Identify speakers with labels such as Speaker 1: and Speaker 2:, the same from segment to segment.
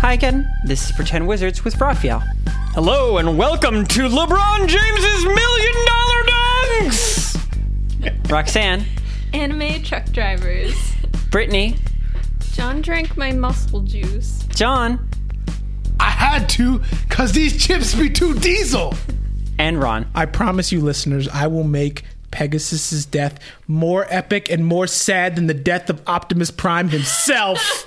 Speaker 1: Hi again, this is Pretend Wizards with Raphael.
Speaker 2: Hello and welcome to LeBron James's Million Dollar Dunks!
Speaker 1: Roxanne,
Speaker 3: Anime truck drivers.
Speaker 1: Brittany,
Speaker 3: John drank my muscle juice.
Speaker 1: John,
Speaker 4: I had to, cause these chips be too diesel.
Speaker 1: and Ron.
Speaker 4: I promise you, listeners, I will make Pegasus's death more epic and more sad than the death of Optimus Prime himself.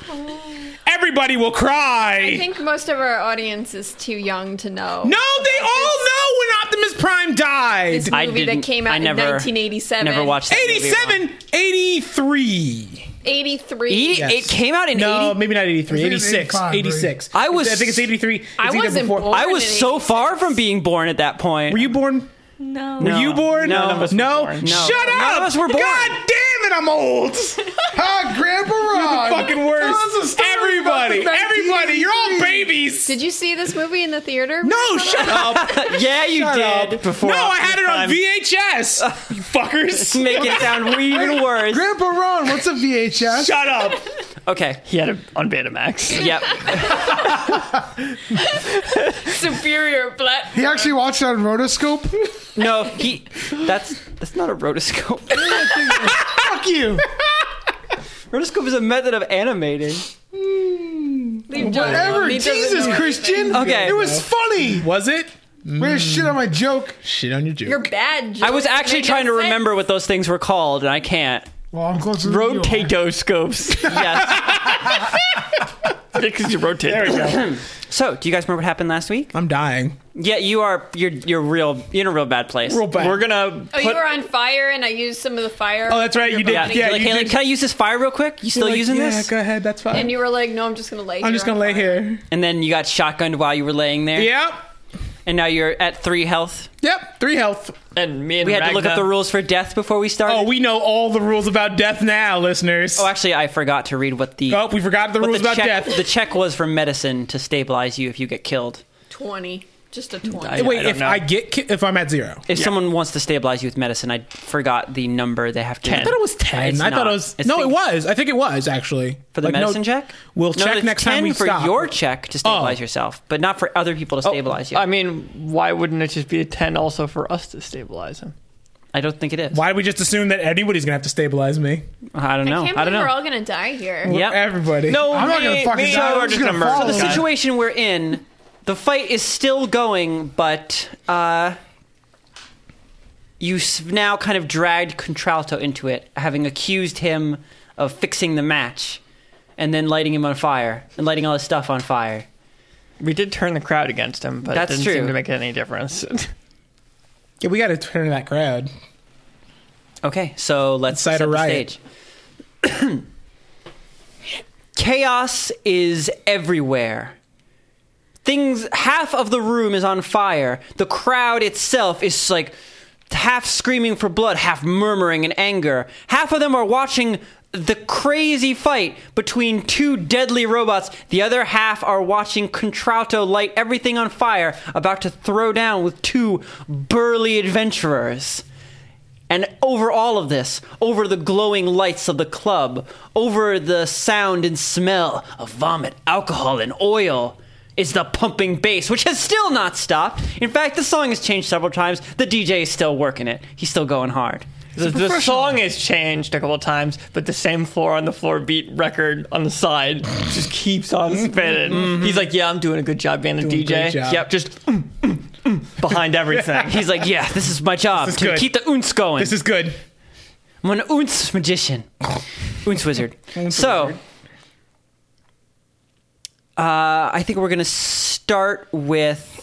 Speaker 4: Everybody will
Speaker 3: I
Speaker 4: cry.
Speaker 3: think most of our audience is too young to know.
Speaker 4: No, they all know when Optimus Prime died.
Speaker 3: This
Speaker 1: I
Speaker 3: movie that
Speaker 1: didn't-
Speaker 3: came out
Speaker 1: I never-
Speaker 3: in 1987.
Speaker 1: Never watched that movie, Ron.
Speaker 4: 87, 83.
Speaker 3: 83.
Speaker 1: Eighty-
Speaker 4: Yes.
Speaker 1: It came out in
Speaker 4: No,
Speaker 1: 80.
Speaker 4: maybe not 83.
Speaker 5: I think it's
Speaker 4: 86.
Speaker 5: 85,
Speaker 4: 86.
Speaker 1: I was-
Speaker 4: I think it's 83. It's
Speaker 3: I
Speaker 4: either
Speaker 3: wasn't
Speaker 4: before-
Speaker 3: born.
Speaker 1: I was
Speaker 3: in
Speaker 1: so far from being born at that point.
Speaker 4: Were you born?
Speaker 3: No.
Speaker 1: No.
Speaker 4: Were you born?
Speaker 1: No, none of us were
Speaker 4: No?
Speaker 1: born. No.
Speaker 4: Shut up!
Speaker 1: None of us were born.
Speaker 4: God damn it, I'm old.
Speaker 5: Ha, Ah, Grandpa Ron.
Speaker 4: Fucking worse.
Speaker 5: Tell us a story about the
Speaker 4: Everybody, everybody, you're all
Speaker 5: 1983.
Speaker 4: babies.
Speaker 3: Did you see this movie in the theater?
Speaker 4: no, shut up.
Speaker 1: yeah, you did. Before
Speaker 4: no, I had it on
Speaker 1: video.
Speaker 4: VHS. You fuckers.
Speaker 1: Make it sound even worse.
Speaker 5: Grandpa Ron, what's a VHS?
Speaker 4: Shut up.
Speaker 1: Okay.
Speaker 2: He had it on Betamax.
Speaker 1: Yep.
Speaker 3: Superior Black.
Speaker 5: he actually watched that on Rotoscope.
Speaker 1: No, he. That's that's not a rotoscope.
Speaker 4: Fuck you.
Speaker 1: rotoscope is a method of animating.
Speaker 5: Whatever.
Speaker 3: He doesn't
Speaker 5: Jesus,
Speaker 3: know
Speaker 5: Christian.
Speaker 1: Okay.
Speaker 5: It was funny.
Speaker 4: Was it?
Speaker 5: Where's shit on my joke?
Speaker 4: Shit on your juke.
Speaker 3: You're bad.
Speaker 1: I was actually trying to remember what those things were called, and I can't.
Speaker 5: Well, I'm closer than you are.
Speaker 2: Rotato scopes.
Speaker 1: Yes.
Speaker 2: Because you rotate.
Speaker 4: There we go.
Speaker 1: so, do you guys remember what happened last week?
Speaker 4: I'm dying.
Speaker 1: Yeah, you are. You're you're real. You're in a real bad place.
Speaker 4: Real bad.
Speaker 2: We're gonna.
Speaker 3: Oh, you were on fire, and I used some of the fire.
Speaker 4: Oh, that's right. You did.
Speaker 1: Yeah.
Speaker 4: Yeah,
Speaker 1: like,
Speaker 4: you
Speaker 1: hey, like,
Speaker 4: did.
Speaker 1: can I use this fire real quick? You still
Speaker 4: Like,
Speaker 1: using
Speaker 4: yeah,
Speaker 1: this?
Speaker 4: go ahead. That's fine.
Speaker 3: And you were like, "No, I'm just gonna lay.
Speaker 4: I'm just
Speaker 3: on
Speaker 4: gonna lay
Speaker 3: fire.
Speaker 4: here.
Speaker 1: And then you got shotgunned while you were laying there.
Speaker 4: Yep.
Speaker 1: And now you're at three health.
Speaker 4: Yep. Three health.
Speaker 2: And me and
Speaker 1: We had to look
Speaker 2: Ragna-
Speaker 1: up the rules for death before we started.
Speaker 4: Oh, we know all the rules about death now, listeners.
Speaker 1: Oh, actually, I forgot to read what the
Speaker 4: Oh, we forgot the
Speaker 1: what
Speaker 4: rules
Speaker 1: the
Speaker 4: about
Speaker 1: check,
Speaker 4: death.
Speaker 1: The check was for medicine to stabilize you if you get killed.
Speaker 3: Twenty, just a twenty.
Speaker 1: I-
Speaker 4: Wait,
Speaker 2: I don't
Speaker 4: if
Speaker 2: know.
Speaker 4: I get ki- if I'm at zero,
Speaker 1: If someone wants to stabilize you with medicine, I forgot the number they have to.
Speaker 2: Ten.
Speaker 4: I thought it was ten.
Speaker 1: It's
Speaker 4: I thought
Speaker 1: not.
Speaker 4: it was
Speaker 1: It's
Speaker 4: no,
Speaker 1: the-
Speaker 4: it was. I think it was actually
Speaker 1: for the
Speaker 4: Like, no-
Speaker 1: medicine check.
Speaker 4: We'll
Speaker 1: No,
Speaker 4: check
Speaker 1: it's
Speaker 4: next time
Speaker 1: 10
Speaker 4: we
Speaker 1: for
Speaker 4: stop.
Speaker 1: your check to stabilize
Speaker 4: Oh.
Speaker 1: yourself, but not for other people to stabilize you.
Speaker 2: I mean, why wouldn't it just be a 10 also for us to stabilize him?
Speaker 1: I don't think it is.
Speaker 4: Why did we just assume that anybody's gonna have to stabilize me?
Speaker 1: I don't know.
Speaker 3: can't believe
Speaker 1: I, don't know.
Speaker 3: we're all gonna die here.
Speaker 1: Yep.
Speaker 4: Everybody.
Speaker 5: I'm not gonna fucking
Speaker 2: me,
Speaker 5: die.
Speaker 2: you
Speaker 5: I'm
Speaker 2: are
Speaker 5: just
Speaker 2: just
Speaker 5: gonna
Speaker 2: a murderer.
Speaker 5: follow
Speaker 1: the
Speaker 5: this guy.
Speaker 1: situation we're in, the fight is still going, but uh, you s- now kind of dragged Contralto into it, having accused him of fixing the match, and then lighting him on fire and lighting all his stuff on fire.
Speaker 2: We did turn the crowd against him, but
Speaker 1: That's
Speaker 2: it didn't
Speaker 1: true.
Speaker 2: seem to make any difference.
Speaker 4: Yeah, we got to turn that crowd.
Speaker 1: Okay, so let's
Speaker 4: Incite a
Speaker 1: set the
Speaker 4: riot.
Speaker 1: stage. Chaos is everywhere. Things half of the room is on fire. The crowd itself is like half screaming for blood, half murmuring in anger. Half of them are watching the crazy fight between two deadly robots. The other half are watching Contralto light everything on fire, about to throw down with two burly adventurers. And over all of this, over the glowing lights of the club, over the sound and smell of vomit, alcohol, and oil, is the pumping bass, which has still not stopped. In fact, the song has changed several times. The DJ is still working it, he's still going hard.
Speaker 2: the, the song has changed a couple times, but the same floor on the floor beat record on the side just keeps on spinning. He's like, "Yeah, I'm Mm-hmm. doing a good job being a
Speaker 4: Doing a
Speaker 2: DJ."
Speaker 4: great job.
Speaker 2: Yep, just mm, mm, mm, behind everything.
Speaker 1: He's like, Yeah, this is my job
Speaker 4: This is
Speaker 1: to
Speaker 4: good.
Speaker 1: keep the oons going.
Speaker 4: This is good.
Speaker 1: I'm an Oonce magician. Oonce wizard. so, Uh, I think we're going to start with.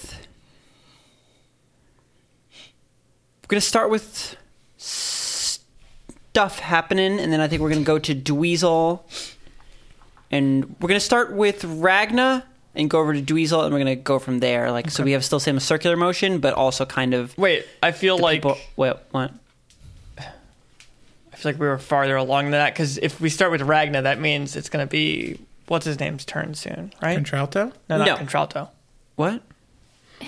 Speaker 1: We're going to start with stuff happening, and then I think we're going to go to Dweezil. And we're going to start with Ragna and go over to Dweezil, and we're going to go from there. Like, So we have still same circular motion, but also kind of.
Speaker 2: Wait, I feel like
Speaker 1: people- wait, what?
Speaker 2: I feel like we were farther along than that because if we start with Ragna, that means it's going to be what's his name's turn soon, right?
Speaker 4: Contralto.
Speaker 2: no, not
Speaker 1: No.
Speaker 2: contralto.
Speaker 1: What?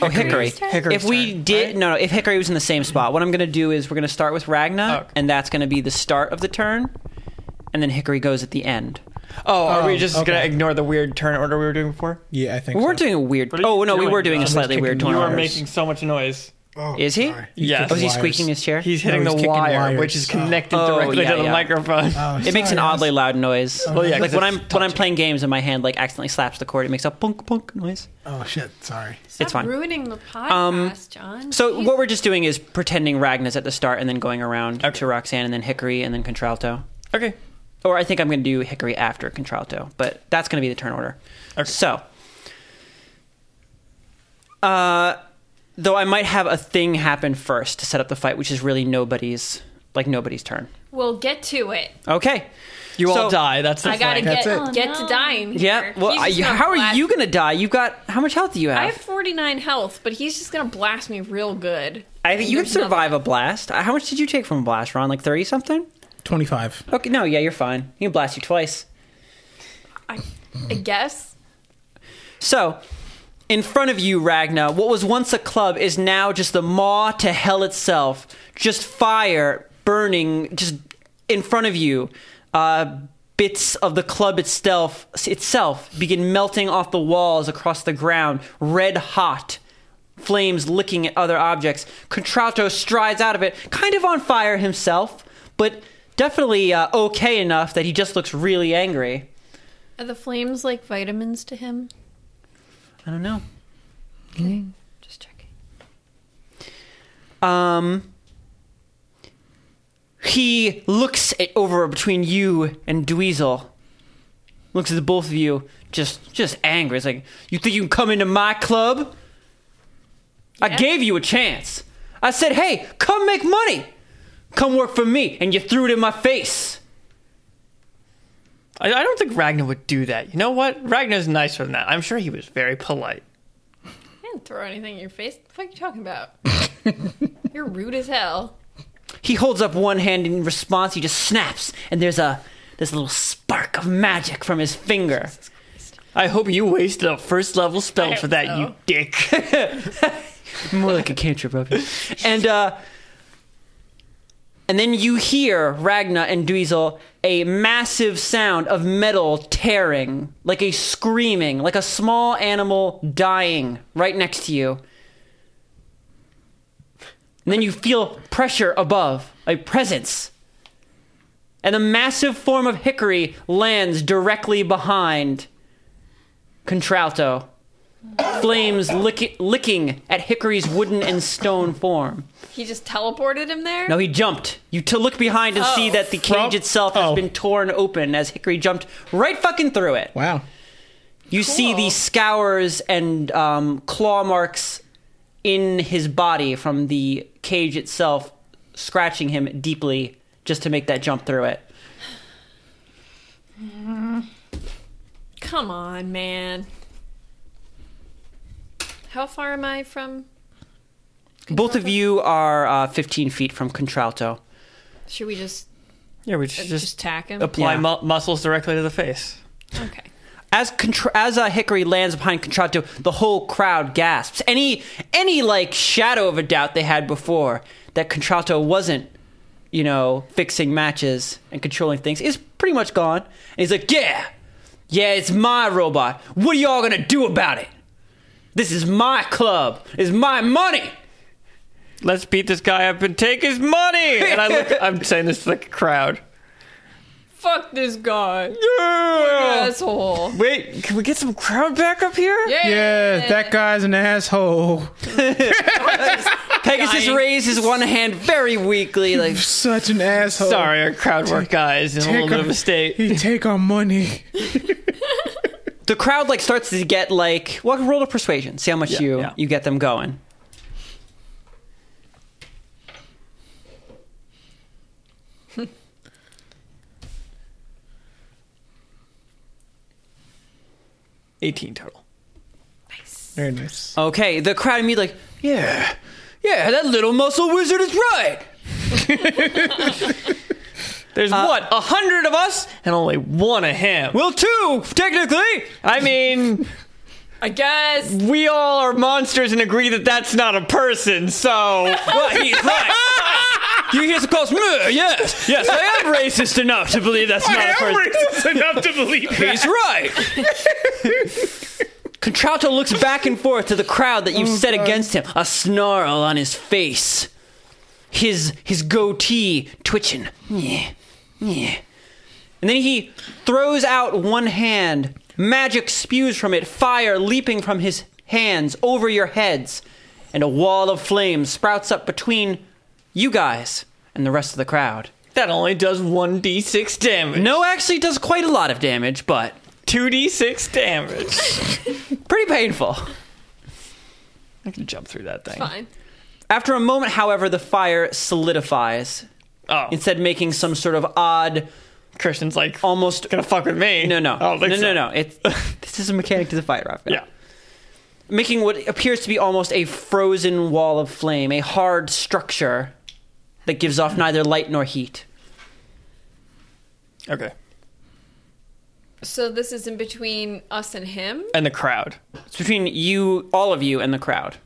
Speaker 1: Oh, Hickory.
Speaker 3: turn?
Speaker 2: Hickory's
Speaker 1: if we
Speaker 2: turn,
Speaker 1: did
Speaker 2: right?
Speaker 1: no, no, if Hickory was in the same spot, what I'm going to do is we're going to start with Ragna,
Speaker 2: Oh, Okay.
Speaker 1: and that's going to be the start of the turn, and then Hickory goes at the end.
Speaker 2: Oh, are we
Speaker 4: Oh,
Speaker 2: just
Speaker 4: okay.
Speaker 2: gonna ignore the weird turn order we were doing before?
Speaker 4: Yeah, I think
Speaker 1: We
Speaker 4: so.
Speaker 1: weren't doing a weird.
Speaker 2: are you
Speaker 1: Oh no, we
Speaker 2: doing?
Speaker 1: were doing a
Speaker 2: I'm
Speaker 1: slightly
Speaker 4: just
Speaker 1: weird
Speaker 4: kicking
Speaker 1: turn.
Speaker 2: You are
Speaker 4: Wires.
Speaker 2: making so much noise.
Speaker 5: Oh,
Speaker 1: Is he?
Speaker 5: sorry.
Speaker 2: Yes.
Speaker 1: Oh, is he
Speaker 4: Wires.
Speaker 1: squeaking his chair?
Speaker 2: He's hitting
Speaker 4: No, he's
Speaker 2: the
Speaker 4: kicking
Speaker 2: wire,
Speaker 4: wires.
Speaker 2: which is connected
Speaker 1: Oh,
Speaker 2: directly
Speaker 1: yeah,
Speaker 2: to the
Speaker 1: yeah.
Speaker 2: microphone.
Speaker 5: Oh,
Speaker 1: It makes an
Speaker 5: sorry,
Speaker 1: oddly
Speaker 5: guys.
Speaker 1: loud noise.
Speaker 2: Well, Oh, yeah, 'cause
Speaker 1: like when I'm
Speaker 2: it's
Speaker 1: when I'm
Speaker 2: touching.
Speaker 1: playing games and my hand like accidentally slaps the cord, it makes a punk punk noise.
Speaker 5: Oh shit! Sorry.
Speaker 3: Stop
Speaker 1: It's fine. Um,
Speaker 3: ruining the podcast, John.
Speaker 1: So
Speaker 3: Jeez.
Speaker 1: what we're just doing is pretending Ragna's at the start and then going around
Speaker 2: Okay.
Speaker 1: to Roxanne and then Hickory and then Contralto.
Speaker 2: Okay.
Speaker 1: Or I think I'm going to do Hickory after Contralto, but that's going to be the turn order.
Speaker 2: Okay.
Speaker 1: So, uh, though I might have a thing happen first to set up the fight, which is really nobody's like nobody's turn.
Speaker 3: we'll get to it.
Speaker 1: Okay,
Speaker 2: You
Speaker 1: So-
Speaker 2: all die. That's the
Speaker 3: I gotta
Speaker 2: thing.
Speaker 3: get
Speaker 4: That's it.
Speaker 3: get to dying.
Speaker 1: Oh, Yeah.
Speaker 3: here.
Speaker 1: Well,
Speaker 3: He's
Speaker 1: I,
Speaker 3: just gonna
Speaker 1: how are
Speaker 3: blast-
Speaker 1: you going to die? You've got how much health do you
Speaker 3: I
Speaker 1: have?
Speaker 3: have 49 health, but he's just gonna blast me real good.
Speaker 1: I, you can
Speaker 3: There's nothing-
Speaker 1: survive a blast. Uh, How much did you take from a blast, Ron? Like thirty something?
Speaker 4: 25.
Speaker 1: Okay, no, yeah, you're fine. He can blast you twice.
Speaker 3: I, I guess.
Speaker 1: So, in front of you, Ragna, what was once a club is now just the maw to hell itself. Just fire burning just in front of you. Uh, bits of the club itself itself begin melting off the walls across the ground, red hot. Flames licking at other objects. Contralto strides out of it, kind of on fire himself, but definitely uh, okay enough that he just looks really angry.
Speaker 3: Are the flames like vitamins to him?
Speaker 1: I don't know.
Speaker 3: Just checking.
Speaker 1: Um, he looks at, over between you and Dweezil. Looks at the both of you, just just angry. It's like you think you can come into my club? I
Speaker 3: Yeah.
Speaker 1: gave you a chance. I said, hey, come make money, come work for me, and you threw it in my face.
Speaker 2: I, I don't think Ragnar would do that. You know what? Ragnar's nicer than that. I'm sure he was very polite.
Speaker 3: I didn't throw anything in your face. What the fuck are you talking about? You're rude as hell.
Speaker 1: He holds up one hand in response. He just snaps, and there's a there's a little spark of magic from his finger.
Speaker 2: I hope you wasted a first level spell
Speaker 3: I
Speaker 2: for that,
Speaker 3: hope
Speaker 2: you
Speaker 3: so.
Speaker 2: dick.
Speaker 1: More like a cantrip of it. And uh and then you hear Ragna and Dweezil a massive sound of metal tearing, like a screaming, like a small animal dying right next to you. And then you feel pressure above, a presence. And a massive form of hickory lands directly behind Contralto flames lick- licking at Hickory's wooden and stone form.
Speaker 3: He just teleported him there?
Speaker 1: No, he jumped. You to look behind and see
Speaker 3: Oh.
Speaker 1: that the cage
Speaker 4: From-
Speaker 1: itself has
Speaker 4: oh.
Speaker 1: been torn open as Hickory jumped right fucking through it.
Speaker 4: Wow.
Speaker 1: You see the
Speaker 3: Cool.
Speaker 1: scours and um, claw marks in his body from the cage itself, scratching him deeply just to make that jump through it.
Speaker 3: Come on, man. How far am I from?
Speaker 1: Both of you are uh, 15 feet from Contralto.
Speaker 3: Should we just
Speaker 2: yeah, we should
Speaker 3: just,
Speaker 2: just
Speaker 3: attack him?
Speaker 2: apply
Speaker 1: Yeah.
Speaker 2: mu- muscles directly to the face.
Speaker 3: Okay.
Speaker 1: as Contr- as uh, Hickory lands behind Contralto, the whole crowd gasps. Any any like shadow of a doubt they had before that Contralto wasn't, you know, fixing matches and controlling things is pretty much gone. And he's like, "Yeah, yeah, it's my robot. What are y'all gonna do about it? This is my club. It's my money."
Speaker 2: Let's beat this guy up and take his money. And I look, I'm saying this to the crowd.
Speaker 3: Fuck this guy.
Speaker 2: Yeah.
Speaker 3: Asshole.
Speaker 2: Wait, can we get some crowd back up here?
Speaker 3: Yeah.
Speaker 4: Yeah, that guy's an asshole.
Speaker 1: Pegasus
Speaker 3: Dying.
Speaker 1: raises one hand very weakly, like,
Speaker 4: Such an asshole.
Speaker 2: Sorry, our crowd work guy is in a little bit
Speaker 4: our,
Speaker 2: of a state.
Speaker 4: He take our money.
Speaker 1: the crowd like starts to get like well roll of persuasion see how much
Speaker 2: Yeah,
Speaker 1: you
Speaker 2: yeah.
Speaker 1: you get them going
Speaker 2: Eighteen total.
Speaker 4: Very nice.
Speaker 1: okay the crowd immediately like yeah yeah that little muscle wizard is right
Speaker 2: There's what a hundred of us and only one of him.
Speaker 1: Uh, well two technically
Speaker 2: I mean,
Speaker 3: I guess.
Speaker 2: we all are monsters and agree that that's not a person. So
Speaker 1: but he's right You hear some calls. "Mm, Yes, yes, I am racist enough to believe that's not a
Speaker 5: Oh
Speaker 4: I am
Speaker 1: person.
Speaker 4: racist enough to believe that.
Speaker 1: He's right. Contralto looks back and forth to the crowd that you've set against him, a snarl on his face. His his goatee twitching. Yeah. Yeah. And then he throws out one hand. Magic spews from it, fire leaping from his hands over your heads, and a wall of flame sprouts up between you guys and the rest of the crowd.
Speaker 6: That only does 1d6 damage.
Speaker 1: No actually does quite a lot of damage, but
Speaker 6: 2d6 damage.
Speaker 1: pretty painful.
Speaker 6: I can jump through that thing.
Speaker 3: Fine.
Speaker 1: After a moment, however, the fire solidifies,
Speaker 6: Oh,
Speaker 1: instead making some sort of odd,
Speaker 6: Christian's like, almost
Speaker 1: almost.
Speaker 6: gonna fuck with me.
Speaker 1: No, no,
Speaker 6: I don't think
Speaker 1: no,
Speaker 6: Oh, so.
Speaker 1: no, no. It's this is a mechanic to the fire, Raphael.
Speaker 6: Yeah.
Speaker 1: making what appears to be almost a frozen wall of flame, a hard structure that gives off neither light nor heat.
Speaker 6: Okay.
Speaker 3: So this is in between us and him.
Speaker 6: And the crowd.
Speaker 1: It's between you, all of you, and the crowd.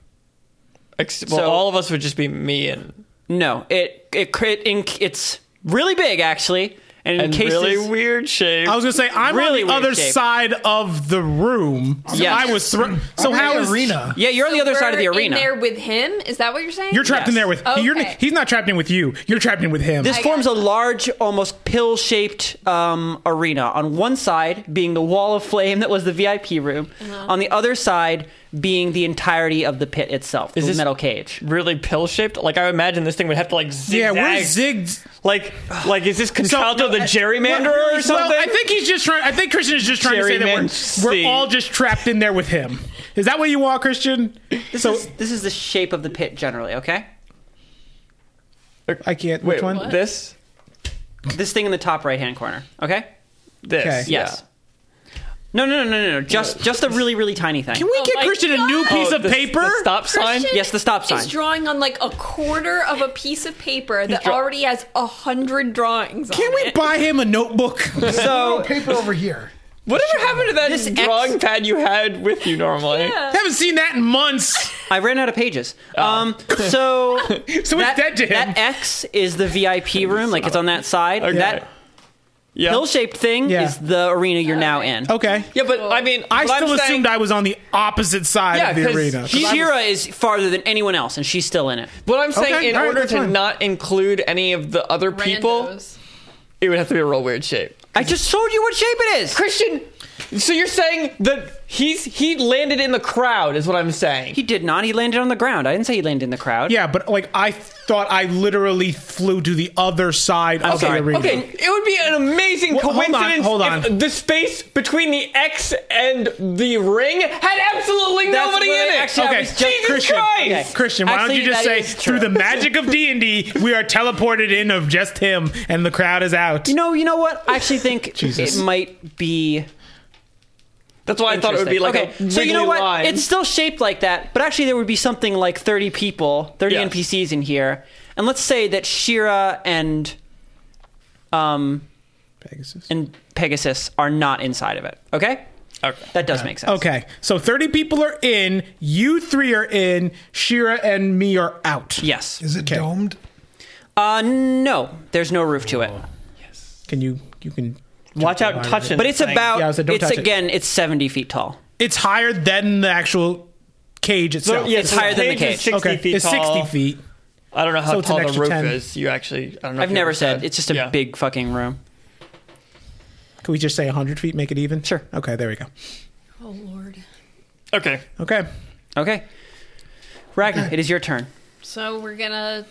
Speaker 6: Ex- well,
Speaker 1: So-
Speaker 6: all of us would just be me and,
Speaker 1: No, it it, cr- it inc- it's really big actually, and,
Speaker 6: and
Speaker 1: encases-
Speaker 6: really weird shape.
Speaker 4: I was gonna say I'm
Speaker 1: Really weird
Speaker 4: on the other
Speaker 1: shape.
Speaker 4: side of the room.
Speaker 1: Yes.
Speaker 4: I was thro- so
Speaker 5: I'm in
Speaker 4: how
Speaker 5: the
Speaker 4: is
Speaker 5: arena?
Speaker 1: yeah, you're on the other side of the
Speaker 3: We're
Speaker 1: arena.
Speaker 3: In there with him. Is that what you're saying?
Speaker 4: You're trapped in
Speaker 1: Yes.
Speaker 4: there with you're,
Speaker 3: Okay.
Speaker 4: he's not trapped in with you. You're trapped in with him.
Speaker 1: This
Speaker 3: I
Speaker 1: forms a
Speaker 3: gotcha.
Speaker 1: large, almost pill shaped um, arena. On one side being the wall of flame that was the VIP room, on the other side being the entirety of the pit itself, the
Speaker 6: this-
Speaker 1: metal cage.
Speaker 6: really pill shaped. Like I imagine this thing would have to like
Speaker 4: yeah,
Speaker 6: zigzag.
Speaker 4: we're zigged.
Speaker 6: like like is this Contralto
Speaker 4: no,
Speaker 6: the
Speaker 4: uh,
Speaker 6: gerrymander
Speaker 4: well,
Speaker 6: or something?
Speaker 4: Well, I think he's just trying. I think Christian is just trying to say that
Speaker 6: Gerryman-
Speaker 4: we're,
Speaker 6: see.
Speaker 4: we're all just trapped in there with him. Is that what you want, Christian?
Speaker 1: This,
Speaker 4: so
Speaker 1: is, this is the shape of the pit generally, okay?
Speaker 4: I can't.
Speaker 6: Wait,
Speaker 4: which one?
Speaker 6: This
Speaker 1: This thing in the top right hand corner, okay?
Speaker 6: this
Speaker 4: Okay.
Speaker 1: Yes. No, no, no, no, no, no. Just, just a really, really tiny thing.
Speaker 4: Can we
Speaker 3: Oh
Speaker 4: get
Speaker 3: my
Speaker 4: Christian a new
Speaker 3: God.
Speaker 4: piece
Speaker 6: Oh,
Speaker 4: of
Speaker 6: the-
Speaker 4: paper?
Speaker 6: the stop sign.
Speaker 3: Christian
Speaker 1: Yes, the stop sign.
Speaker 3: Is drawing on like a quarter of a piece of paper that already has a hundred drawings.
Speaker 4: Can
Speaker 3: on
Speaker 4: we
Speaker 3: It.
Speaker 4: buy him a notebook?
Speaker 5: Oh,
Speaker 1: So
Speaker 5: paper over here.
Speaker 6: Whatever happened to that
Speaker 1: This X-
Speaker 6: drawing pad you had with you normally?
Speaker 4: Haven't seen that in months.
Speaker 1: I ran out of pages. Um, so
Speaker 4: So
Speaker 1: that,
Speaker 4: it's Ah. dead to him.
Speaker 1: that X is the VIP room, like it's on that side.
Speaker 6: Okay.
Speaker 1: That
Speaker 6: yeah.
Speaker 1: pill shaped thing
Speaker 4: Yeah.
Speaker 1: is the arena you're now in.
Speaker 4: okay.
Speaker 6: Yeah, but I mean,
Speaker 4: I
Speaker 6: what I'm
Speaker 4: still assumed
Speaker 6: saying-
Speaker 4: I was on the opposite side
Speaker 6: Yeah,
Speaker 4: of the
Speaker 6: 'cause
Speaker 4: arena.
Speaker 6: he-
Speaker 1: Shira is farther than anyone else, and she's still in it.
Speaker 6: What I'm saying,
Speaker 4: Okay,
Speaker 6: in
Speaker 4: all right,
Speaker 6: order
Speaker 4: that's
Speaker 6: to
Speaker 4: fine.
Speaker 6: not include any of the other people,
Speaker 3: Randos.
Speaker 6: it would have to be a real weird shape.
Speaker 1: I just told you what shape it is.
Speaker 6: Christian, so you're saying that he's he landed in the crowd is what I'm saying.
Speaker 1: He did not. He landed on the ground. I didn't say he landed in the crowd.
Speaker 4: Yeah, but like I thought, I literally flew to the other side of
Speaker 1: sorry.
Speaker 4: the arena.
Speaker 6: Okay, it would be an amazing
Speaker 4: Well, hold on,
Speaker 6: coincidence
Speaker 4: hold on.
Speaker 6: if the space between the X and the ring had absolutely
Speaker 1: That's
Speaker 6: nobody
Speaker 1: what
Speaker 6: in
Speaker 1: I-
Speaker 6: it.
Speaker 1: actually, I
Speaker 4: Okay,
Speaker 1: was just-
Speaker 6: Jesus
Speaker 4: Christian,
Speaker 6: Christ!
Speaker 4: Christian, why
Speaker 1: Actually,
Speaker 4: don't you
Speaker 1: that
Speaker 4: just say
Speaker 1: is true.
Speaker 4: through the magic of D and D, we are teleported in of just him, and the crowd is out.
Speaker 1: You know, you know what? I actually think
Speaker 4: Jesus.
Speaker 1: it might be.
Speaker 6: That's why I thought it would be like
Speaker 1: okay.
Speaker 6: a
Speaker 1: so you know
Speaker 6: wiggly
Speaker 1: what?
Speaker 6: line.
Speaker 1: It's still shaped like that, but actually there would be something like 30 people, 30
Speaker 6: Yes.
Speaker 1: NPCs in here, and let's say that Shira and um
Speaker 4: Pegasus.
Speaker 1: and Pegasus are not inside of it. Okay,
Speaker 6: okay.
Speaker 1: that does make sense.
Speaker 4: Okay, so thirty people are in. You three are in. Shira and me are out.
Speaker 1: Yes.
Speaker 5: Is it domed?
Speaker 1: Uh, no, there's no roof to it.
Speaker 4: Can you? You can.
Speaker 6: Watch out, touching.
Speaker 1: But it's about.
Speaker 4: Yeah, I said don't
Speaker 1: it's
Speaker 4: touch it.
Speaker 1: again. It's 70 feet tall.
Speaker 4: It's higher than the actual cage itself.
Speaker 1: yeah, it's higher than the cage.
Speaker 6: Is 60
Speaker 4: okay,
Speaker 6: feet
Speaker 4: it's
Speaker 6: tall.
Speaker 4: sixty feet.
Speaker 6: I don't know how
Speaker 4: So it's an
Speaker 6: tall the
Speaker 4: extra
Speaker 6: roof
Speaker 4: 10.
Speaker 6: is. You actually, I don't know. if
Speaker 1: I've
Speaker 6: you
Speaker 1: never
Speaker 6: ever
Speaker 1: said. It's just a
Speaker 6: Yeah.
Speaker 1: big fucking room.
Speaker 4: Can we just say hundred feet? Make it even.
Speaker 1: Sure.
Speaker 4: Okay, there we go.
Speaker 3: Oh lord.
Speaker 6: Okay.
Speaker 4: Okay.
Speaker 1: Okay. Ragnar, it is your turn.
Speaker 3: So we're gonna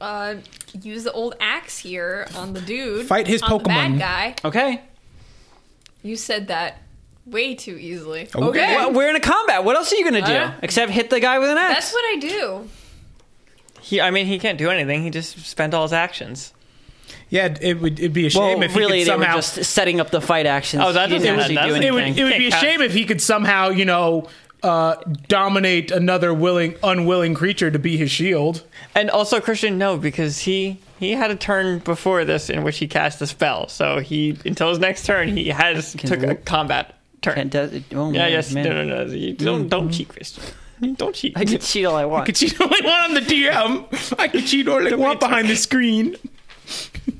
Speaker 3: uh, use the old axe here on the dude.
Speaker 4: Fight his
Speaker 3: on the bad
Speaker 4: Pokemon.
Speaker 3: guy.
Speaker 1: Okay.
Speaker 3: You said that way too easily.
Speaker 4: Okay.
Speaker 1: Well, we're in a combat. What else are you gonna do
Speaker 3: Uh,
Speaker 1: except hit the guy with an axe?
Speaker 3: That's what I do.
Speaker 6: He, I mean, he can't do anything. He just spent all his actions.
Speaker 4: Yeah, it would. It'd be a shame
Speaker 1: Well,
Speaker 4: if
Speaker 1: Oh, really,
Speaker 4: he could
Speaker 1: they were
Speaker 4: somehow.
Speaker 1: just setting up the fight actions.
Speaker 6: Oh, that
Speaker 1: He didn't
Speaker 6: doesn't-
Speaker 1: actually do
Speaker 6: that
Speaker 4: it
Speaker 1: anything.
Speaker 6: doesn't-
Speaker 4: would. It would be a
Speaker 6: Can't
Speaker 4: shame if he could somehow, you know, uh, dominate another willing, unwilling creature to be his shield.
Speaker 6: And also, Christian, no, because he he had a turn before this in which he cast a spell. So he until his next turn, he has took a combat turn.
Speaker 1: Can't do- oh,
Speaker 6: yeah,
Speaker 1: man,
Speaker 6: yes,
Speaker 1: man.
Speaker 2: Mm,
Speaker 6: no, no, no. You don't don't cheat, Christian.
Speaker 2: Don't cheat.
Speaker 1: I can cheat all I want.
Speaker 4: I could cheat all I want on the DM. I could cheat all I want behind the screen.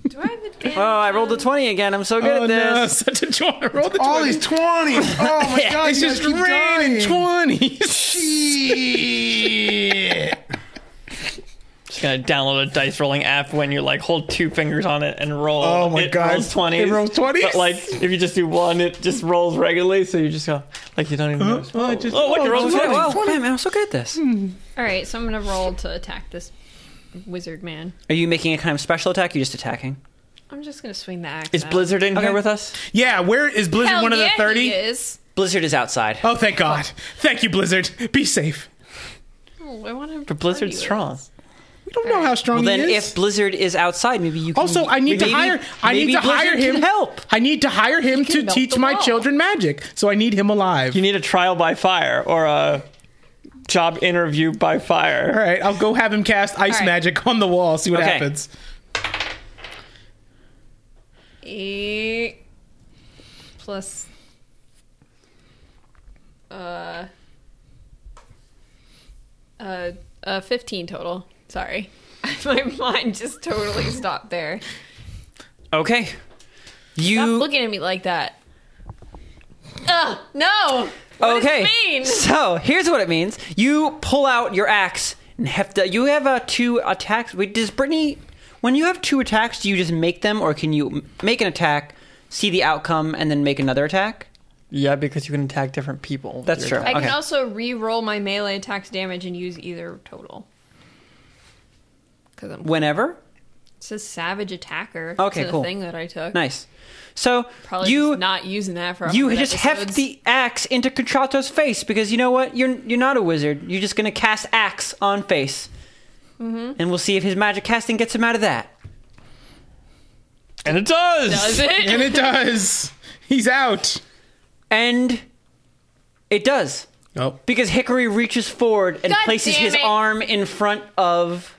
Speaker 3: Do I have advantage?
Speaker 1: oh, I rolled a twenty again. I'm so good
Speaker 4: Oh
Speaker 1: at
Speaker 4: no,
Speaker 1: this.
Speaker 4: such a twenty. Roll the
Speaker 5: All
Speaker 4: twenty.
Speaker 5: these 20s. Oh my god,
Speaker 4: It's
Speaker 5: you
Speaker 4: just
Speaker 5: guys keep
Speaker 4: raining
Speaker 5: dying.
Speaker 4: twenties.
Speaker 5: Shit.
Speaker 2: Just gonna download a dice rolling app when you like hold two fingers on it and roll.
Speaker 4: Oh my
Speaker 2: it
Speaker 4: God.
Speaker 2: Rolls 20s,
Speaker 4: It rolls 20s?
Speaker 2: But like if you just do one, it just rolls regularly. So you just go like you don't even. notice.
Speaker 4: oh, Hmm. I just-
Speaker 2: oh, what you
Speaker 1: Oh,
Speaker 2: rolled
Speaker 1: okay,
Speaker 2: 20.
Speaker 1: Well, man, I'm so good at this.
Speaker 3: All right, so I'm gonna roll to attack this wizard man.
Speaker 1: Are you making a kind of special attack? You're just attacking.
Speaker 3: I'm just gonna swing the axe.
Speaker 2: Is
Speaker 3: out.
Speaker 2: Blizzard in
Speaker 1: Okay.
Speaker 2: here with us?
Speaker 4: Yeah, where is Blizzard?
Speaker 3: Hell
Speaker 4: one of the
Speaker 3: yeah, He
Speaker 4: thirty.
Speaker 3: is.
Speaker 1: Blizzard is outside.
Speaker 4: Oh, thank God! Thank you, Blizzard. Be safe.
Speaker 3: Oh, I want him.
Speaker 2: But Blizzard's strong.
Speaker 4: We don't know how strong
Speaker 1: Well, then
Speaker 4: he is.
Speaker 1: if Blizzard is outside, maybe you. can...
Speaker 4: also, I need
Speaker 1: maybe-
Speaker 4: to hire. I
Speaker 1: maybe
Speaker 4: need to
Speaker 1: Blizzard
Speaker 4: hire
Speaker 1: can
Speaker 4: him.
Speaker 1: Help.
Speaker 4: I need to hire him to
Speaker 3: melt
Speaker 4: teach
Speaker 3: the
Speaker 4: my
Speaker 3: wall.
Speaker 4: children magic. So I need him alive.
Speaker 2: You need a trial by fire or a job interview by fire.
Speaker 4: All right, I'll go have him cast ice
Speaker 3: right.
Speaker 4: magic on the wall. See what
Speaker 1: Okay.
Speaker 4: happens.
Speaker 3: Eight plus. Uh. Uh, uh, fifteen total. Sorry, my mind just totally stopped there.
Speaker 1: Okay.
Speaker 3: Stop
Speaker 1: You
Speaker 3: looking at me like that. Ugh, no. What does
Speaker 1: okay.
Speaker 3: it mean?
Speaker 1: So here's what it means: you pull out your axe and have to. You have uh, two attacks. Wait, does Brittany? When you have two attacks, do you just make them, or can you m- make an attack, see the outcome, and then make another attack?
Speaker 2: Yeah, because you can attack different people. with
Speaker 1: That's true.
Speaker 2: your attack.
Speaker 3: I
Speaker 1: okay.
Speaker 3: can also re-roll my melee attacks damage and use either total. Because I'm
Speaker 1: Whenever.
Speaker 3: it says savage attacker.
Speaker 1: Okay,
Speaker 3: to the
Speaker 1: cool.
Speaker 3: thing that I took.
Speaker 1: Nice. So
Speaker 3: Probably
Speaker 1: you
Speaker 3: just not using that for.
Speaker 1: You
Speaker 3: 100
Speaker 1: just heft
Speaker 3: episodes.
Speaker 1: the axe into Contralto's face because you know what? You're you're not a wizard. You're just gonna cast axe on face,
Speaker 3: Mm-hmm.
Speaker 1: and we'll see if his magic casting gets him out of that.
Speaker 2: And it does.
Speaker 3: Does it?
Speaker 4: And it does. He's out.
Speaker 1: And it does
Speaker 4: Oh,
Speaker 1: because Hickory reaches forward and
Speaker 3: God
Speaker 1: places
Speaker 3: damn
Speaker 1: his
Speaker 3: it.
Speaker 1: arm in front of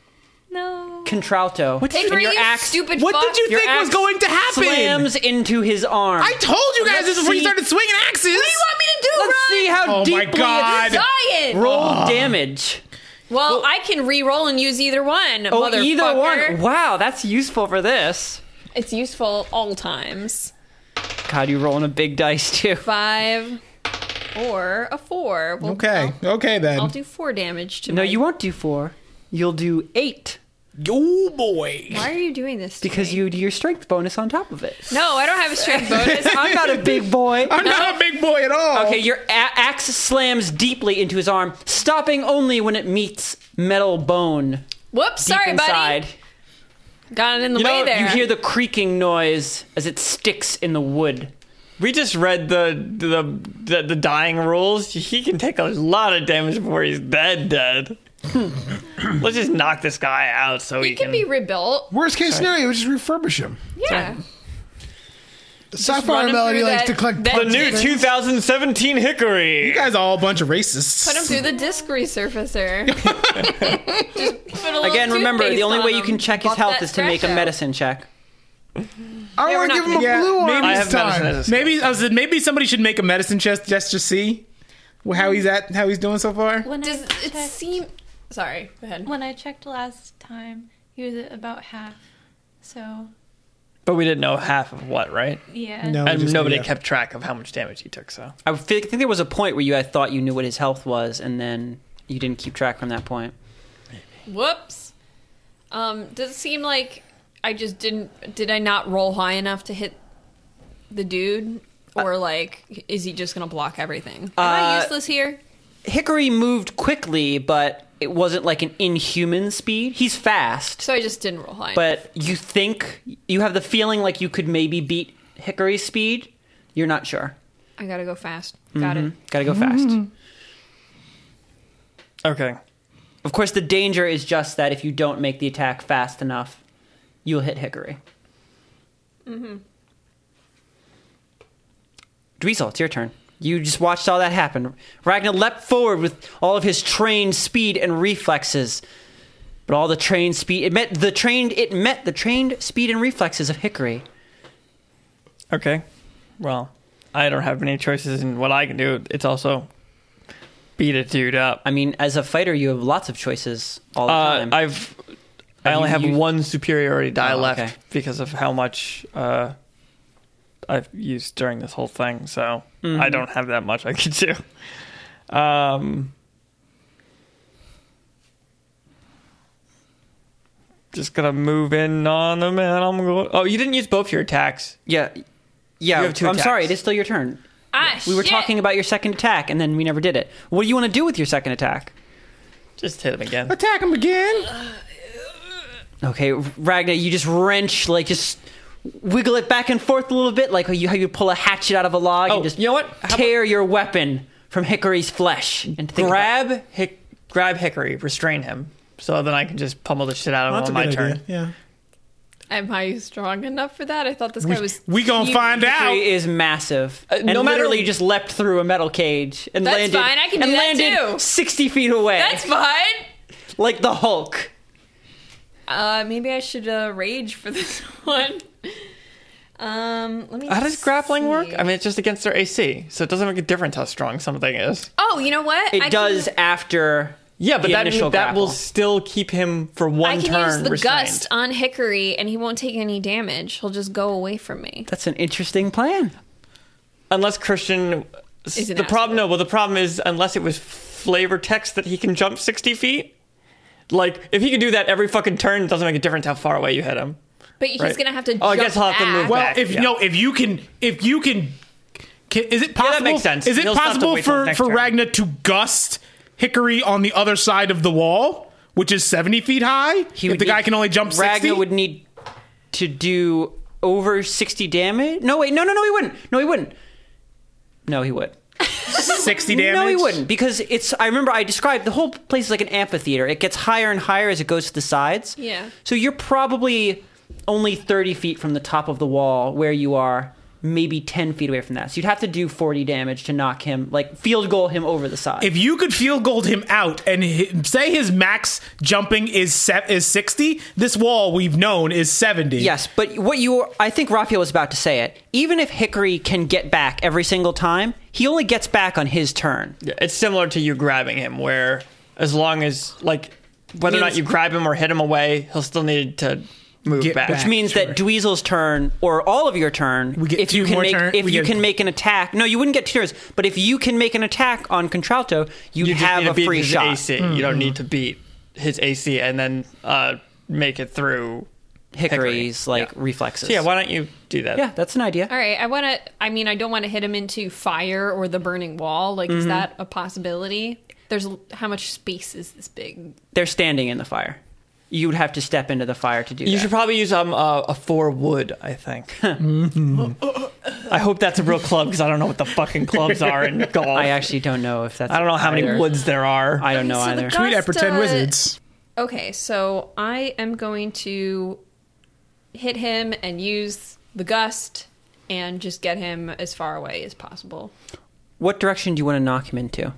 Speaker 3: No.
Speaker 1: Contralto.
Speaker 3: Hickory,
Speaker 1: and your
Speaker 3: you
Speaker 1: axe
Speaker 3: stupid
Speaker 4: What
Speaker 3: fuck.
Speaker 4: did you
Speaker 1: your
Speaker 4: think was
Speaker 1: axe
Speaker 4: going to happen?
Speaker 1: slams into his arm.
Speaker 4: I told you guys
Speaker 1: Let's
Speaker 4: this before you
Speaker 1: see-
Speaker 4: started swinging axes.
Speaker 3: What do you want me to do,
Speaker 1: Let's
Speaker 3: Ryan?
Speaker 1: see how
Speaker 4: Oh my
Speaker 1: deeply
Speaker 4: God.
Speaker 3: Giant.
Speaker 1: roll damage.
Speaker 3: well, I can re-roll and use either one.
Speaker 1: Oh,
Speaker 3: motherfucker.
Speaker 1: either one. Wow, that's useful for this.
Speaker 3: It's useful all times.
Speaker 1: God, you're rolling a big dice too.
Speaker 3: Five or a four. Well,
Speaker 4: Okay,
Speaker 3: I'll,
Speaker 4: okay then.
Speaker 3: I'll do four damage to.
Speaker 1: No,
Speaker 3: my-
Speaker 1: you won't do four. You'll do eight
Speaker 4: oh boy.
Speaker 3: Why are you doing this? to
Speaker 1: because
Speaker 3: me?
Speaker 1: you do your strength bonus on top of it.
Speaker 3: No, I don't have a strength bonus.
Speaker 1: I'm not a big boy.
Speaker 4: I'm not a big boy at all.
Speaker 1: Okay, your a- axe slams deeply into his arm, stopping only when it meets metal bone deep
Speaker 3: Whoops, sorry,
Speaker 1: inside.
Speaker 3: buddy. Got it in the
Speaker 2: You
Speaker 3: way
Speaker 2: know,
Speaker 3: there.
Speaker 1: You hear the creaking noise as it sticks in the wood.
Speaker 2: We just read the the the, the dying rules. He can take a lot of damage before he's dead. Dead. Let's just knock this guy out so he,
Speaker 3: It can be rebuilt.
Speaker 5: Worst case scenario, we just refurbish him.
Speaker 3: Yeah. run
Speaker 5: Sapphire
Speaker 3: 'em
Speaker 5: Melody
Speaker 3: through
Speaker 5: likes
Speaker 3: that-
Speaker 5: to collect
Speaker 3: that
Speaker 2: the
Speaker 5: parts.
Speaker 2: new 2017 Hickory.
Speaker 4: You guys are all a bunch of racists.
Speaker 3: Put them through the disc resurfacer. Just put a little
Speaker 1: Again, remember the
Speaker 3: toothpaste
Speaker 1: only
Speaker 3: on
Speaker 1: way you
Speaker 3: them.
Speaker 1: can check his
Speaker 3: Buff
Speaker 1: health
Speaker 3: that
Speaker 1: is to make a
Speaker 3: scratch out.
Speaker 1: medicine check.
Speaker 5: I
Speaker 3: Yeah,
Speaker 5: want
Speaker 3: we're
Speaker 5: to give
Speaker 3: not
Speaker 5: him a
Speaker 4: gonna-
Speaker 5: blue
Speaker 4: Yeah,
Speaker 5: one
Speaker 4: maybe
Speaker 2: I
Speaker 5: this
Speaker 2: have medicine.
Speaker 5: time.
Speaker 2: as a-
Speaker 4: Maybe I was, maybe somebody should make a medicine chest just to see wh- how he's at, how he's doing so far.
Speaker 7: When
Speaker 3: Does
Speaker 7: I
Speaker 3: it
Speaker 7: checked,
Speaker 3: seem? Sorry, go ahead.
Speaker 7: when I checked last time, he was at about half. So
Speaker 2: But we didn't know half of what, right?
Speaker 7: yeah.
Speaker 4: No. we
Speaker 2: and
Speaker 4: just-
Speaker 2: nobody
Speaker 4: yeah.
Speaker 2: kept track of how much damage he took. So
Speaker 1: I feel- think there was a point where you I thought you knew what his health was, and then you didn't keep track from that point.
Speaker 3: Whoops. Um, does it seem like I just didn't? Did I not roll high enough to hit the dude, or like is he just gonna block everything? Am I
Speaker 1: Uh,
Speaker 3: useless here?
Speaker 1: Hickory moved quickly, but it wasn't like an inhuman speed. He's fast,
Speaker 3: So I just didn't roll high. enough.
Speaker 1: but you think you have the feeling like you could maybe beat Hickory's speed. You're not sure.
Speaker 3: I gotta go fast.
Speaker 1: Mm-hmm.
Speaker 3: Got it.
Speaker 1: Gotta go fast.
Speaker 2: okay,
Speaker 1: Of course, the danger is just that if you don't make the attack fast enough, you'll hit Hickory. Mm-hmm. Dweezil, it's your turn. You just watched all that happen. Ragnar leapt forward with all of his trained speed and reflexes. But all the trained speed it met the trained it met the trained speed and reflexes of Hickory.
Speaker 2: okay. Well, I don't have many choices in what I can do. It's also beat a dude up.
Speaker 6: I mean, as a fighter, you have lots of choices all the
Speaker 2: Uh,
Speaker 6: time.
Speaker 2: I've I
Speaker 6: Have
Speaker 2: only
Speaker 6: you
Speaker 2: have
Speaker 6: used-
Speaker 2: one superiority die
Speaker 6: Oh,
Speaker 2: left
Speaker 6: okay.
Speaker 2: because of how much uh, I've used during this whole thing. So I
Speaker 6: Mm-hmm.
Speaker 2: don't have that much I could do. Um, just gonna move in on them, and I'm going. Oh, you didn't use both your attacks.
Speaker 6: yeah, yeah.
Speaker 2: You have two
Speaker 6: I'm sorry, it
Speaker 2: attacks.
Speaker 6: is still your turn.
Speaker 3: Ah,
Speaker 6: We were
Speaker 3: shit.
Speaker 6: talking about your second attack, and then we never did it. What do you want to do with your second attack?
Speaker 2: Just hit him again.
Speaker 4: Attack him again.
Speaker 6: Okay, Ragna, you just wrench, like just wiggle it back and forth a little bit, like how you, how you pull a hatchet out of a log
Speaker 2: Oh,
Speaker 6: and just
Speaker 2: you know what? How about-
Speaker 6: tear your weapon from Hickory's flesh and think about-
Speaker 2: Grab Hick, grab Hickory, restrain him, so then I can just pummel the shit out of him
Speaker 4: That's a
Speaker 2: on my
Speaker 4: good
Speaker 2: turn.
Speaker 4: idea. Yeah.
Speaker 3: Am I strong enough for that? I thought this guy
Speaker 4: We,
Speaker 3: was.
Speaker 4: we gonna
Speaker 3: huge.
Speaker 4: find out.
Speaker 6: Hickory is massive.
Speaker 2: Uh,
Speaker 6: and
Speaker 2: no matter-
Speaker 6: literally just leapt through a metal cage and
Speaker 3: That's
Speaker 6: landed,
Speaker 3: fine, I can do
Speaker 6: and
Speaker 3: that
Speaker 6: landed
Speaker 3: too.
Speaker 6: 60 feet away.
Speaker 3: That's fine.
Speaker 6: like the Hulk.
Speaker 3: Uh, maybe I should uh, rage for this one. Um, let me.
Speaker 2: How does grappling work?
Speaker 3: see.
Speaker 2: I mean, it's just against their AC, so it doesn't make a difference how strong something is.
Speaker 3: oh, you know what?
Speaker 6: It
Speaker 3: I can-
Speaker 6: does after
Speaker 2: Yeah, but
Speaker 6: the
Speaker 2: that,
Speaker 6: initial
Speaker 2: that
Speaker 6: grapple.
Speaker 2: will still keep him for one
Speaker 3: I can
Speaker 2: turn.
Speaker 3: use the
Speaker 2: restrained.
Speaker 3: gust on Hickory, and he won't take any damage. He'll just go away from me.
Speaker 6: That's an interesting plan.
Speaker 2: unless Christian.
Speaker 3: Is an
Speaker 2: the problem,
Speaker 3: asshole.
Speaker 2: no. Well, the problem is unless it was flavor text that he can jump sixty feet. Like, if he could do that every fucking turn, it doesn't make a difference how far away you hit him.
Speaker 3: But he's
Speaker 2: Right.
Speaker 3: gonna have to.
Speaker 2: Oh, I
Speaker 3: jump
Speaker 2: guess I'll have to
Speaker 3: back.
Speaker 2: move
Speaker 4: Well,
Speaker 2: back,
Speaker 4: if
Speaker 2: yeah.
Speaker 4: no, if you can, if you can, can is it possible?
Speaker 2: that makes sense.
Speaker 4: Is it
Speaker 2: He'll still have to
Speaker 4: possible
Speaker 2: wait till
Speaker 4: for
Speaker 2: next
Speaker 4: for
Speaker 2: turn.
Speaker 4: Ragna to gust Hickory on the other side of the wall, which is seventy feet high? if
Speaker 6: would
Speaker 4: the guy
Speaker 6: need-
Speaker 4: can only jump sixty,
Speaker 6: Ragnar would need to do over sixty damage. No, wait, no, no, no, he wouldn't. No, he wouldn't. No, he would.
Speaker 4: sixty damage.
Speaker 6: No, he wouldn't because it's. I remember I described the whole place is like an amphitheater. It gets higher and higher as it goes to the sides.
Speaker 3: Yeah.
Speaker 6: So you're probably only thirty feet from the top of the wall where you are. Maybe ten feet away from that, so you'd have to do forty damage to knock him, like field goal him over the side.
Speaker 4: If you could field gold him out and hi- say his max jumping is se- is sixty, this wall we've known is seventy.
Speaker 6: Yes, but what you I think Raphael was about to say it. Even if Hickory can get back every single time, he only gets back on his turn.
Speaker 2: Yeah, it's similar to you grabbing him, where as long as like whether or not
Speaker 6: Means-
Speaker 2: you grab him or hit him away, he'll still need to move
Speaker 4: Get
Speaker 2: back.
Speaker 4: back.
Speaker 6: Which means that Dweezil's turn or all of your turn,
Speaker 4: We get
Speaker 6: if you
Speaker 4: two
Speaker 6: can
Speaker 4: more
Speaker 6: make
Speaker 4: turn-
Speaker 6: if
Speaker 4: we
Speaker 6: you
Speaker 4: get-
Speaker 6: can make an attack. No, you wouldn't get two turns, but if you can make an attack on contralto, you,
Speaker 2: You just
Speaker 6: have
Speaker 2: need to
Speaker 6: a
Speaker 2: beat
Speaker 6: free
Speaker 2: his
Speaker 6: shot. Mm-hmm.
Speaker 2: AC. You don't need to beat his AC and then uh, make it through
Speaker 6: Hickory's like
Speaker 2: Yeah.
Speaker 6: reflexes.
Speaker 2: So yeah, why don't you do that?
Speaker 6: yeah, that's an idea.
Speaker 3: All right, I want to. I mean, I don't want to hit him into fire or the burning wall. Like,
Speaker 2: Mm-hmm.
Speaker 3: is that a possibility? There's how much space is this big?
Speaker 6: They're standing in the fire. You would have to step into the fire to do
Speaker 2: You
Speaker 6: that.
Speaker 2: should probably use um uh, a four wood, I think.
Speaker 6: Mm-hmm.
Speaker 2: I hope that's a real club because I don't know what the fucking clubs are in golf.
Speaker 6: I actually don't know if that's
Speaker 2: I don't know how
Speaker 6: either.
Speaker 2: many woods there are.
Speaker 6: I don't know
Speaker 3: So the
Speaker 6: either.
Speaker 3: gun-
Speaker 4: Tweet at
Speaker 3: Gust,
Speaker 4: pretend
Speaker 3: uh,
Speaker 4: wizards.
Speaker 3: Okay, so I am going to hit him and use the gust and just get him as far away as possible.
Speaker 6: what direction do you want to knock him into?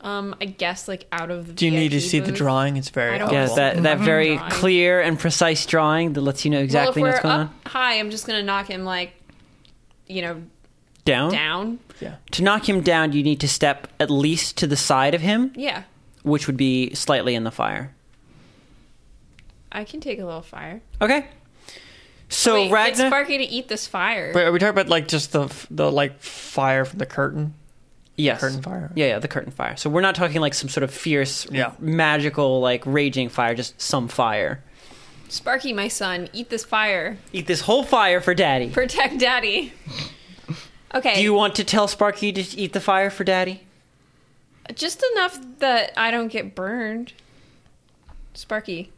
Speaker 3: Um, I guess like out of. The
Speaker 2: Do you need to
Speaker 3: VIP
Speaker 2: see the
Speaker 3: booth.
Speaker 2: drawing? It's very
Speaker 3: I don't-
Speaker 6: Yes,
Speaker 2: helpful.
Speaker 3: Well,
Speaker 6: that,
Speaker 2: Mm-hmm.
Speaker 6: that very
Speaker 3: drawing.
Speaker 6: clear and precise drawing that lets you know
Speaker 3: Well,
Speaker 6: exactly
Speaker 3: if we're
Speaker 6: what's going
Speaker 3: up
Speaker 6: on.
Speaker 3: high, I'm just gonna knock him like, you know,
Speaker 6: Down.
Speaker 3: down.
Speaker 2: yeah.
Speaker 6: To knock him down, you need to step at least to the side of him,
Speaker 3: Yeah,
Speaker 6: which would be slightly in the fire.
Speaker 3: I can take a little fire.
Speaker 6: Okay. So
Speaker 3: Wait, get
Speaker 6: Ragnar,
Speaker 3: Sparky to eat this fire.
Speaker 2: Wait, are we talking about like just the f- the like fire from the curtain?
Speaker 6: yes,
Speaker 2: curtain fire?
Speaker 6: Yeah, yeah, the curtain fire. So we're not talking like some sort of fierce,
Speaker 2: Yeah.
Speaker 6: magical, like raging fire, just some fire.
Speaker 3: Sparky, my son, eat this fire.
Speaker 6: Eat this whole fire for Daddy.
Speaker 3: Protect Daddy. Okay.
Speaker 6: Do you want to tell Sparky to eat the fire for Daddy?
Speaker 3: just enough that I don't get burned? Sparky,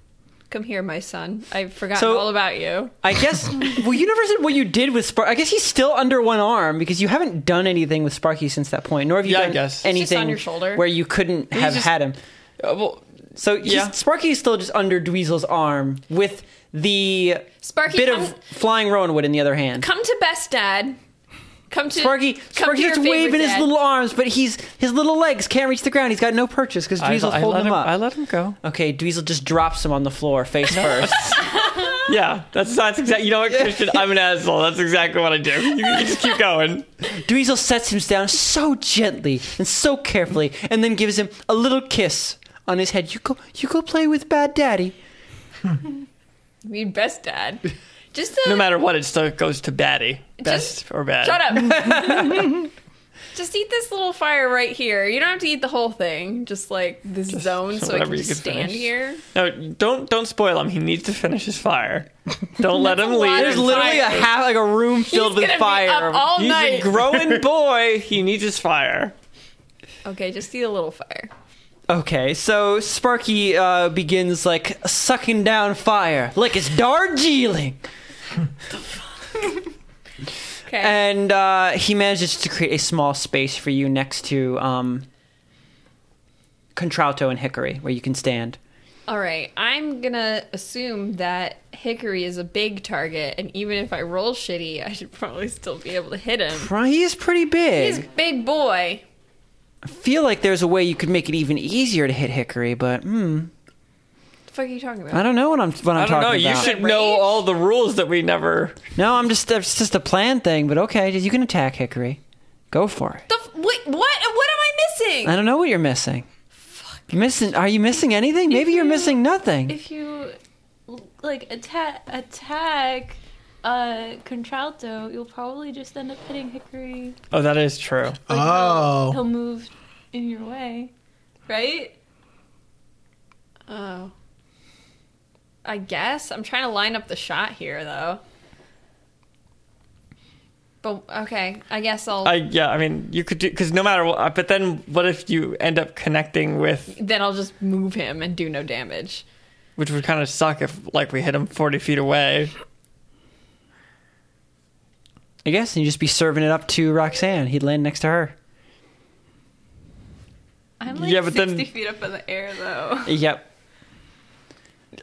Speaker 3: come here, my son. I've forgotten
Speaker 6: So-
Speaker 3: all about you.
Speaker 6: I guess. well, you never said what you did with Sparky. I guess he's still under one arm because you haven't done anything with Sparky since that point, nor have you
Speaker 2: Yeah, I
Speaker 6: done
Speaker 2: guess. It's just
Speaker 6: anything
Speaker 3: on your shoulder.
Speaker 6: where you couldn't have
Speaker 2: just-
Speaker 6: had him.
Speaker 2: Uh, well,
Speaker 6: So he's-
Speaker 2: Yeah.
Speaker 6: Sparky is still just under Dweezil's arm with the
Speaker 3: Sparky,
Speaker 6: bit
Speaker 3: come-
Speaker 6: of flying rowanwood in the other hand.
Speaker 3: Come to best dad. Come to
Speaker 6: Sparky,
Speaker 3: Come
Speaker 6: Sparky
Speaker 3: to
Speaker 6: just
Speaker 3: your favorite
Speaker 6: waving his
Speaker 3: dad.
Speaker 6: little arms, but he's his little legs can't reach the ground. He's got no purchase because
Speaker 2: I,
Speaker 6: Dweezil's
Speaker 2: I
Speaker 6: holding
Speaker 2: let
Speaker 6: him
Speaker 2: him.
Speaker 6: up.
Speaker 2: I let him go.
Speaker 6: Okay, Dweezil just drops him on the floor face first.
Speaker 2: Yeah, that's that's exactly. You know what, Christian? I'm an asshole. That's exactly what I do. You, you just keep going.
Speaker 1: Dweezil sets him down so gently and so carefully, and then gives him a little kiss on his head. You go, you go play with Bad Daddy.
Speaker 3: I mean, best dad. Just to,
Speaker 2: No matter what, it still goes to baddie, best
Speaker 3: Just-
Speaker 2: or bad.
Speaker 3: shut up. just eat this little fire right here. You don't have to eat the whole thing. Just like this zone, so I
Speaker 2: whatever
Speaker 3: can
Speaker 2: you
Speaker 3: just
Speaker 2: can
Speaker 3: stand
Speaker 2: finish.
Speaker 3: here.
Speaker 2: No, don't don't spoil him. He needs to finish his fire. Don't let him
Speaker 3: a lot
Speaker 2: leave.
Speaker 1: There's literally a half, like a room filled
Speaker 3: He's
Speaker 1: with
Speaker 3: gonna be
Speaker 1: fire.
Speaker 3: up all
Speaker 2: He's a
Speaker 3: night.
Speaker 2: growing boy. He needs his fire.
Speaker 3: okay, just eat a little fire.
Speaker 1: Okay, so Sparky uh, begins like sucking down fire, like it's Darjeeling,
Speaker 3: Okay.
Speaker 1: and uh, he manages to create a small space for you next to um, Contralto and Hickory, where you can stand.
Speaker 3: All right, I'm gonna assume that Hickory is a big target, and even if I roll shitty, I should probably still be able to hit him.
Speaker 1: Right, He is pretty big.
Speaker 3: He's a big boy.
Speaker 1: I feel like there's a way you could make it even easier to hit Hickory, but hmm,
Speaker 3: What the fuck are you talking
Speaker 1: I
Speaker 3: about?
Speaker 1: don't know what I'm what I'm
Speaker 2: I don't know.
Speaker 1: talking
Speaker 2: You
Speaker 1: about.
Speaker 2: should know
Speaker 3: Rage?
Speaker 2: all the rules that we never.
Speaker 1: No, I'm just it's just a plan thing. But okay, you can attack Hickory. Go for it.
Speaker 3: The f- wait, what? What am I missing?
Speaker 1: I don't know what you're missing. Fuck. Missing? Are you missing anything? Maybe you're
Speaker 7: you-
Speaker 1: missing nothing.
Speaker 7: If you like attack attack uh contralto, you'll probably just end up hitting Hickory.
Speaker 2: Oh, that is true.
Speaker 7: Like,
Speaker 4: Oh.
Speaker 7: he'll, he'll move in your way, right?
Speaker 3: Oh. I guess. I'm trying to line up the shot here, though. But, okay. I guess I'll.
Speaker 2: I yeah. I mean, you could do because no matter what. But then, what if you end up connecting with,
Speaker 3: then I'll just move him and do no damage.
Speaker 2: which would kind of suck if like we hit him forty feet away.
Speaker 1: I guess and you just be serving it up to Roxanne. He'd land next to her.
Speaker 7: I'm like
Speaker 2: Yeah, but then-
Speaker 7: 60 feet up in the air though.
Speaker 1: Yep.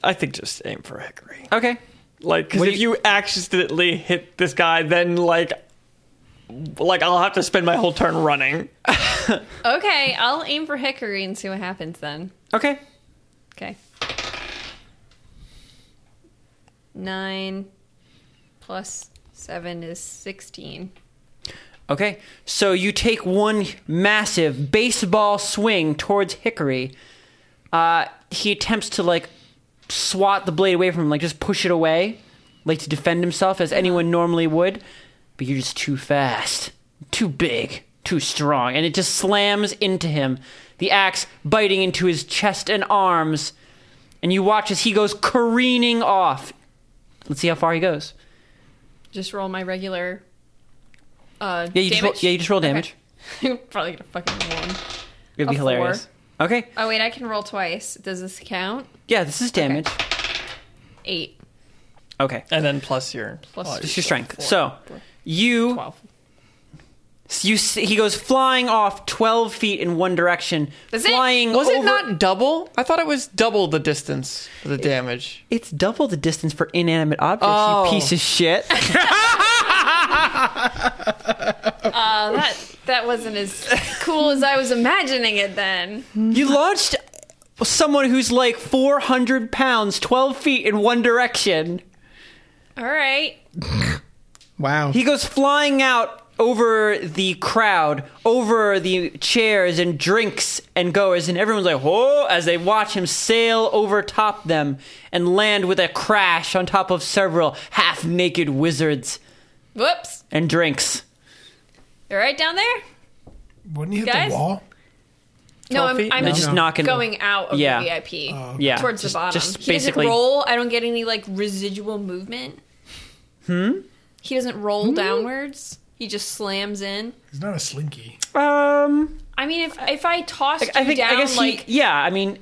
Speaker 2: I think just aim for Hickory.
Speaker 1: Okay.
Speaker 2: Like, because
Speaker 1: What do
Speaker 2: if
Speaker 1: you-
Speaker 2: you accidentally hit this guy, then like, like I'll have to spend my whole turn running.
Speaker 3: Okay. I'll aim for Hickory and see what happens then.
Speaker 1: Okay.
Speaker 3: Okay. Nine plus seven is 16.
Speaker 1: Okay. So you take one massive baseball swing towards Hickory. Uh, he attempts to like swat the blade away from him, like just push it away, like to defend himself as anyone normally would. But you're just too fast, too big, too strong, and it just slams into him. The axe biting into his chest and arms, and you watch as he goes careening off. Let's see how far he goes.
Speaker 3: Just roll my regular. Uh,
Speaker 1: Yeah, you just roll,
Speaker 3: damage?
Speaker 1: yeah, you just roll damage.
Speaker 3: I'm probably gonna fucking one.
Speaker 1: It'd be
Speaker 3: A four.
Speaker 1: hilarious. Okay.
Speaker 3: Oh wait, I can roll twice. Does this count?
Speaker 1: Yeah, this is damage.
Speaker 3: Eight
Speaker 1: Okay.
Speaker 2: And then plus your
Speaker 3: plus
Speaker 2: oh,
Speaker 1: It's your strength. So you
Speaker 3: twelve.
Speaker 1: you s- he goes flying off twelve feet in one direction,
Speaker 3: That's it.
Speaker 1: flying.
Speaker 2: Was
Speaker 1: over-
Speaker 2: it not double? I thought it was double the distance for the damage.
Speaker 1: It's double the distance for inanimate objects.
Speaker 2: Oh.
Speaker 1: You piece of shit.
Speaker 3: Uh, that that wasn't as cool as I was imagining it. Then
Speaker 1: you launched someone who's like four hundred pounds, twelve feet in one direction.
Speaker 3: all right.
Speaker 4: Wow.
Speaker 1: He goes flying out over the crowd, over the chairs and drinks and goers, and everyone's like, whoa, as they watch him sail over top them and land with a crash on top of several half naked wizards
Speaker 3: Whoops.
Speaker 1: and drinks.
Speaker 3: All right, down there.
Speaker 5: Wouldn't he hit
Speaker 3: Guys?
Speaker 5: the wall?
Speaker 3: No, Oh,
Speaker 2: 12
Speaker 3: I'm,
Speaker 2: feet?
Speaker 3: I'm
Speaker 1: They just knocking
Speaker 3: going out of
Speaker 1: Yeah.
Speaker 3: the VIP
Speaker 1: Yeah.
Speaker 3: towards
Speaker 1: Just-
Speaker 3: the bottom.
Speaker 1: just
Speaker 3: he doesn't
Speaker 1: basically-
Speaker 3: roll. I don't get any like residual movement. Hmm.
Speaker 1: Hmm?
Speaker 3: He doesn't roll downwards. He just slams in.
Speaker 5: He's not a slinky.
Speaker 1: Um,
Speaker 3: I mean, if if I tossed you
Speaker 1: I think
Speaker 3: down,
Speaker 1: I guess
Speaker 3: like
Speaker 1: he, yeah. I mean,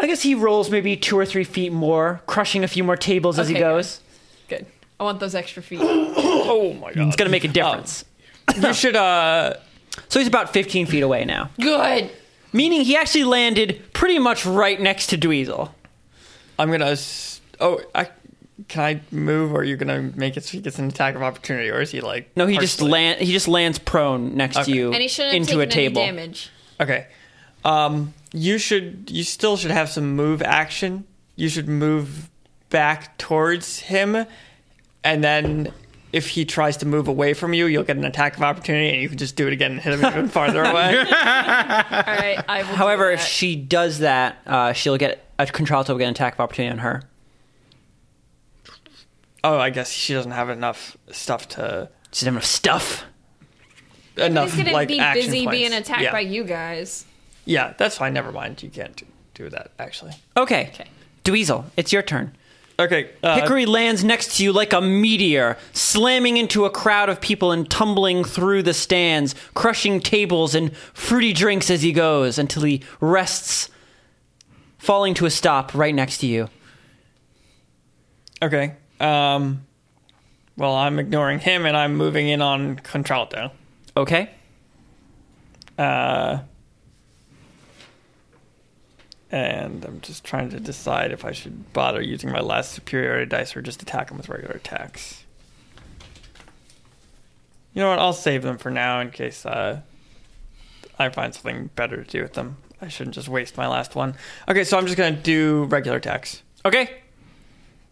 Speaker 1: I guess he rolls maybe two or three feet more, crushing a few more tables as he
Speaker 3: Okay, good.
Speaker 1: goes.
Speaker 3: good. I want those extra feet.
Speaker 2: Oh my god!
Speaker 1: It's gonna make a difference.
Speaker 2: You should uh.
Speaker 1: So he's about fifteen feet away now,
Speaker 3: Good.
Speaker 1: meaning he actually landed pretty much right next to Dweezil.
Speaker 2: I'm gonna. s- Oh, I can I move? Or are you gonna make it so he gets an attack of opportunity, or is he like?
Speaker 1: No, he just
Speaker 2: partially-
Speaker 1: land. He just lands prone next
Speaker 2: Okay.
Speaker 1: to you
Speaker 3: And he shouldn't have
Speaker 1: into a
Speaker 3: taken any
Speaker 1: table.
Speaker 3: damage.
Speaker 2: Okay. Um, you should. You still should have some move action. You should move back towards him, and then if he tries to move away from you, you'll get an attack of opportunity, and you can just do it again and hit him even farther away.
Speaker 3: All right. I will do
Speaker 1: However, if
Speaker 3: that.
Speaker 1: she does that, uh, she'll get a contralto will get an attack of opportunity on her.
Speaker 2: Oh, I guess she doesn't have enough stuff to
Speaker 1: She doesn't have enough stuff.
Speaker 2: enough
Speaker 3: He's gonna
Speaker 2: like
Speaker 3: be
Speaker 2: action
Speaker 3: busy
Speaker 2: points.
Speaker 3: being attacked
Speaker 2: yeah.
Speaker 3: by you guys.
Speaker 2: Yeah, that's fine. Never mind. You can't do, do that actually.
Speaker 1: Okay. Dweezil, it's your turn.
Speaker 2: Okay, uh,
Speaker 1: Hickory lands next to you like a meteor, slamming into a crowd of people and tumbling through the stands, crushing tables and fruity drinks as he goes until he rests, falling to a stop right next to you.
Speaker 2: Okay. Um, well, I'm ignoring him and I'm moving in on Contralto.
Speaker 1: Okay?
Speaker 2: Uh, and I'm just trying to decide if I should bother using my last superiority dice or just attack him with regular attacks. You know what? I'll save them for now in case uh, I find something better to do with them. I shouldn't just waste my last one. Okay, so I'm just going to do regular attacks.
Speaker 1: Okay.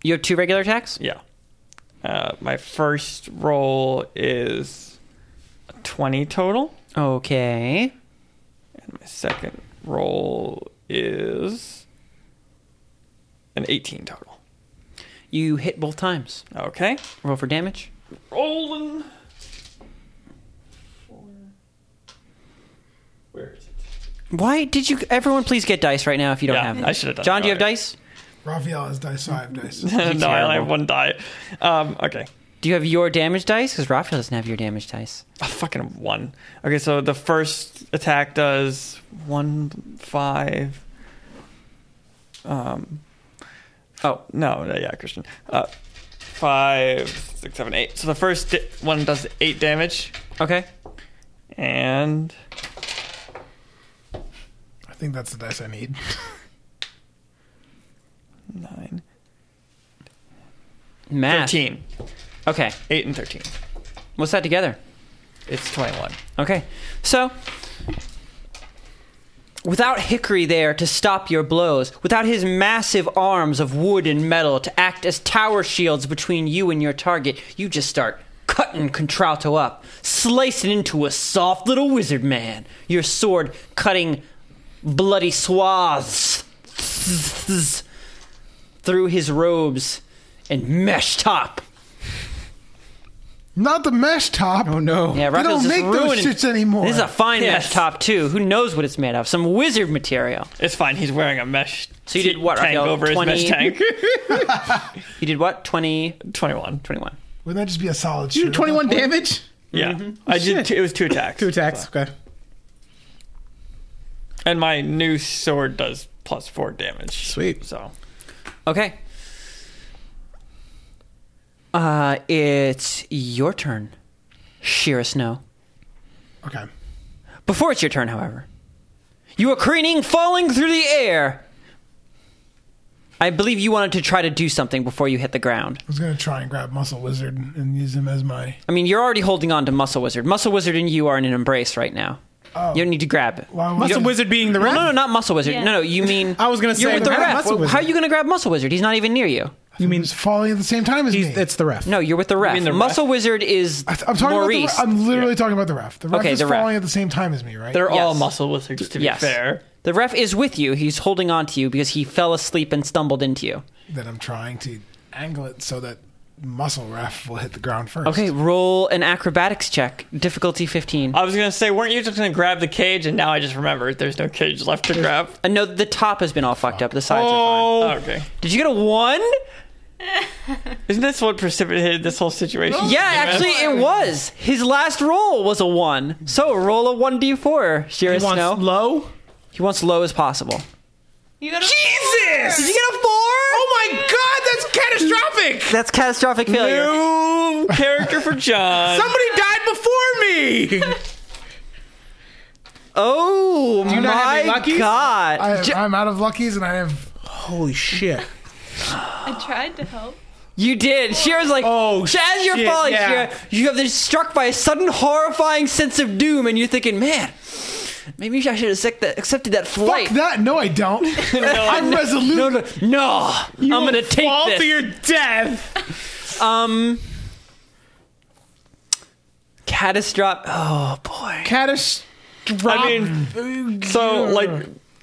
Speaker 1: You have two regular attacks?
Speaker 2: Yeah. Uh, my first roll is a 20 total.
Speaker 1: Okay.
Speaker 2: My second roll is an 18 total.
Speaker 1: You hit both times.
Speaker 2: Okay.
Speaker 1: Roll for damage.
Speaker 2: Rolling. Where is it?
Speaker 1: Why did you? Everyone, please get dice right now if you don't
Speaker 2: Yeah,
Speaker 1: have them.
Speaker 2: I should've done
Speaker 1: John,
Speaker 2: it
Speaker 1: do you have
Speaker 2: earlier.
Speaker 1: dice?
Speaker 5: Raphael has dice, so I have dice.
Speaker 2: no, I only have one die. Um, okay.
Speaker 1: Do you have your damage dice? Because Raphael doesn't have your damage dice.
Speaker 2: A fucking one. Okay, so the first attack does one, five. Um,
Speaker 1: Oh,
Speaker 2: No, no, yeah, Christian. Uh, five, six, seven, eight. So the first di- one does eight damage,
Speaker 1: okay.
Speaker 2: and
Speaker 5: I think that's the dice I need.
Speaker 2: nine,
Speaker 1: Math.
Speaker 2: thirteen.
Speaker 1: Okay.
Speaker 2: Eight and thirteen.
Speaker 1: What's that together?
Speaker 2: It's twenty-one.
Speaker 1: Okay. So, without Hickory there to stop your blows, without his massive arms of wood and metal to act as tower shields between you and your target, you just start cutting Contralto up, slicing into a soft little wizard man, your sword cutting bloody swaths through his robes and mesh top.
Speaker 5: Not the mesh top.
Speaker 4: Oh no.
Speaker 1: Yeah,
Speaker 5: They
Speaker 1: Raphael's
Speaker 5: don't
Speaker 1: just
Speaker 5: make those
Speaker 1: ruining-
Speaker 5: shits anymore.
Speaker 1: This is a fine
Speaker 2: Yes.
Speaker 1: mesh top too. Who knows what it's made of? Some wizard material.
Speaker 2: It's fine. He's wearing a mesh.
Speaker 1: So you did what,
Speaker 2: Tank
Speaker 1: Raphael?
Speaker 2: over
Speaker 1: 20?
Speaker 2: his mesh tank.
Speaker 1: You did what? 20,
Speaker 2: twenty-one.
Speaker 1: 21.
Speaker 5: Wouldn't that just be a solid
Speaker 4: You
Speaker 5: shooter
Speaker 4: do
Speaker 5: at
Speaker 4: 21
Speaker 5: that point?
Speaker 4: damage?
Speaker 2: Yeah,
Speaker 1: Mm-hmm.
Speaker 2: I did.
Speaker 4: Shit.
Speaker 2: Two, it was two attacks.
Speaker 4: Two attacks. Okay.
Speaker 2: And my new sword does plus four damage.
Speaker 4: Sweet.
Speaker 2: So
Speaker 1: Okay. Uh, it's your turn, Shira Snow.
Speaker 5: Okay.
Speaker 1: Before it's your turn, however, you are careening, falling through the air. I believe you wanted to try to do something before you hit the ground.
Speaker 5: I was going to try and grab Muscle Wizard and use him as my.
Speaker 1: I mean, you're already holding on to Muscle Wizard. Muscle Wizard and you are in an embrace right now.
Speaker 5: Oh.
Speaker 1: You don't need to grab it.
Speaker 5: Why would-
Speaker 4: Muscle Wizard being the
Speaker 1: No,
Speaker 4: ref.
Speaker 1: no, no, not Muscle Wizard.
Speaker 7: Yeah.
Speaker 1: No, no, you mean
Speaker 4: I was gonna
Speaker 1: you're
Speaker 4: say,
Speaker 1: with the
Speaker 4: why not
Speaker 1: ref.
Speaker 4: Muscle Wizard?
Speaker 1: How are you going to grab Muscle Wizard? He's not even near you.
Speaker 4: You mean
Speaker 5: He's falling at the same time as
Speaker 4: he's,
Speaker 5: me.
Speaker 4: it's the ref?
Speaker 1: No, you're with the ref.
Speaker 2: mean the
Speaker 1: Muscle Wizard is
Speaker 5: I th- I'm talking
Speaker 1: Maurice.
Speaker 5: about the ref. I'm literally talking about the ref. The ref
Speaker 1: Okay,
Speaker 5: is
Speaker 1: the ref.
Speaker 5: falling at the same time as me, right?
Speaker 2: they're all
Speaker 1: Yes.
Speaker 2: muscle wizards. To be
Speaker 1: Yes.
Speaker 2: fair,
Speaker 1: The ref is with you. He's holding on to you because he fell asleep and stumbled into you.
Speaker 5: That I'm trying to angle it so that Muscle Ref will hit the ground first.
Speaker 1: Okay, roll an acrobatics check. Difficulty 15.
Speaker 2: I was gonna say, weren't you just gonna grab the cage? And now I just remembered there's no cage left to grab.
Speaker 1: Uh, no, the top has been all fucked up. The sides are
Speaker 2: Oh, okay.
Speaker 1: fine. Did you get a one?
Speaker 2: Isn't this what precipitated this whole situation?
Speaker 1: Yeah, actually, it was. His last roll was a one. So roll a 1d4, Shira
Speaker 4: He wants
Speaker 1: Snow.
Speaker 4: low.
Speaker 1: he wants low as possible.
Speaker 7: You got
Speaker 1: Did
Speaker 4: Jesus!
Speaker 1: you get a four?
Speaker 4: Oh my God, that's catastrophic.
Speaker 1: That's catastrophic failure.
Speaker 2: New character for John.
Speaker 4: Somebody died before me.
Speaker 1: Oh
Speaker 4: you not have any
Speaker 1: my
Speaker 4: luckies?
Speaker 1: god.
Speaker 5: I,
Speaker 1: J-
Speaker 5: I'm out of luckies and I have.
Speaker 4: Holy shit.
Speaker 7: I tried to help.
Speaker 1: You did. Shira's like,
Speaker 4: Oh,
Speaker 1: Sh- as you're
Speaker 4: shit,
Speaker 1: falling,
Speaker 4: yeah.
Speaker 1: Shira, you have been struck by a sudden horrifying sense of doom, and you're thinking, man,
Speaker 6: Maybe I should have accept that, accepted that flight.
Speaker 5: Fuck that. No, I don't. I'm resolute.
Speaker 6: No, no, no. I'm gonna take
Speaker 4: Fall
Speaker 6: this.
Speaker 4: to your death.
Speaker 6: um, catastrophic. Oh boy.
Speaker 5: Caddish.
Speaker 2: I mean, so like,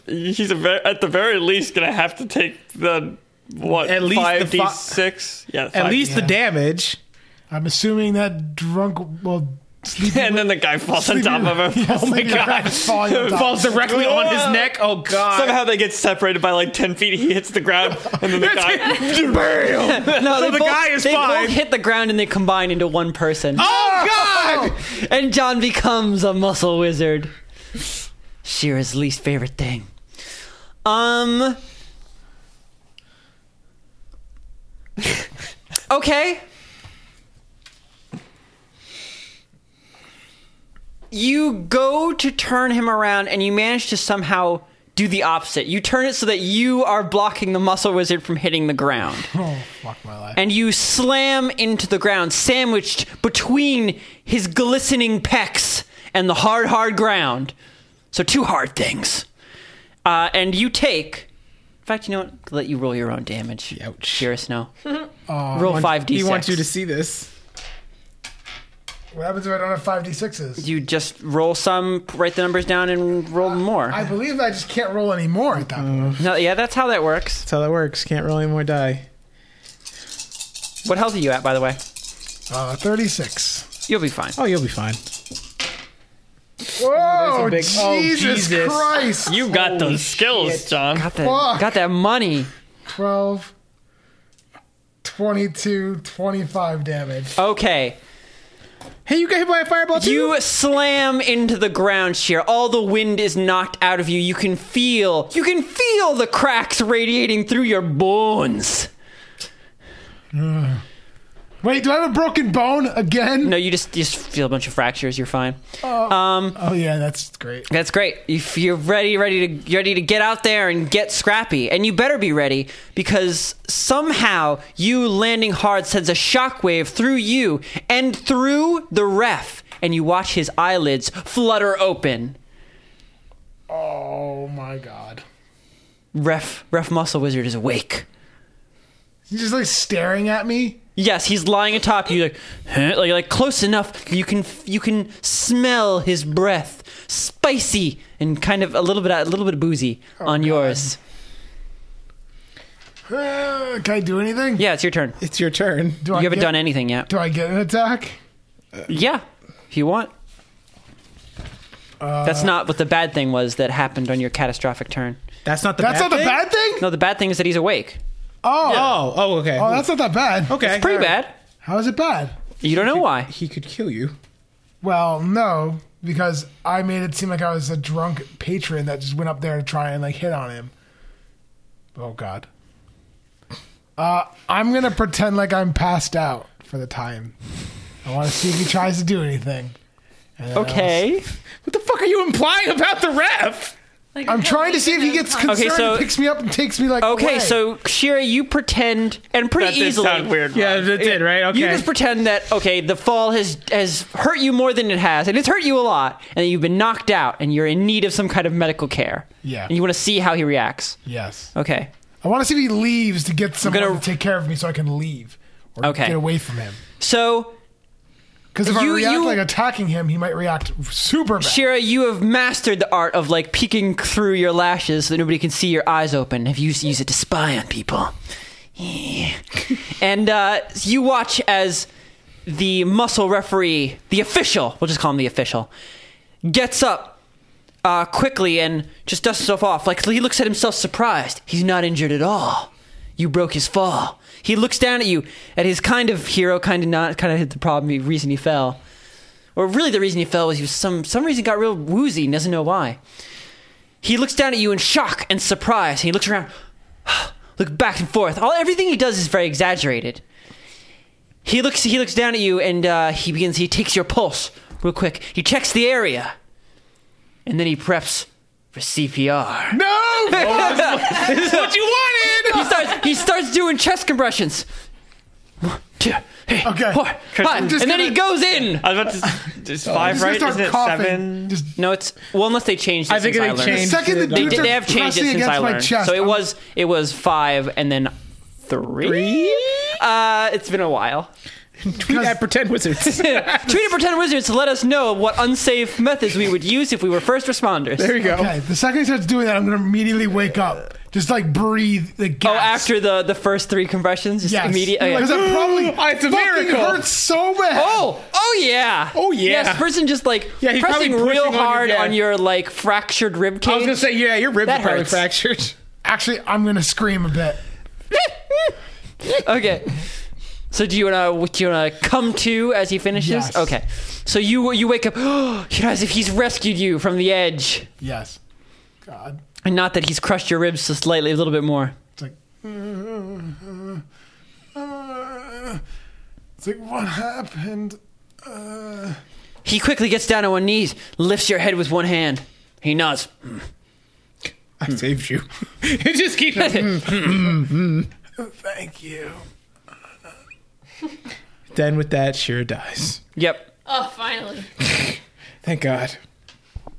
Speaker 2: he's a ver- at the very least gonna have to take the what?
Speaker 4: At least
Speaker 2: five
Speaker 4: the
Speaker 2: d
Speaker 4: fi-
Speaker 2: six. Yeah,
Speaker 4: At
Speaker 2: five-
Speaker 4: least the damage.
Speaker 5: I'm assuming that drunk, well, sleeping.
Speaker 2: And then the guy falls on top of him.
Speaker 5: oh my
Speaker 4: God.
Speaker 5: Falling on top.
Speaker 4: Falls directly on his neck. Oh god.
Speaker 2: Somehow they get separated by like ten feet. He hits the ground, and then the guy.
Speaker 4: Bam!
Speaker 6: No,
Speaker 4: so
Speaker 6: they
Speaker 4: the
Speaker 6: both-
Speaker 4: guy is
Speaker 6: they
Speaker 4: fine.
Speaker 6: both hit the ground and they combine into one person.
Speaker 4: Oh god!
Speaker 6: And John becomes a muscle wizard. Shira's least favorite thing. Um. Okay. You go to turn him around and you manage to somehow do the opposite. You turn it so that you are blocking the muscle wizard from hitting the ground
Speaker 5: Oh, fuck my life.
Speaker 6: and you slam into the ground, sandwiched between his glistening pecs and the hard, hard ground. So, two hard things. Uh, and you take. In fact, you know what? I'll let you roll your own damage.
Speaker 4: Ouch.
Speaker 6: Sheer Snow.
Speaker 5: Uh,
Speaker 6: roll
Speaker 5: what-
Speaker 6: 5d6.
Speaker 4: He wants you to see this.
Speaker 5: What happens if I don't have 5d6s?
Speaker 6: You just roll some, write the numbers down, and roll more.
Speaker 5: I believe I just can't roll any more at that point.
Speaker 6: no, yeah, that's how that works.
Speaker 4: That's how that works. Can't roll any more die.
Speaker 6: What health are you at, by the way?
Speaker 5: Uh, 36.
Speaker 6: You'll be fine.
Speaker 4: Oh, you'll be fine.
Speaker 5: Whoa,
Speaker 4: big-
Speaker 5: Jesus,
Speaker 4: oh, Jesus.
Speaker 5: Christ.
Speaker 2: You got those skills, John.
Speaker 6: Got that,
Speaker 5: Fuck.
Speaker 6: got that money.
Speaker 5: 12, 22, 25 damage.
Speaker 6: Okay.
Speaker 4: Hey, you got hit by a fireball too.
Speaker 6: Oh. You slam into the ground, Sheer. All the wind is knocked out of you. You can feel, you can feel the cracks radiating through your bones.
Speaker 5: Wait, do I have a broken bone again?
Speaker 6: No, you just you just feel a bunch of fractures. You're fine.
Speaker 5: Oh, yeah, that's great.
Speaker 6: That's great. If you're ready, ready to you're ready to get out there and get scrappy, and you better be ready because somehow you landing hard sends a shockwave through you and through the ref, and you watch his eyelids flutter open.
Speaker 5: Oh, my God.
Speaker 6: Ref, ref, muscle wizard is awake.
Speaker 5: He's just like staring at me.
Speaker 6: Yes, he's lying atop you, like, huh? like, like close enough that you can you can smell his breath, spicy and kind of a little bit a little bit boozy on yours.
Speaker 5: Uh, can I do anything?
Speaker 6: Yeah, it's your turn.
Speaker 4: it's your turn.
Speaker 5: Do I
Speaker 6: You haven't
Speaker 5: get,
Speaker 6: done anything yet.
Speaker 5: Do I get an attack?
Speaker 6: Yeah, if you want. That's not what the bad thing was that happened on your catastrophic turn.
Speaker 4: That's not the.
Speaker 5: That's
Speaker 4: bad
Speaker 5: not the
Speaker 4: thing?
Speaker 5: bad thing?
Speaker 6: No, the bad thing is that he's awake.
Speaker 5: Oh,
Speaker 4: Oh, oh, okay.
Speaker 5: oh, that's not that bad.
Speaker 4: okay.
Speaker 6: Pretty bad.
Speaker 5: How is it bad?
Speaker 6: You don't know why.
Speaker 4: He could kill you.
Speaker 5: Well, no, because I made it seem like I was a drunk patron that just went up there to try and like hit on him. Oh God. Uh, I'm gonna pretend like I'm passed out for the time. I want to see if he tries to do anything. And then I'll-
Speaker 6: Okay.
Speaker 4: What the fuck are you implying about the ref?
Speaker 7: Like,
Speaker 5: I'm trying to see if he gets concerned,
Speaker 6: Okay, so-
Speaker 5: and picks me up, and takes me like.
Speaker 6: Okay,
Speaker 5: away.
Speaker 6: so Shira, you pretend and pretty
Speaker 2: That did
Speaker 6: easily.
Speaker 2: sound weird.
Speaker 4: Yeah,
Speaker 2: Ron.
Speaker 4: it did right. Okay.
Speaker 6: You just pretend that okay, the fall has has hurt you more than it has, and it's hurt you a lot, and you've been knocked out, and you're in need of some kind of medical care.
Speaker 5: Yeah.
Speaker 6: And you want to see how he reacts.
Speaker 5: yes,
Speaker 6: Okay.
Speaker 5: I want to see if he leaves to get someone
Speaker 6: gonna-
Speaker 5: to take care of me so I can leave or
Speaker 6: Okay.
Speaker 5: get away from him.
Speaker 6: So
Speaker 5: Because if
Speaker 6: You-
Speaker 5: I react
Speaker 6: you-
Speaker 5: like attacking him, he might react super bad.
Speaker 6: Shira, you have mastered the art of like peeking through your lashes so that nobody can see your eyes open. Have used use it to spy on people. Yeah. and uh, you watch as the muscle referee, the official, we'll just call him the official, gets up uh, quickly and just dusts himself off. Like he looks at himself surprised. He's not injured at all. You broke his fall. He looks down at you, at his kind of hero, kind of not, kind of hit the problem. The reason he fell or really the reason he fell was he was some some reason got real woozy and doesn't know why. He looks down at you in shock and surprise. He looks around, looks back and forth. All everything he does is very exaggerated. He looks he looks down at you and uh, he begins he takes your pulse real quick. He checks the area, and then he preps for CPR.
Speaker 5: No,
Speaker 4: Oh, this is what you wanted.
Speaker 6: He starts he starts doing chest compressions. One, two, hey,
Speaker 5: Okay.
Speaker 6: four, five.
Speaker 5: I'm
Speaker 6: And
Speaker 5: just
Speaker 6: then he
Speaker 5: gonna-
Speaker 6: goes in.
Speaker 2: I was about to. It's five,
Speaker 5: He's gonna
Speaker 2: right?
Speaker 5: start
Speaker 2: Isn't it
Speaker 5: coughing.
Speaker 2: seven?
Speaker 5: Just
Speaker 6: No, it's well, unless they changed. It
Speaker 4: I think
Speaker 6: since
Speaker 4: they
Speaker 6: learned.
Speaker 4: changed.
Speaker 5: second the
Speaker 4: They
Speaker 6: They,
Speaker 5: dudes
Speaker 6: did-
Speaker 5: are
Speaker 6: they have changed it
Speaker 5: pressing
Speaker 6: since
Speaker 5: against
Speaker 6: I
Speaker 5: my
Speaker 6: learned.
Speaker 5: chest.
Speaker 6: So it
Speaker 5: I'm-
Speaker 6: was it was five and then three. Uh, it's been a while.
Speaker 4: Tweet at pretend wizards.
Speaker 6: Tweet at Pretend Wizards to let us know what unsafe methods we would use if we were first responders.
Speaker 4: there you go.
Speaker 5: Okay, the second he starts doing that, I'm gonna immediately wake up. Just like breathe the gas.
Speaker 6: Oh, after oh, the the first three compressions, just
Speaker 5: yes.
Speaker 6: immediately.
Speaker 5: Because that probably
Speaker 4: It's a
Speaker 5: fucking
Speaker 4: miracle.
Speaker 5: hurts so bad.
Speaker 6: Oh, oh yeah.
Speaker 4: Oh, yeah.
Speaker 6: Yes, person just like
Speaker 4: Yeah, he's probably
Speaker 6: pressing
Speaker 4: pushing
Speaker 6: real
Speaker 4: on your-
Speaker 6: hard
Speaker 4: yeah.
Speaker 6: on your like fractured rib cage.
Speaker 4: I was gonna say, yeah, your ribs
Speaker 6: That
Speaker 4: are probably
Speaker 6: hurts.
Speaker 4: fractured.
Speaker 5: Actually, I'm gonna scream a bit.
Speaker 6: okay. So do you wanna do you wanna come to as he finishes?
Speaker 5: Yes.
Speaker 6: Okay. So you you wake up, you know, as if he's rescued you from the edge,
Speaker 5: Yes. God.
Speaker 6: and not that he's crushed your ribs just slightly, a little bit more.
Speaker 5: It's like. It's like, what happened? Uh,
Speaker 6: He quickly gets down on one knee, lifts your head with one hand. He nods. Hmm.
Speaker 4: I saved you. it just keeps. Mm-hmm.
Speaker 5: thank you.
Speaker 4: then with that, Shira dies.
Speaker 6: Yep.
Speaker 3: Oh, finally.
Speaker 4: Thank God.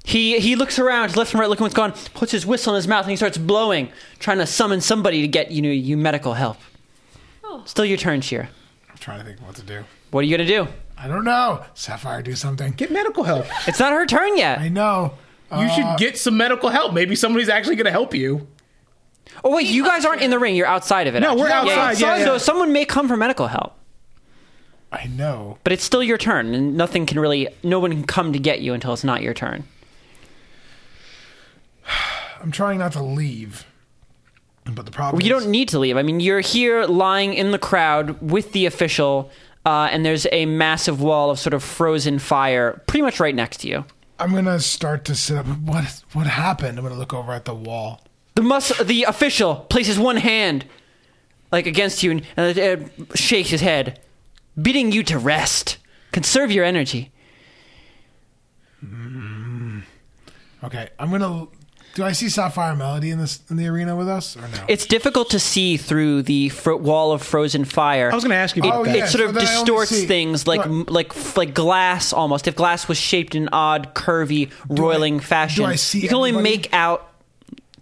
Speaker 6: He he looks around, left and right, looking what's going. on, Puts his whistle in his mouth and he starts blowing, trying to summon somebody to get you know you medical help. Still your turn, Sheer.
Speaker 5: I'm trying to think what to do.
Speaker 6: What are you gonna do?
Speaker 5: I don't know. Sapphire, do something.
Speaker 4: Get medical help. Uh,
Speaker 6: It's not her turn yet.
Speaker 5: I know.
Speaker 4: You should get some medical help. Maybe somebody's actually gonna help you.
Speaker 6: Oh wait, you guys aren't in the ring. You're outside of it.
Speaker 4: No, we're
Speaker 6: actually.
Speaker 4: outside, yeah,
Speaker 6: So
Speaker 4: yeah.
Speaker 6: someone may come for medical help,
Speaker 5: I know.
Speaker 6: but it's still your turn, and nothing can really, no one can come to get you until it's not your turn.
Speaker 5: I'm trying not to leave. But the problem
Speaker 6: Well, you
Speaker 5: is-
Speaker 6: don't need to leave. I mean, you're here lying in the crowd with the official, uh, and there's a massive wall of sort of frozen fire pretty much right next to you.
Speaker 5: I'm gonna start to sit up. What what happened? I'm gonna look over at the wall.
Speaker 6: The mus- the official places one hand like against you and, and uh, shakes his head, bidding you to rest. Conserve your energy.
Speaker 5: Okay, I'm gonna. Do I see Sapphire Melody in this in the arena with us or no?
Speaker 6: It's difficult to see through the fro- wall of frozen fire.
Speaker 4: I was gonna ask you about
Speaker 5: Oh,
Speaker 6: it,
Speaker 4: that.
Speaker 5: yeah.
Speaker 6: it sort of
Speaker 5: so then I only
Speaker 6: distorts
Speaker 5: see-
Speaker 6: things like
Speaker 5: do I-
Speaker 6: m like f- like glass almost. If glass was shaped in odd, curvy, roiling fashion,
Speaker 5: do I see
Speaker 6: you can only
Speaker 5: anybody?
Speaker 6: make out.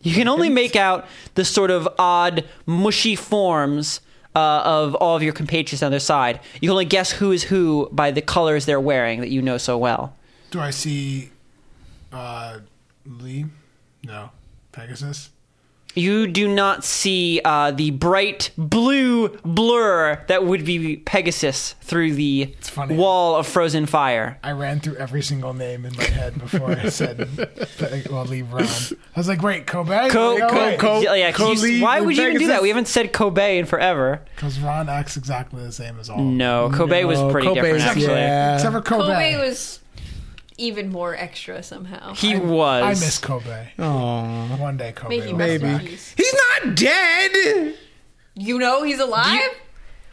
Speaker 6: You can only make out the sort of odd, mushy forms uh, of all of your compatriots on their side. You can only guess who is who by the colors they're wearing that you know so well.
Speaker 5: Do I see uh, Lee? No, Pegasus.
Speaker 6: You do not see uh, the bright blue blur that would be Pegasus through the
Speaker 5: funny.
Speaker 6: wall of frozen fire.
Speaker 5: I ran through every single name in my head before I said Pe- well, Lee Ron. I was like, wait, Kobe?
Speaker 6: Co-
Speaker 5: no,
Speaker 6: co-
Speaker 5: wait.
Speaker 4: Co-
Speaker 6: yeah, yeah, 'cause
Speaker 4: Kobe
Speaker 6: you- why would you even do
Speaker 4: Pegasus?
Speaker 6: that? We haven't said Kobe in forever.
Speaker 5: 'Cause Ron acts exactly the same as all.
Speaker 6: No, Kobe was
Speaker 4: No,
Speaker 6: pretty
Speaker 4: Kobe's-
Speaker 6: different actually.
Speaker 4: Oh, yeah.
Speaker 5: Except for Kobe.
Speaker 3: Kobe was even more extra somehow.
Speaker 6: He was.
Speaker 5: I miss Kobe.
Speaker 6: Oh.
Speaker 4: Aw.
Speaker 5: One day Kobe.
Speaker 3: May he
Speaker 5: will
Speaker 3: rest
Speaker 5: come
Speaker 3: in
Speaker 5: back.
Speaker 3: peace.
Speaker 4: He's not dead.
Speaker 3: You know he's alive?
Speaker 6: Oh.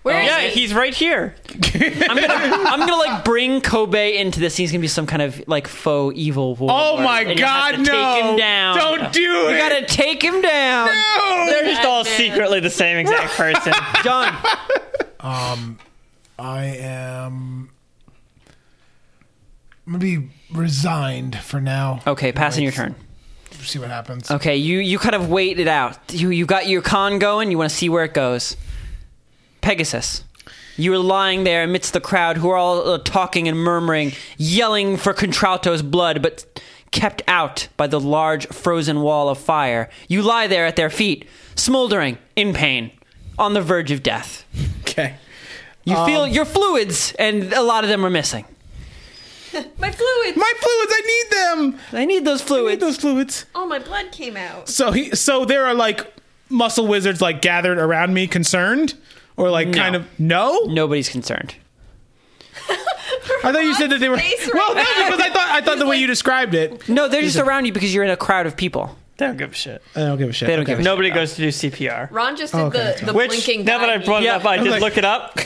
Speaker 3: Where is
Speaker 2: Yeah,
Speaker 3: he?
Speaker 2: he's right here.
Speaker 6: I'm gonna, I'm gonna like bring Kobe into this. He's gonna be some kind of like faux evil warlord.
Speaker 4: Oh my
Speaker 6: and you'll
Speaker 4: God,
Speaker 6: have to Take
Speaker 4: no.
Speaker 6: him down.
Speaker 4: Don't do
Speaker 6: You
Speaker 4: it.
Speaker 6: gotta take him down.
Speaker 2: They're just all
Speaker 3: Batman.
Speaker 2: secretly the same exact person.
Speaker 6: Done.
Speaker 5: I am. I'm gonna be resigned for now.
Speaker 6: Okay, passing your
Speaker 5: Wait,
Speaker 6: turn.
Speaker 5: See what happens.
Speaker 6: Okay, you you kind of wait it out. You you got your con going. You want to see where it goes. Pegasus, you were lying there amidst the crowd, who are all uh, talking and murmuring, yelling for Contralto's blood, but kept out by the large frozen wall of fire. You lie there at their feet, smoldering in pain, on the verge of death.
Speaker 4: Okay.
Speaker 6: You
Speaker 4: Um.
Speaker 6: feel your fluids, and a lot of them are missing.
Speaker 3: My fluid.
Speaker 4: My fluids. I need them.
Speaker 6: I need those
Speaker 4: I
Speaker 6: fluids.
Speaker 4: need those fluids.
Speaker 3: All Oh, my blood came out.
Speaker 4: So he. So there are like muscle wizards like gathered around me, concerned. Or like kind of no.
Speaker 6: Nobody's concerned.
Speaker 4: I thought you said that they were.
Speaker 3: Face right
Speaker 4: well, no,
Speaker 3: now.
Speaker 4: because I thought I thought the way you described it.
Speaker 6: No, they're just around you because you're in a crowd of people.
Speaker 2: They don't give a shit.
Speaker 4: I don't give a shit.
Speaker 6: They don't give a
Speaker 2: Nobody goes to do CPR.
Speaker 3: Ron just did
Speaker 4: Okay, Oh, okay.
Speaker 3: the, the
Speaker 2: Which,
Speaker 3: blinking
Speaker 2: now that I
Speaker 3: guy
Speaker 2: brought it
Speaker 6: Yeah.
Speaker 2: up, I
Speaker 6: I'm
Speaker 2: did
Speaker 4: like-
Speaker 2: look it up.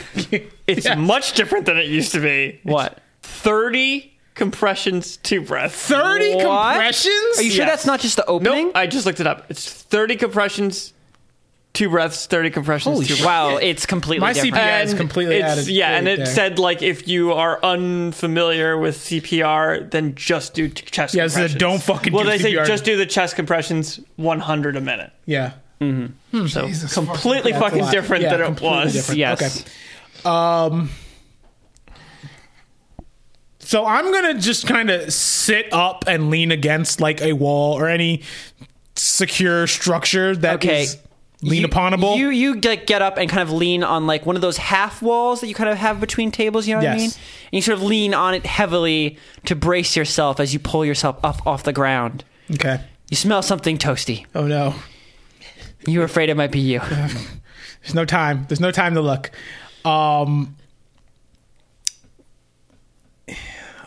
Speaker 2: It's
Speaker 4: Yeah.
Speaker 2: much different than it used to be.
Speaker 6: What?
Speaker 2: 30 compressions, two breaths.
Speaker 4: Thirty
Speaker 6: What?
Speaker 4: compressions.
Speaker 6: Are you sure
Speaker 2: Yes.
Speaker 6: that's not just the opening?
Speaker 2: Nope, I just looked it up. It's 30 compressions, two breaths, thirty compressions.
Speaker 4: Holy
Speaker 2: two
Speaker 4: shit.
Speaker 2: breaths.
Speaker 6: Wow, Oh, it's completely
Speaker 4: My
Speaker 6: different.
Speaker 4: CPR Yeah, it's
Speaker 2: And
Speaker 4: completely
Speaker 2: it's-
Speaker 4: added
Speaker 2: Yeah, and
Speaker 4: right
Speaker 2: it
Speaker 4: there.
Speaker 2: said like if you are unfamiliar with CPR, then just do t- chest.
Speaker 4: Yeah, it said
Speaker 2: compressions.
Speaker 4: don't fucking
Speaker 2: Well,
Speaker 4: do
Speaker 2: they
Speaker 4: CPR.
Speaker 2: say just do the chest compressions, one hundred a minute.
Speaker 4: Yeah.
Speaker 2: So
Speaker 8: Jesus fucking Christ.
Speaker 2: completely fucking
Speaker 4: That's a lot.
Speaker 2: different
Speaker 4: Yeah,
Speaker 2: than it
Speaker 4: completely
Speaker 2: was.
Speaker 4: different.
Speaker 6: Yes.
Speaker 4: Okay. Um, So I'm gonna just kind of sit up and lean against like a wall or any secure structure that
Speaker 6: Okay.
Speaker 4: is lean
Speaker 6: You-
Speaker 4: uponable.
Speaker 6: You you like get up and kind of lean on like one of those half walls that you kind of have between tables. You know what I
Speaker 4: Yes.
Speaker 6: mean? And you sort of lean on it heavily to brace yourself as you pull yourself up off the ground.
Speaker 4: okay.
Speaker 6: You smell something toasty.
Speaker 4: Oh no.
Speaker 6: You're afraid it might be you. Oh,
Speaker 4: There's no time. There's no time to look. Um,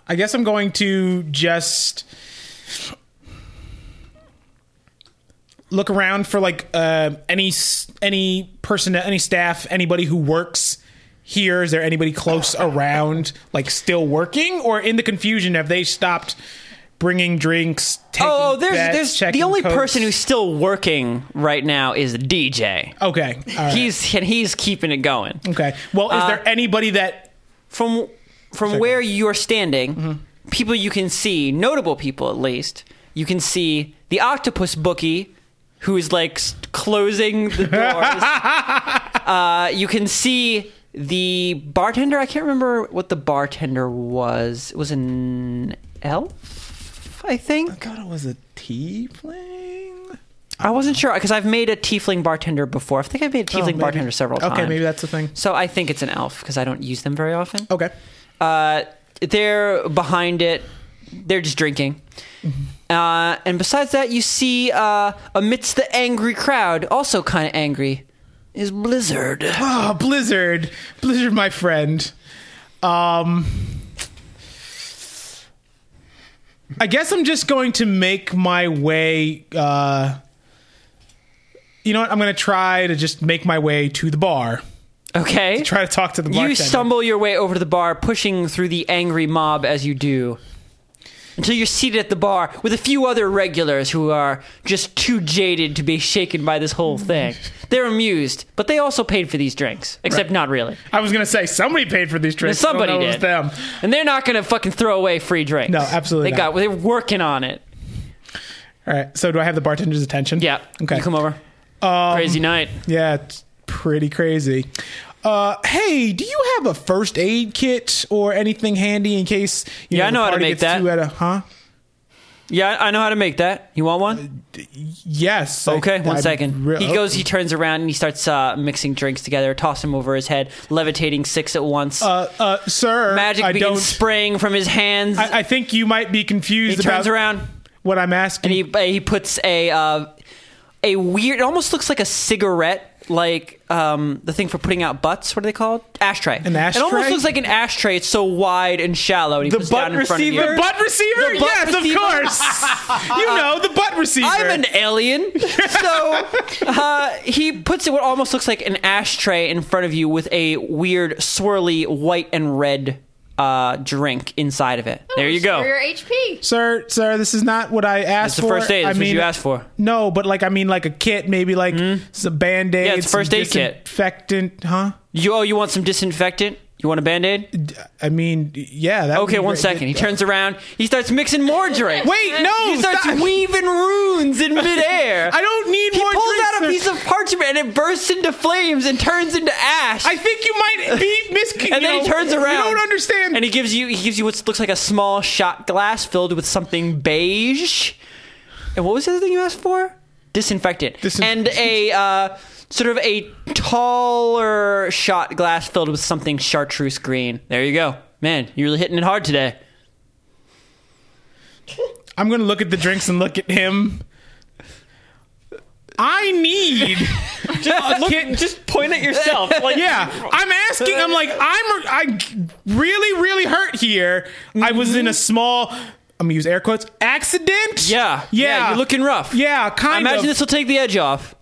Speaker 4: I guess I'm going to just look around for like uh, any s- any person, any staff, anybody who works here. Is there anybody close around, like still working, or in the confusion have they stopped bringing drinks? Taking
Speaker 6: Oh, there's
Speaker 4: bets,
Speaker 6: there's
Speaker 4: checking
Speaker 6: the only
Speaker 4: coats?
Speaker 6: person who's still working right now is DJ.
Speaker 4: okay. all right.
Speaker 6: He's and he's keeping it going.
Speaker 4: okay. Well, is
Speaker 6: Uh,
Speaker 4: there anybody that
Speaker 6: From from where you're standing,
Speaker 4: Mm-hmm.
Speaker 6: people you can see, notable people at least, you can see the octopus bookie who is like s- closing the doors. uh, you can see the bartender. I can't remember what the bartender was. It was an elf, I think.
Speaker 4: God, it was a tea playing.
Speaker 6: I wasn't sure because I've made a tiefling bartender before. I think I've made a tiefling bartender several
Speaker 4: Oh,
Speaker 6: times.
Speaker 4: Okay, maybe that's the thing.
Speaker 6: So I think it's an elf because I don't use them very often.
Speaker 4: Okay.
Speaker 6: Uh, they're behind it. They're just drinking. Uh, and besides that, you see uh, amidst the angry crowd, also kind of angry, is Blizzard.
Speaker 4: Oh, Blizzard, Blizzard, my friend. Um, I guess I'm just going to make my way. Uh, you know what? I'm going to try to just make my way to the bar.
Speaker 6: Okay.
Speaker 4: Try to talk to the bartender.
Speaker 6: You stumble your way over to the bar, pushing through the angry mob as you do. Until you're seated at the bar with a few other regulars who are just too jaded to be shaken by this whole thing. They're amused, but they also paid for these drinks, except not really.
Speaker 4: I was going to say somebody paid for these drinks. I don't
Speaker 6: Somebody
Speaker 4: know if
Speaker 6: did.
Speaker 4: it was them.
Speaker 6: And they're not going to fucking throw away free drinks.
Speaker 4: No, absolutely
Speaker 6: They
Speaker 4: not.
Speaker 6: got they're working on it.
Speaker 4: All right. So do I have the bartender's attention?
Speaker 6: Yeah.
Speaker 4: Okay.
Speaker 6: You come over.
Speaker 4: Um,
Speaker 6: Crazy night.
Speaker 4: Yeah, it's pretty crazy. Uh, hey, do you have a first aid kit or anything handy in case you
Speaker 6: Yeah, I
Speaker 4: the
Speaker 6: know how to
Speaker 4: party
Speaker 6: make
Speaker 4: gets
Speaker 6: that.
Speaker 4: too out of- huh?
Speaker 6: Yeah, I know how to make that. You want
Speaker 4: Uh,
Speaker 6: one?
Speaker 4: Yes.
Speaker 6: Okay,
Speaker 4: one
Speaker 6: one second.
Speaker 4: oh,
Speaker 6: He goes. He turns around and he starts uh, mixing drinks together. Toss them over his head, levitating six at once.
Speaker 4: Uh, uh, sir,
Speaker 6: Magic
Speaker 4: I
Speaker 6: begins
Speaker 4: don't.
Speaker 6: spraying from his hands.
Speaker 4: I, I think you might be
Speaker 6: he
Speaker 4: confused
Speaker 6: turns
Speaker 4: about
Speaker 6: around
Speaker 4: what I'm asking.
Speaker 6: and he uh, he puts a uh, a weird. It almost looks like a cigarette, like um, the thing for putting out butts. What are they called? Ashtray.
Speaker 4: An
Speaker 6: It almost
Speaker 4: ashtray?
Speaker 6: looks like an ashtray. It's so wide and shallow. And he puts it down in front of you.
Speaker 4: butt receiver?
Speaker 6: The butt
Speaker 4: yes,
Speaker 6: receiver?
Speaker 4: of course. you know the butt receiver.
Speaker 6: I'm an alien. So uh, he puts it what almost looks like an ashtray in front of you with a weird, swirly white and red uh, drink inside of it. there you
Speaker 3: For
Speaker 6: go.
Speaker 3: your HP.
Speaker 4: sir, sir. This is not what I asked
Speaker 6: That's the
Speaker 4: for.
Speaker 6: first aid.
Speaker 4: I
Speaker 6: That's
Speaker 4: mean,
Speaker 6: what you asked for. Hmm?
Speaker 4: No, but like I mean, like a kit, maybe like some band aid.
Speaker 6: Yeah, it's a first aid kit.
Speaker 4: Disinfectant, huh?
Speaker 6: You oh, you want some disinfectant? You want a band aid?
Speaker 4: I mean, yeah. That would
Speaker 6: Okay,
Speaker 4: be
Speaker 6: one
Speaker 4: great.
Speaker 6: second. He turns around. He starts mixing more drinks.
Speaker 4: Wait, no.
Speaker 6: He starts
Speaker 4: stop.
Speaker 6: weaving runes in midair.
Speaker 4: I don't need
Speaker 6: He
Speaker 4: more.
Speaker 6: pulls
Speaker 4: drinks,
Speaker 6: out a
Speaker 4: sir.
Speaker 6: piece of parchment and it bursts into flames and turns into ash.
Speaker 4: I think you might be miscon.
Speaker 6: and
Speaker 4: you
Speaker 6: then he
Speaker 4: know,
Speaker 6: turns around.
Speaker 4: You don't understand.
Speaker 6: And he gives you he gives you what looks like a small shot glass filled with something beige. And what was the other thing you asked for? Disinfectant.
Speaker 4: Disinf-
Speaker 6: and a uh, sort of a taller shot glass filled with something chartreuse green. There you go. Man, you're really hitting it hard today.
Speaker 4: I'm gonna look at the drinks and look at him. I need.
Speaker 2: Look,
Speaker 4: Kid-
Speaker 2: just point at yourself. Like,
Speaker 4: Yeah, I'm asking. I'm like, I'm I really, really hurt here. I was
Speaker 6: Mm-hmm.
Speaker 4: in a small. I'm gonna use air quotes. Accident.
Speaker 6: Yeah.
Speaker 4: Yeah.
Speaker 6: You're looking rough.
Speaker 4: Yeah,
Speaker 6: I
Speaker 4: kind
Speaker 6: imagine
Speaker 4: of.
Speaker 6: this will take the edge off.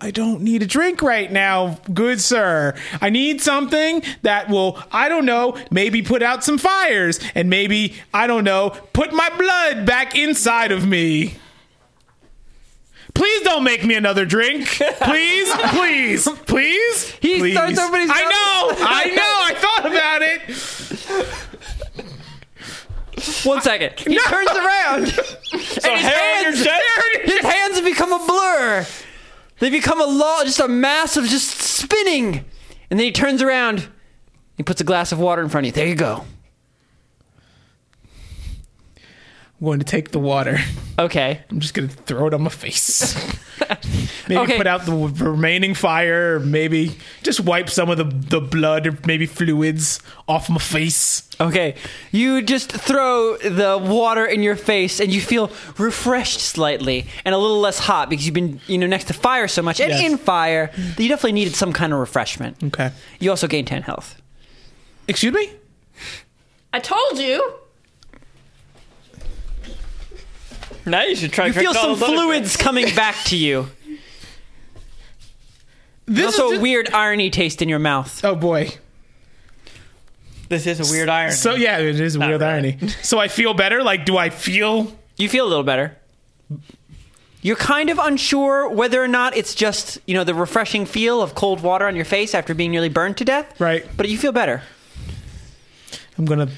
Speaker 4: I don't need a drink right now, good sir. I need something that will, I don't know, maybe put out some fires and maybe, I don't know, put my blood back inside of me. Please don't make me another drink. Please, please, please.
Speaker 1: He
Speaker 4: please.
Speaker 1: starts everybody's-
Speaker 4: I know, I know. I thought about it.
Speaker 1: One second. He turns around.
Speaker 2: So
Speaker 1: his
Speaker 2: hair on your
Speaker 1: hands-
Speaker 2: jet?
Speaker 1: His hands have become a blur. They become a law, just a mass of just spinning. And then he turns around. He puts a glass of water in front of you. There you go.
Speaker 4: I'm going to take the water.
Speaker 1: Okay.
Speaker 4: I'm just gonna throw it on my face. maybe
Speaker 1: Okay.
Speaker 4: put out the w- remaining fire. Or maybe just wipe some of the the blood or maybe fluids off my face.
Speaker 1: Okay. You just throw the water in your face and you feel refreshed slightly and a little less hot because you've been, you know, next to fire so much and
Speaker 4: Yes.
Speaker 1: in fire that you definitely needed some kind of refreshment.
Speaker 4: Okay.
Speaker 1: You also gain 10 health.
Speaker 4: Excuse me.
Speaker 3: I told you.
Speaker 2: Now you should try.
Speaker 1: You feel some fluids coming back to you.
Speaker 4: This
Speaker 1: also a
Speaker 4: just-
Speaker 1: weird irony taste in your mouth.
Speaker 4: Oh boy.
Speaker 2: This is a weird iron.
Speaker 4: So yeah, it is a weird
Speaker 2: really.
Speaker 4: irony. So I feel better. Like, do I feel?
Speaker 1: You feel a little better. You're kind of unsure whether or not it's just, you know, the refreshing feel of cold water on your face after being nearly burned to death.
Speaker 4: Right.
Speaker 1: But you feel better.
Speaker 4: I'm gonna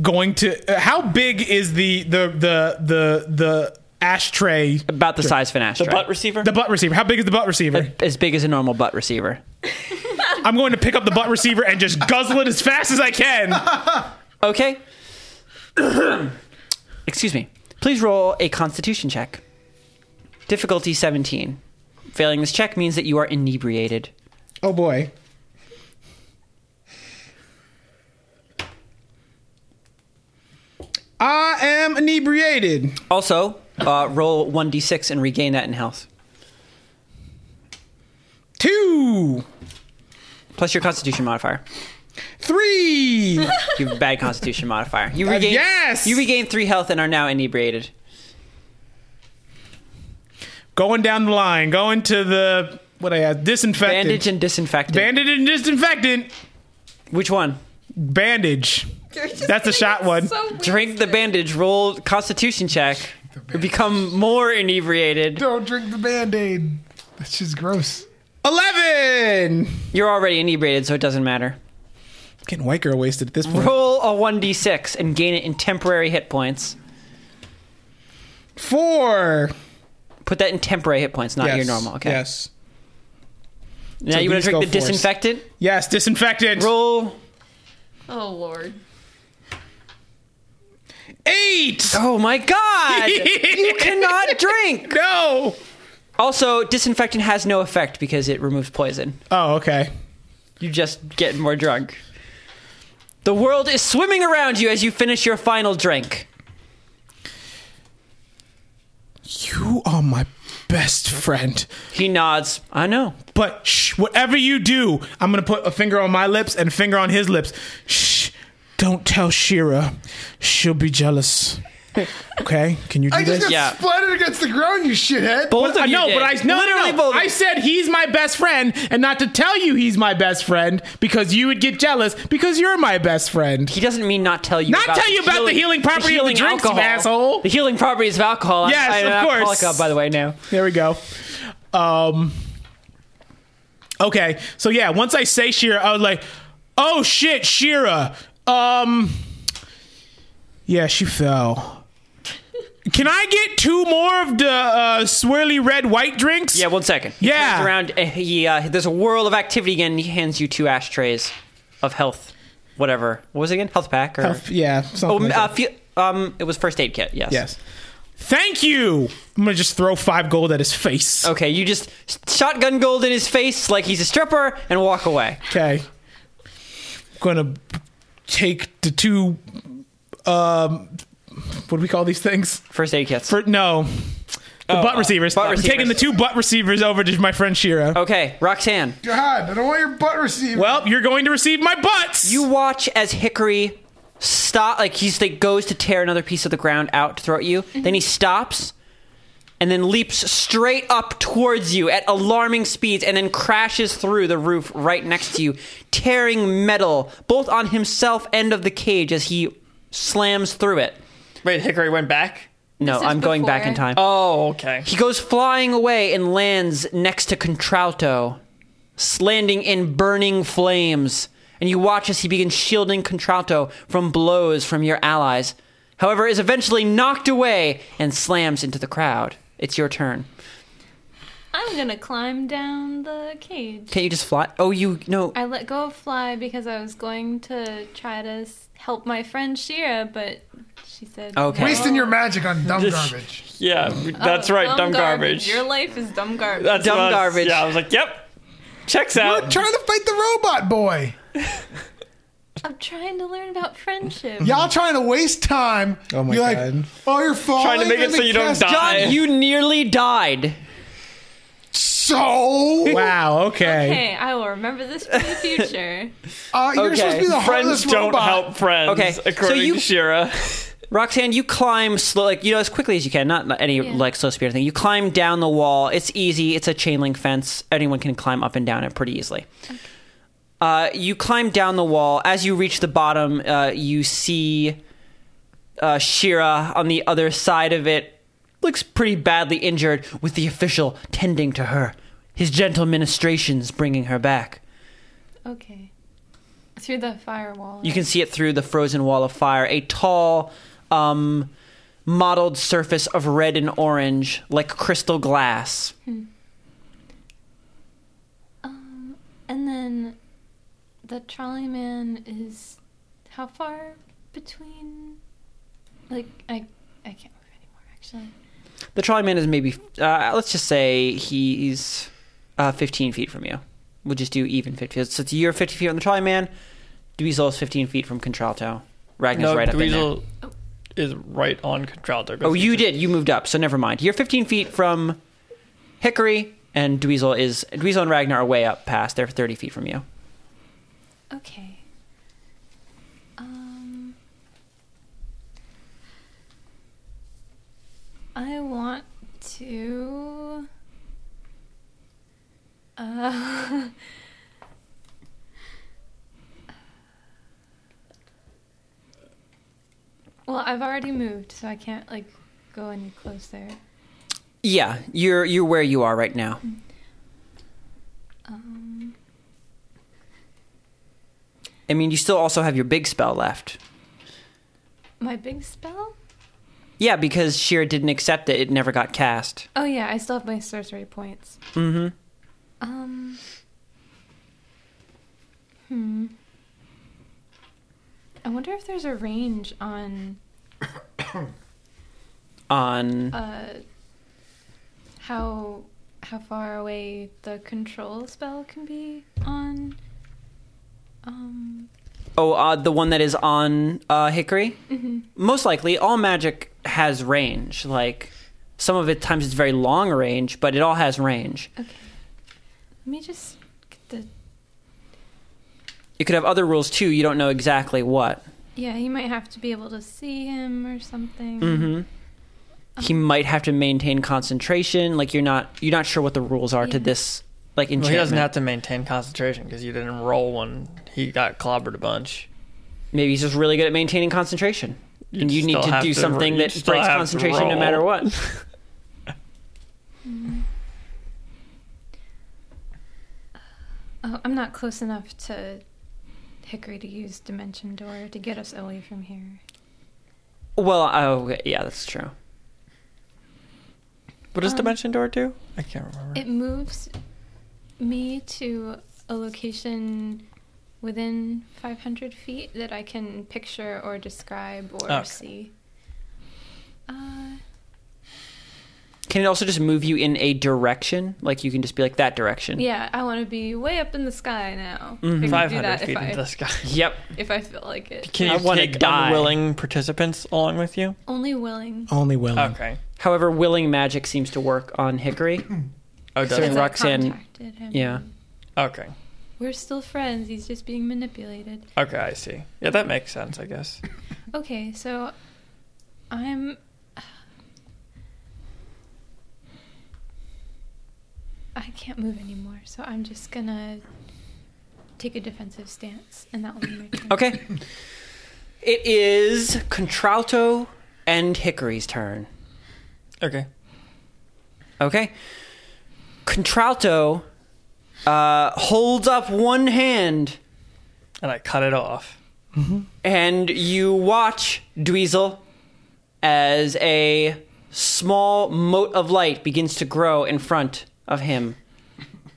Speaker 4: going to. Uh, how big is the the the the the ashtray?
Speaker 1: About the size of an ashtray.
Speaker 2: the butt receiver.
Speaker 4: The butt receiver. How big is the butt receiver?
Speaker 1: as big as a normal butt receiver.
Speaker 4: I'm going to pick up the butt receiver and just guzzle it as fast as I can.
Speaker 1: Okay. Excuse me. Please roll a constitution check. Difficulty 17. Failing this check means that you are inebriated.
Speaker 4: Oh boy. I am inebriated.
Speaker 1: Also, uh, roll 1d6 and regain that in health.
Speaker 4: Two,
Speaker 1: Plus your constitution modifier.
Speaker 4: three.
Speaker 1: You have a bad constitution modifier. You regain
Speaker 4: Uh, yes!
Speaker 1: You regain 3 health and are now inebriated.
Speaker 4: going down the line, going to the what I had disinfectant.
Speaker 1: Bandage and disinfectant.
Speaker 4: Bandage and disinfectant.
Speaker 1: Which one?
Speaker 4: Bandage. That's a shot one.
Speaker 1: Drink the bandage, roll constitution check. Become more inebriated.
Speaker 5: Don't drink the band aid. That's just gross.
Speaker 4: Eleven.
Speaker 1: You're already inebriated, so it doesn't matter.
Speaker 4: Getting white girl wasted at this point.
Speaker 1: Roll a 1d6 and gain it in temporary hit points.
Speaker 4: Four.
Speaker 1: Put that in temporary hit points, not
Speaker 4: Yes.
Speaker 1: your normal. Okay.
Speaker 4: Yes.
Speaker 1: Now
Speaker 4: So
Speaker 1: you want
Speaker 4: these
Speaker 1: to drink the
Speaker 4: go force.
Speaker 1: disinfectant?
Speaker 4: Yes. Disinfectant.
Speaker 1: Roll.
Speaker 3: Oh lord.
Speaker 4: eight.
Speaker 1: Oh my god! you cannot drink!
Speaker 4: No.
Speaker 1: Also, disinfectant has no effect because it removes poison.
Speaker 4: Oh, okay.
Speaker 1: You just get more drunk. The world is swimming around you as you finish your final drink.
Speaker 4: You are my best friend.
Speaker 1: He nods. I know.
Speaker 4: But shh, whatever you do, I'm gonna put a finger on my lips and a finger on his lips. Shh, don't tell Shira. She'll be jealous. Okay, can you do
Speaker 5: I just
Speaker 4: this?
Speaker 5: got
Speaker 1: Yeah.
Speaker 6: Uh,
Speaker 5: splattered against the ground, you shithead.
Speaker 1: Both
Speaker 4: I
Speaker 1: of you
Speaker 4: know,
Speaker 1: did.
Speaker 4: but I no,
Speaker 1: literally
Speaker 4: no, no.
Speaker 1: both. of
Speaker 4: I
Speaker 1: you.
Speaker 4: said he's my best friend, and not to tell you he's my best friend because you would get jealous because you're my best friend.
Speaker 1: He doesn't mean not tell you.
Speaker 4: Not
Speaker 1: about
Speaker 4: tell you about the healing property of the drinks, you asshole.
Speaker 1: The healing properties of alcohol.
Speaker 4: Yes,
Speaker 1: I'm, I'm
Speaker 4: of
Speaker 1: an
Speaker 4: course.
Speaker 1: alcoholic, uh, by the way, now.
Speaker 4: There we go. Um. Okay, so yeah, once I say Shira, I was like, "Oh shit, Shira." Um. Yeah, she fell. Can I get two more of the uh, swirly red white drinks? Uh,
Speaker 1: Yeah, one second. He
Speaker 4: Yeah.
Speaker 1: turns around. uh, He uh, there's a whirl of activity again. And he hands you two ashtrays of health, whatever. What was it again? Health pack or?
Speaker 4: Health- yeah.
Speaker 1: Oh,
Speaker 4: Something
Speaker 1: m-
Speaker 4: like
Speaker 1: uh,
Speaker 4: that.
Speaker 1: fe- um, it was first aid kit. Yes.
Speaker 4: yes. Thank you. I'm gonna just throw five gold at his face.
Speaker 1: Okay, you just shotgun gold in his face like he's a stripper and walk away.
Speaker 4: Okay. Gonna take the two. Um, what do we call these things?
Speaker 1: First aid kits.
Speaker 4: For no, the butt receivers.
Speaker 1: Oh, uh, butt
Speaker 4: I'm
Speaker 1: receivers. Oh.
Speaker 4: taking the two butt receivers over to my friend Shira.
Speaker 1: okay, Roxanne.
Speaker 5: God, I don't want your butt received.
Speaker 4: Well, you're going to receive my butts.
Speaker 1: You watch as Hickory stop like he's like goes to tear another piece of the ground out to throw at
Speaker 3: Mm-hmm.
Speaker 1: you. Then he stops and then leaps straight up towards you at alarming speeds and then crashes through the roof right next to you, tearing metal both on himself and of the cage as he slams through it.
Speaker 2: Wait, Hickory went back.
Speaker 1: No,
Speaker 3: This is
Speaker 1: I'm going back in
Speaker 3: before-
Speaker 1: time.
Speaker 2: Oh, okay.
Speaker 1: He goes flying away and lands next to Contralto, slanting in burning flames. And you watch as he begins shielding Contralto from blows from your allies. However, is eventually knocked away and slams into the crowd. It's your turn.
Speaker 7: I'm gonna climb down the cage.
Speaker 1: Can't you just fly? Oh, you no.
Speaker 7: I let go of Fly because I was going to try to s- help my friend Shira, but she said,
Speaker 1: Okay.
Speaker 7: no.
Speaker 5: Wasting your magic on dumb
Speaker 2: Just-
Speaker 5: garbage.
Speaker 2: Yeah, that's
Speaker 7: Oh,
Speaker 2: right. Dumb, garbage.
Speaker 7: Your life is dumb garbage.
Speaker 2: That's
Speaker 1: Dumb
Speaker 2: what I was-
Speaker 1: garbage.
Speaker 2: Yeah, I was like, yep. Checks out.
Speaker 5: Trying to fight the robot boy.
Speaker 7: I'm trying to learn about friendship.
Speaker 5: Y'all trying to waste time.
Speaker 9: Oh my
Speaker 5: you're Like,
Speaker 9: God.
Speaker 5: oh, you're falling.
Speaker 2: Trying to make it
Speaker 5: and
Speaker 2: so
Speaker 5: the
Speaker 2: you don't
Speaker 5: cast-
Speaker 2: die. I-
Speaker 1: John, you nearly died.
Speaker 5: So
Speaker 4: Wow. Okay.
Speaker 7: Okay, I will remember this for the future.
Speaker 5: uh, you're
Speaker 1: Okay.
Speaker 5: supposed to be the
Speaker 2: Friends
Speaker 5: heartless
Speaker 2: don't
Speaker 5: robot.
Speaker 2: help friends,
Speaker 1: Okay,
Speaker 2: okay.
Speaker 1: so
Speaker 2: according
Speaker 1: you-
Speaker 2: to Shira.
Speaker 1: Roxanne, you climb slow, like you know, as quickly as you can. Not, not any like slow speed or anything. You climb down the wall. It's easy. It's a chain link fence. Anyone can climb up and down it pretty easily. Uh, you climb down the wall. As you reach the bottom, uh, you see uh, Shira on the other side of it. Looks pretty badly injured, with the official tending to her. His gentle ministrations bringing her back.
Speaker 7: Okay. Through the firewall.
Speaker 1: You can see it through the frozen wall of fire. A tall, um, mottled surface of red and orange, like crystal glass.
Speaker 7: And then the trolley man is how far between? Like I, I can't move anymore. Actually,
Speaker 1: The trolley man is maybe, uh, let's just say he's uh, 15 feet from you. We'll just do even 50. So it's you're 50 feet on the trolley man. Dweezil is 15 feet from Contralto. Ragnar's right up in there.
Speaker 2: Dweezil is right on Contralto.
Speaker 1: Oh, you did. You moved up, so never mind. You're 15 feet from Hickory, and Dweezil is Dweezil and Ragnar are way up past. They're 30 feet from you.
Speaker 7: okay. Um, I want to. Uh, well, I've already moved, so I can't like go any closer.
Speaker 1: Yeah, you're you're where you are right now.
Speaker 7: Um,
Speaker 1: I mean, you still also have your big spell left.
Speaker 7: my big spell?
Speaker 1: Yeah, because Shira didn't accept it; it never got cast.
Speaker 7: Oh yeah, I still have my sorcery points.
Speaker 1: Mm-hmm.
Speaker 7: Um. Hmm. I wonder if there's a range on
Speaker 1: On
Speaker 7: uh how how far away the control spell can be on um
Speaker 1: oh, uh, the one that is on uh, Hickory.
Speaker 7: Mm-hmm.
Speaker 1: Most likely, all magic has range. Like some of it, times it's very long range, but it all has range.
Speaker 7: let me just get the
Speaker 1: It could have other rules too. You don't know exactly what.
Speaker 7: yeah, you might have to be able to see him or something.
Speaker 1: Mm-hmm. He might have to maintain concentration. Like you're not you're not sure what the rules are to
Speaker 7: Yeah.
Speaker 1: this. Like
Speaker 2: Well,
Speaker 1: enchantment.
Speaker 2: he doesn't have to maintain concentration because you didn't roll one. He got clobbered a bunch.
Speaker 1: Maybe he's just really good at maintaining concentration. and you need
Speaker 2: still
Speaker 1: to
Speaker 2: have
Speaker 1: do
Speaker 2: to
Speaker 1: something
Speaker 2: ro-
Speaker 1: that
Speaker 2: you still
Speaker 1: breaks
Speaker 2: have to
Speaker 1: concentration no
Speaker 2: roll.
Speaker 1: matter what.
Speaker 7: Oh, I'm not close enough to Hickory to use Dimension Door to get us away from here.
Speaker 1: Well, oh yeah, that's true.
Speaker 2: What does
Speaker 7: Um,
Speaker 2: Dimension Door do? I can't remember.
Speaker 7: It moves me to a location within 500 feet that I can picture or describe or
Speaker 2: Okay.
Speaker 7: see. Uh,
Speaker 1: Can it also just move you in a direction? Like you can just be like that direction.
Speaker 7: yeah, I want to be way up in the sky now. I can
Speaker 2: Mm-hmm. Five
Speaker 7: do
Speaker 2: hundred
Speaker 7: that
Speaker 2: feet
Speaker 7: if
Speaker 2: into the
Speaker 7: I,
Speaker 2: sky.
Speaker 1: Yep.
Speaker 7: if I feel like it.
Speaker 2: Can
Speaker 1: I
Speaker 2: you
Speaker 1: wanna
Speaker 2: take
Speaker 1: die.
Speaker 2: unwilling participants along with you?
Speaker 7: Only willing.
Speaker 9: Only
Speaker 1: Um,
Speaker 9: willing.
Speaker 2: Okay.
Speaker 1: However, willing magic seems to work on Hickory.
Speaker 2: Oh, does
Speaker 1: Sorry,
Speaker 7: Because
Speaker 2: it?
Speaker 7: I
Speaker 1: Roxanne-
Speaker 7: contacted him.
Speaker 1: yeah.
Speaker 2: Okay.
Speaker 7: We're still friends. He's just being manipulated.
Speaker 2: Okay, I see. Yeah, that makes sense, I guess.
Speaker 7: Okay, so I'm. I can't move anymore, so I'm just gonna take a defensive stance, and that will be my turn. Uh,
Speaker 1: Okay. It is Contralto and Hickory's turn.
Speaker 2: Okay.
Speaker 1: Okay. Contralto uh, holds up one hand,
Speaker 2: And I cut it off.
Speaker 1: and you watch Dweezil as a small mote of light begins to grow in front of him,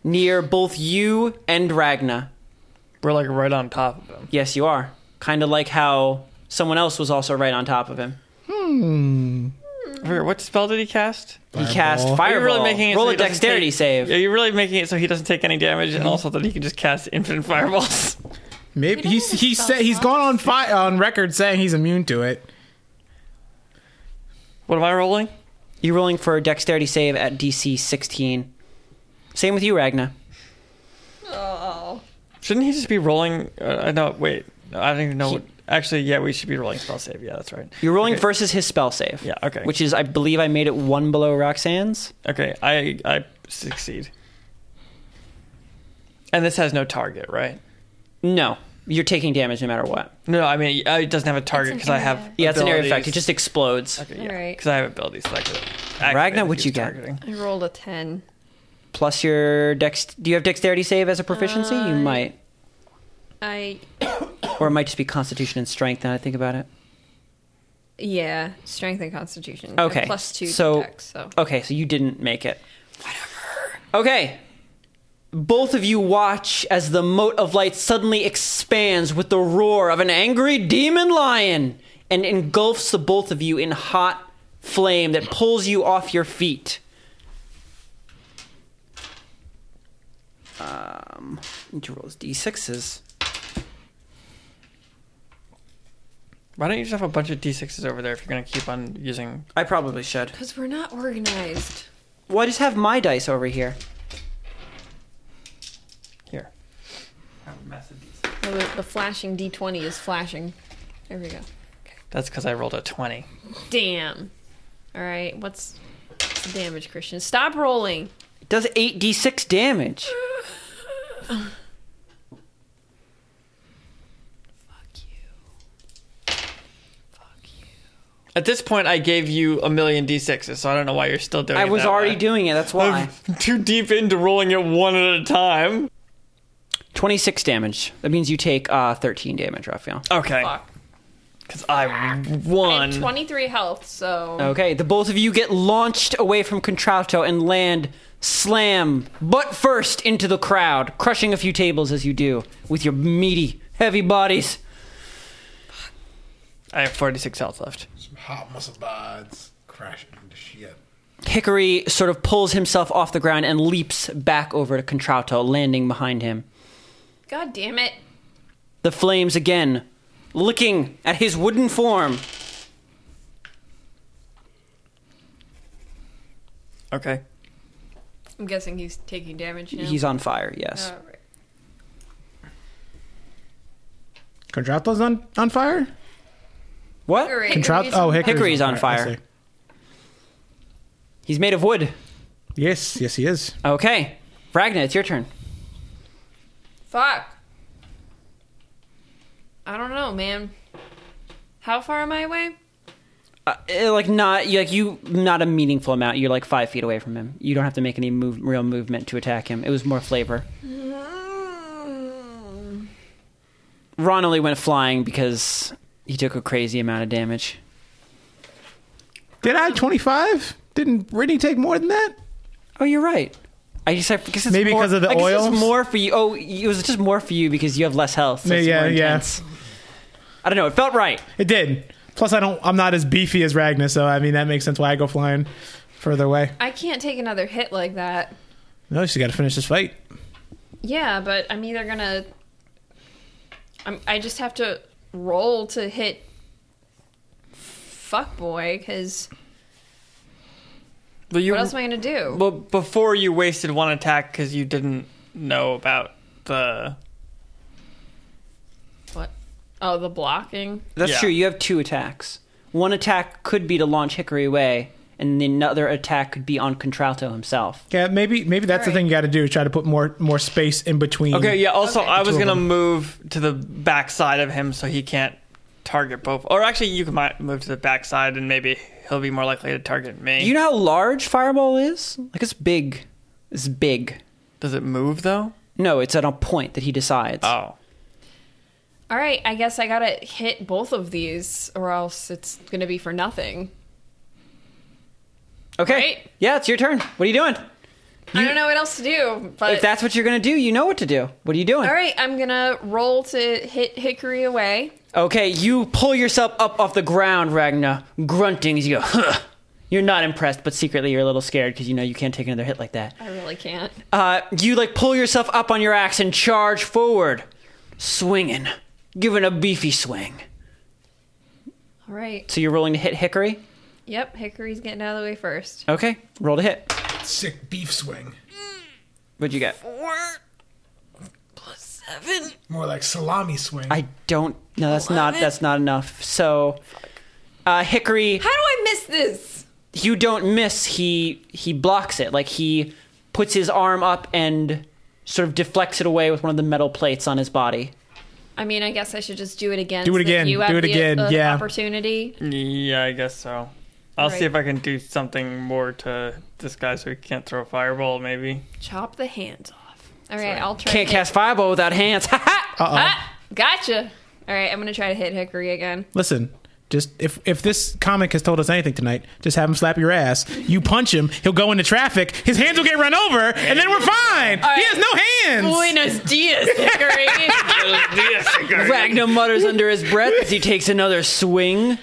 Speaker 1: near both you and Ragna.
Speaker 2: We're like right on top of him.
Speaker 1: Yes, you are. Kind of like how someone else was also right on top of him.
Speaker 2: I forget, What spell did he cast?
Speaker 1: He cast
Speaker 2: Are
Speaker 1: fireball.
Speaker 2: you really making it
Speaker 1: Roll
Speaker 2: so
Speaker 1: a
Speaker 2: he doesn't
Speaker 1: dexterity
Speaker 2: take-
Speaker 1: save. Mm-hmm.
Speaker 2: Are you really making it so he doesn't take any damage, and also that he can just cast infinite fireballs?
Speaker 7: We
Speaker 4: Maybe
Speaker 7: don't
Speaker 4: he's
Speaker 7: need
Speaker 4: he
Speaker 7: to
Speaker 4: said he's
Speaker 7: spell
Speaker 4: gone on fi- on record saying he's immune to it.
Speaker 2: What am I rolling?
Speaker 1: You're rolling for a dexterity save at DC 16. Same with you, Ragna.
Speaker 3: Oh.
Speaker 2: Shouldn't he just be rolling? Uh, I know. Wait, No, I don't even know. what, actually, yeah, we should be rolling spell save. Yeah, that's right.
Speaker 1: You're rolling
Speaker 2: Okay.
Speaker 1: versus his spell save.
Speaker 2: Yeah, okay.
Speaker 1: Which is, I believe, I made it one below Roxanne's.
Speaker 2: Okay, I I succeed. And this has no target, right?
Speaker 1: No, you're taking damage no matter what.
Speaker 2: No, I mean uh, it doesn't have a target
Speaker 7: an
Speaker 2: because I have
Speaker 7: area.
Speaker 1: Yeah, it's an area effect. It
Speaker 2: abilities.
Speaker 1: just explodes.
Speaker 2: Okay, yeah,
Speaker 3: Alright.
Speaker 2: because I have abilities that I could activate
Speaker 1: Ragnar,
Speaker 2: if
Speaker 1: what'd
Speaker 2: he
Speaker 1: you
Speaker 2: was
Speaker 1: get?
Speaker 2: targeting.
Speaker 3: I rolled a 10.
Speaker 1: Plus your dex. Do you have dexterity save as a proficiency? you might,
Speaker 3: I.
Speaker 1: or it might just be Constitution and Strength. Now that I think about it.
Speaker 3: Yeah. Strength and constitution. I have
Speaker 1: Okay.
Speaker 3: Plus two
Speaker 1: So,
Speaker 3: to dex, so.
Speaker 1: okay, so you didn't make it. Whatever. Okay. Both of you watch as the mote of light suddenly expands with the roar of an angry demon lion and engulfs the both of you in hot flame that pulls you off your feet. Um, need to roll those d6s.
Speaker 2: Why don't you just have a bunch of d6s over there if you're gonna keep on using?
Speaker 1: I probably should.
Speaker 3: Because we're not organized.
Speaker 1: Well, I just have my dice over here.
Speaker 2: Here.
Speaker 3: Oh, The, the flashing d20 is flashing. There we go.
Speaker 2: That's because I rolled a twenty.
Speaker 3: Damn. All right. What's, what's the damage, Christian? Stop rolling.
Speaker 1: It does 8d6 damage.
Speaker 2: At this point, I gave you a million d6s, so I don't know why you're still doing.
Speaker 1: I
Speaker 2: it
Speaker 1: was
Speaker 2: that
Speaker 1: already
Speaker 2: way.
Speaker 1: doing it, that's why.
Speaker 2: I'm too deep into rolling it one at a time.
Speaker 1: 26 damage. That means you take uh, 13 damage, Raphael.
Speaker 2: Okay.
Speaker 3: Fuck.
Speaker 2: Because I
Speaker 3: I
Speaker 2: won.
Speaker 3: have 23 health, so.
Speaker 1: Okay, the both of you get launched away from Contralto and land slam butt first into the crowd, crushing a few tables as you do with your meaty, heavy bodies.
Speaker 2: I have 46 health left.
Speaker 5: Some hot muscle bods crashing into shit.
Speaker 1: Hickory sort of pulls himself off the ground and leaps back over to Contralto, landing behind him.
Speaker 3: God damn it.
Speaker 1: The flames again, licking at his wooden form.
Speaker 2: Okay.
Speaker 3: I'm guessing he's taking damage now.
Speaker 1: He's on fire, yes.
Speaker 3: All right.
Speaker 4: Contralto's on on fire.
Speaker 1: what?
Speaker 3: All right.
Speaker 4: Contralto. Oh, Hickory's,
Speaker 1: Hickory's on
Speaker 4: I
Speaker 1: fire.
Speaker 4: see.
Speaker 1: He's made of wood.
Speaker 4: Yes, yes, he is.
Speaker 1: Oh. Okay. Ragna, it's your turn.
Speaker 3: Fuck. I don't know, man. How far am I away?
Speaker 1: Eh, like not like you not a meaningful amount you're like five feet away from him you don't have to make any move, real movement to attack him it was more flavor ron only went flying because he took a crazy amount of damage
Speaker 4: Did I twenty five? Didn't Brittany take more than that?
Speaker 1: oh you're right i just i guess it's
Speaker 4: Maybe
Speaker 1: more-
Speaker 4: because of the
Speaker 1: I guess it's
Speaker 4: oils?
Speaker 1: more for you oh it was just more for you because you have less health so it's
Speaker 4: Yeah,
Speaker 1: more
Speaker 4: yeah.
Speaker 1: intense. i don't know it felt right
Speaker 4: It did. Plus, I don't. I'm not as beefy as Ragnar, so I mean that makes sense why I go flying further away.
Speaker 3: I can't take another hit like that.
Speaker 4: No, she's got to finish this fight.
Speaker 3: Yeah, but I'm either gonna. I'm, I just have to roll to hit. Fuck boy, because
Speaker 2: But you,
Speaker 3: what else am I gonna do?
Speaker 2: well, before you wasted one attack because you didn't know about the.
Speaker 3: What? Oh, the blocking.
Speaker 1: That's
Speaker 2: Yeah.
Speaker 1: true. You have two attacks. One attack could be to launch Hickory away, and the another attack could be on Contralto himself.
Speaker 4: Yeah, maybe maybe that's the
Speaker 3: Alright.
Speaker 4: thing you got to do. is Try to put more more space in between.
Speaker 2: Okay, yeah, also,
Speaker 3: Okay.
Speaker 2: I
Speaker 4: Mm. Two
Speaker 2: was
Speaker 4: of
Speaker 2: going to
Speaker 4: them.
Speaker 2: move to the back side of him so he can't target both. Or actually, you can mi- move to the back side and maybe he'll be more likely to target me.
Speaker 1: Do you know how large Fireball is? Like it's big. It's big.
Speaker 2: Does it move though?
Speaker 1: No, it's at a point that he decides.
Speaker 2: Oh.
Speaker 3: All right, I guess I gotta hit both of these, or else it's gonna be for nothing.
Speaker 1: okay.
Speaker 3: right.
Speaker 1: Yeah, it's your turn. What are you doing?
Speaker 3: I don't know what else to do, but
Speaker 1: if that's what you're gonna do, you know what to do. What are you doing?
Speaker 3: all right, I'm gonna roll to hit Hickory away.
Speaker 1: Okay, you pull yourself up off the ground, Ragna, grunting as you go. Huh. You're not impressed, but secretly you're a little scared because you know you can't take another hit like that.
Speaker 3: I really can't.
Speaker 1: Uh, you like pull yourself up on your axe and charge forward, swinging, giving a beefy swing.
Speaker 3: All right.
Speaker 1: So you're rolling to hit Hickory.
Speaker 3: Yep, Hickory's getting out of the way first.
Speaker 1: Okay, roll to hit.
Speaker 5: Sick beef swing.
Speaker 1: What'd you get?
Speaker 5: More like salami swing.
Speaker 1: I don't. No, that's not. That's not enough. So, uh, Hickory,
Speaker 3: How do I miss this?
Speaker 1: you don't miss. He he blocks it. Like he puts his arm up and sort of deflects it away with one of the metal plates on his body.
Speaker 3: I mean, I guess I should just do it again.
Speaker 4: Do it
Speaker 3: so that
Speaker 4: again,
Speaker 3: You have
Speaker 4: do it
Speaker 3: the,
Speaker 4: again,
Speaker 3: uh,
Speaker 4: yeah.
Speaker 3: Opportunity.
Speaker 2: Yeah, I guess so. I'll
Speaker 3: Right.
Speaker 2: see if I can do something more to this guy so he can't throw a fireball, maybe.
Speaker 3: Chop the hands off. All right, I'll try.
Speaker 1: Can't
Speaker 3: to hit-
Speaker 1: cast fireball without hands. Ha ha!
Speaker 3: Ah, gotcha. All right, I'm gonna try to hit Hickory again.
Speaker 4: Listen, just if if this comic has told us anything tonight, just have him slap your ass. You punch him, he'll go into traffic. His hands will get run over, and then we're fine. He has no hands.
Speaker 3: Buenos dias, Hickory.
Speaker 4: Oh,
Speaker 1: Ragnar mutters under his breath as he takes another swing.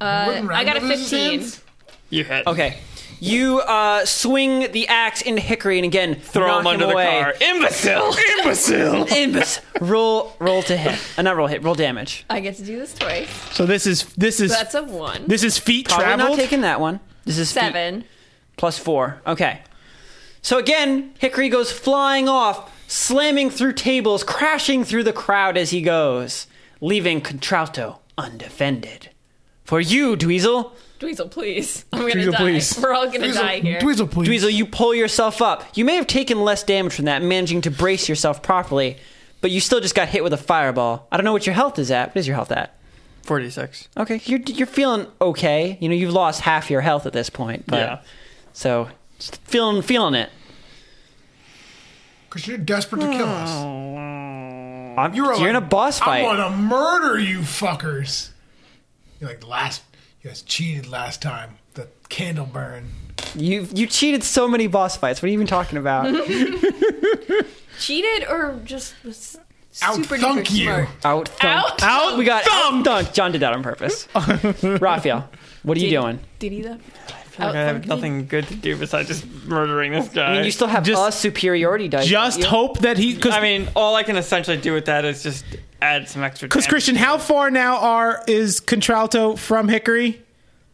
Speaker 5: Wouldn't
Speaker 3: Uh, I got a
Speaker 5: Ragnar lose his
Speaker 3: 15.
Speaker 5: hands?
Speaker 2: You hit.
Speaker 1: Okay. You uh, swing the axe into Hickory and again
Speaker 2: Throw
Speaker 1: knock
Speaker 2: him under the
Speaker 1: away.
Speaker 2: car. Imbecile! Imbecile!
Speaker 1: Imbus. roll, roll to hit. Uh, not roll hit. Roll damage.
Speaker 3: I get to do this twice.
Speaker 4: So this is this is
Speaker 3: That's a one.
Speaker 4: this is feet
Speaker 1: Probably Uh, not
Speaker 4: traveled.
Speaker 1: taking that one. This is feet
Speaker 3: Seven.
Speaker 1: plus four. Okay. So again, Hickory goes flying off, slamming through tables, crashing through the crowd as he goes, leaving Contralto undefended. For you, Dweezil.
Speaker 3: Dweezil, please. I'm gonna
Speaker 4: Dweezil,
Speaker 3: die.
Speaker 4: please.
Speaker 3: We're all gonna die here.
Speaker 5: Dweezil, please.
Speaker 1: Dweezil, you pull yourself up. You may have taken less damage from that, managing to brace yourself properly, but you still just got hit with a fireball. I don't know what your health is at. What is your health at?
Speaker 2: 46.
Speaker 1: Okay, you're you're feeling okay. You know, you've lost half your health at this point. But,
Speaker 2: Yeah.
Speaker 1: So, just feeling feeling it.
Speaker 5: Because you're desperate to kill us.
Speaker 1: I'm,
Speaker 5: You
Speaker 1: you're
Speaker 5: were like,
Speaker 1: in a boss fight.
Speaker 5: I want to murder you fuckers. You're like, last, you guys cheated last time. The candle burn.
Speaker 1: You you cheated so many boss fights. What are you even talking about?
Speaker 3: Cheated or just was super
Speaker 5: Out-thunk
Speaker 3: duper
Speaker 5: you.
Speaker 3: smart?
Speaker 1: out thumped.
Speaker 3: Out-
Speaker 1: We got out thumped. John did that on purpose. Raphael, what are you
Speaker 3: Did-
Speaker 1: doing?
Speaker 3: Did he though?
Speaker 2: I have nothing good to do besides just murdering this guy.
Speaker 1: I mean, you still have
Speaker 4: Just-
Speaker 1: a superiority dice.
Speaker 4: Just
Speaker 1: don't you?
Speaker 4: hope that he. Cause,
Speaker 2: I mean, all I can essentially do with that is just add some extra
Speaker 4: Because
Speaker 2: damage.
Speaker 4: Christian, how far now are is contralto from Hickory?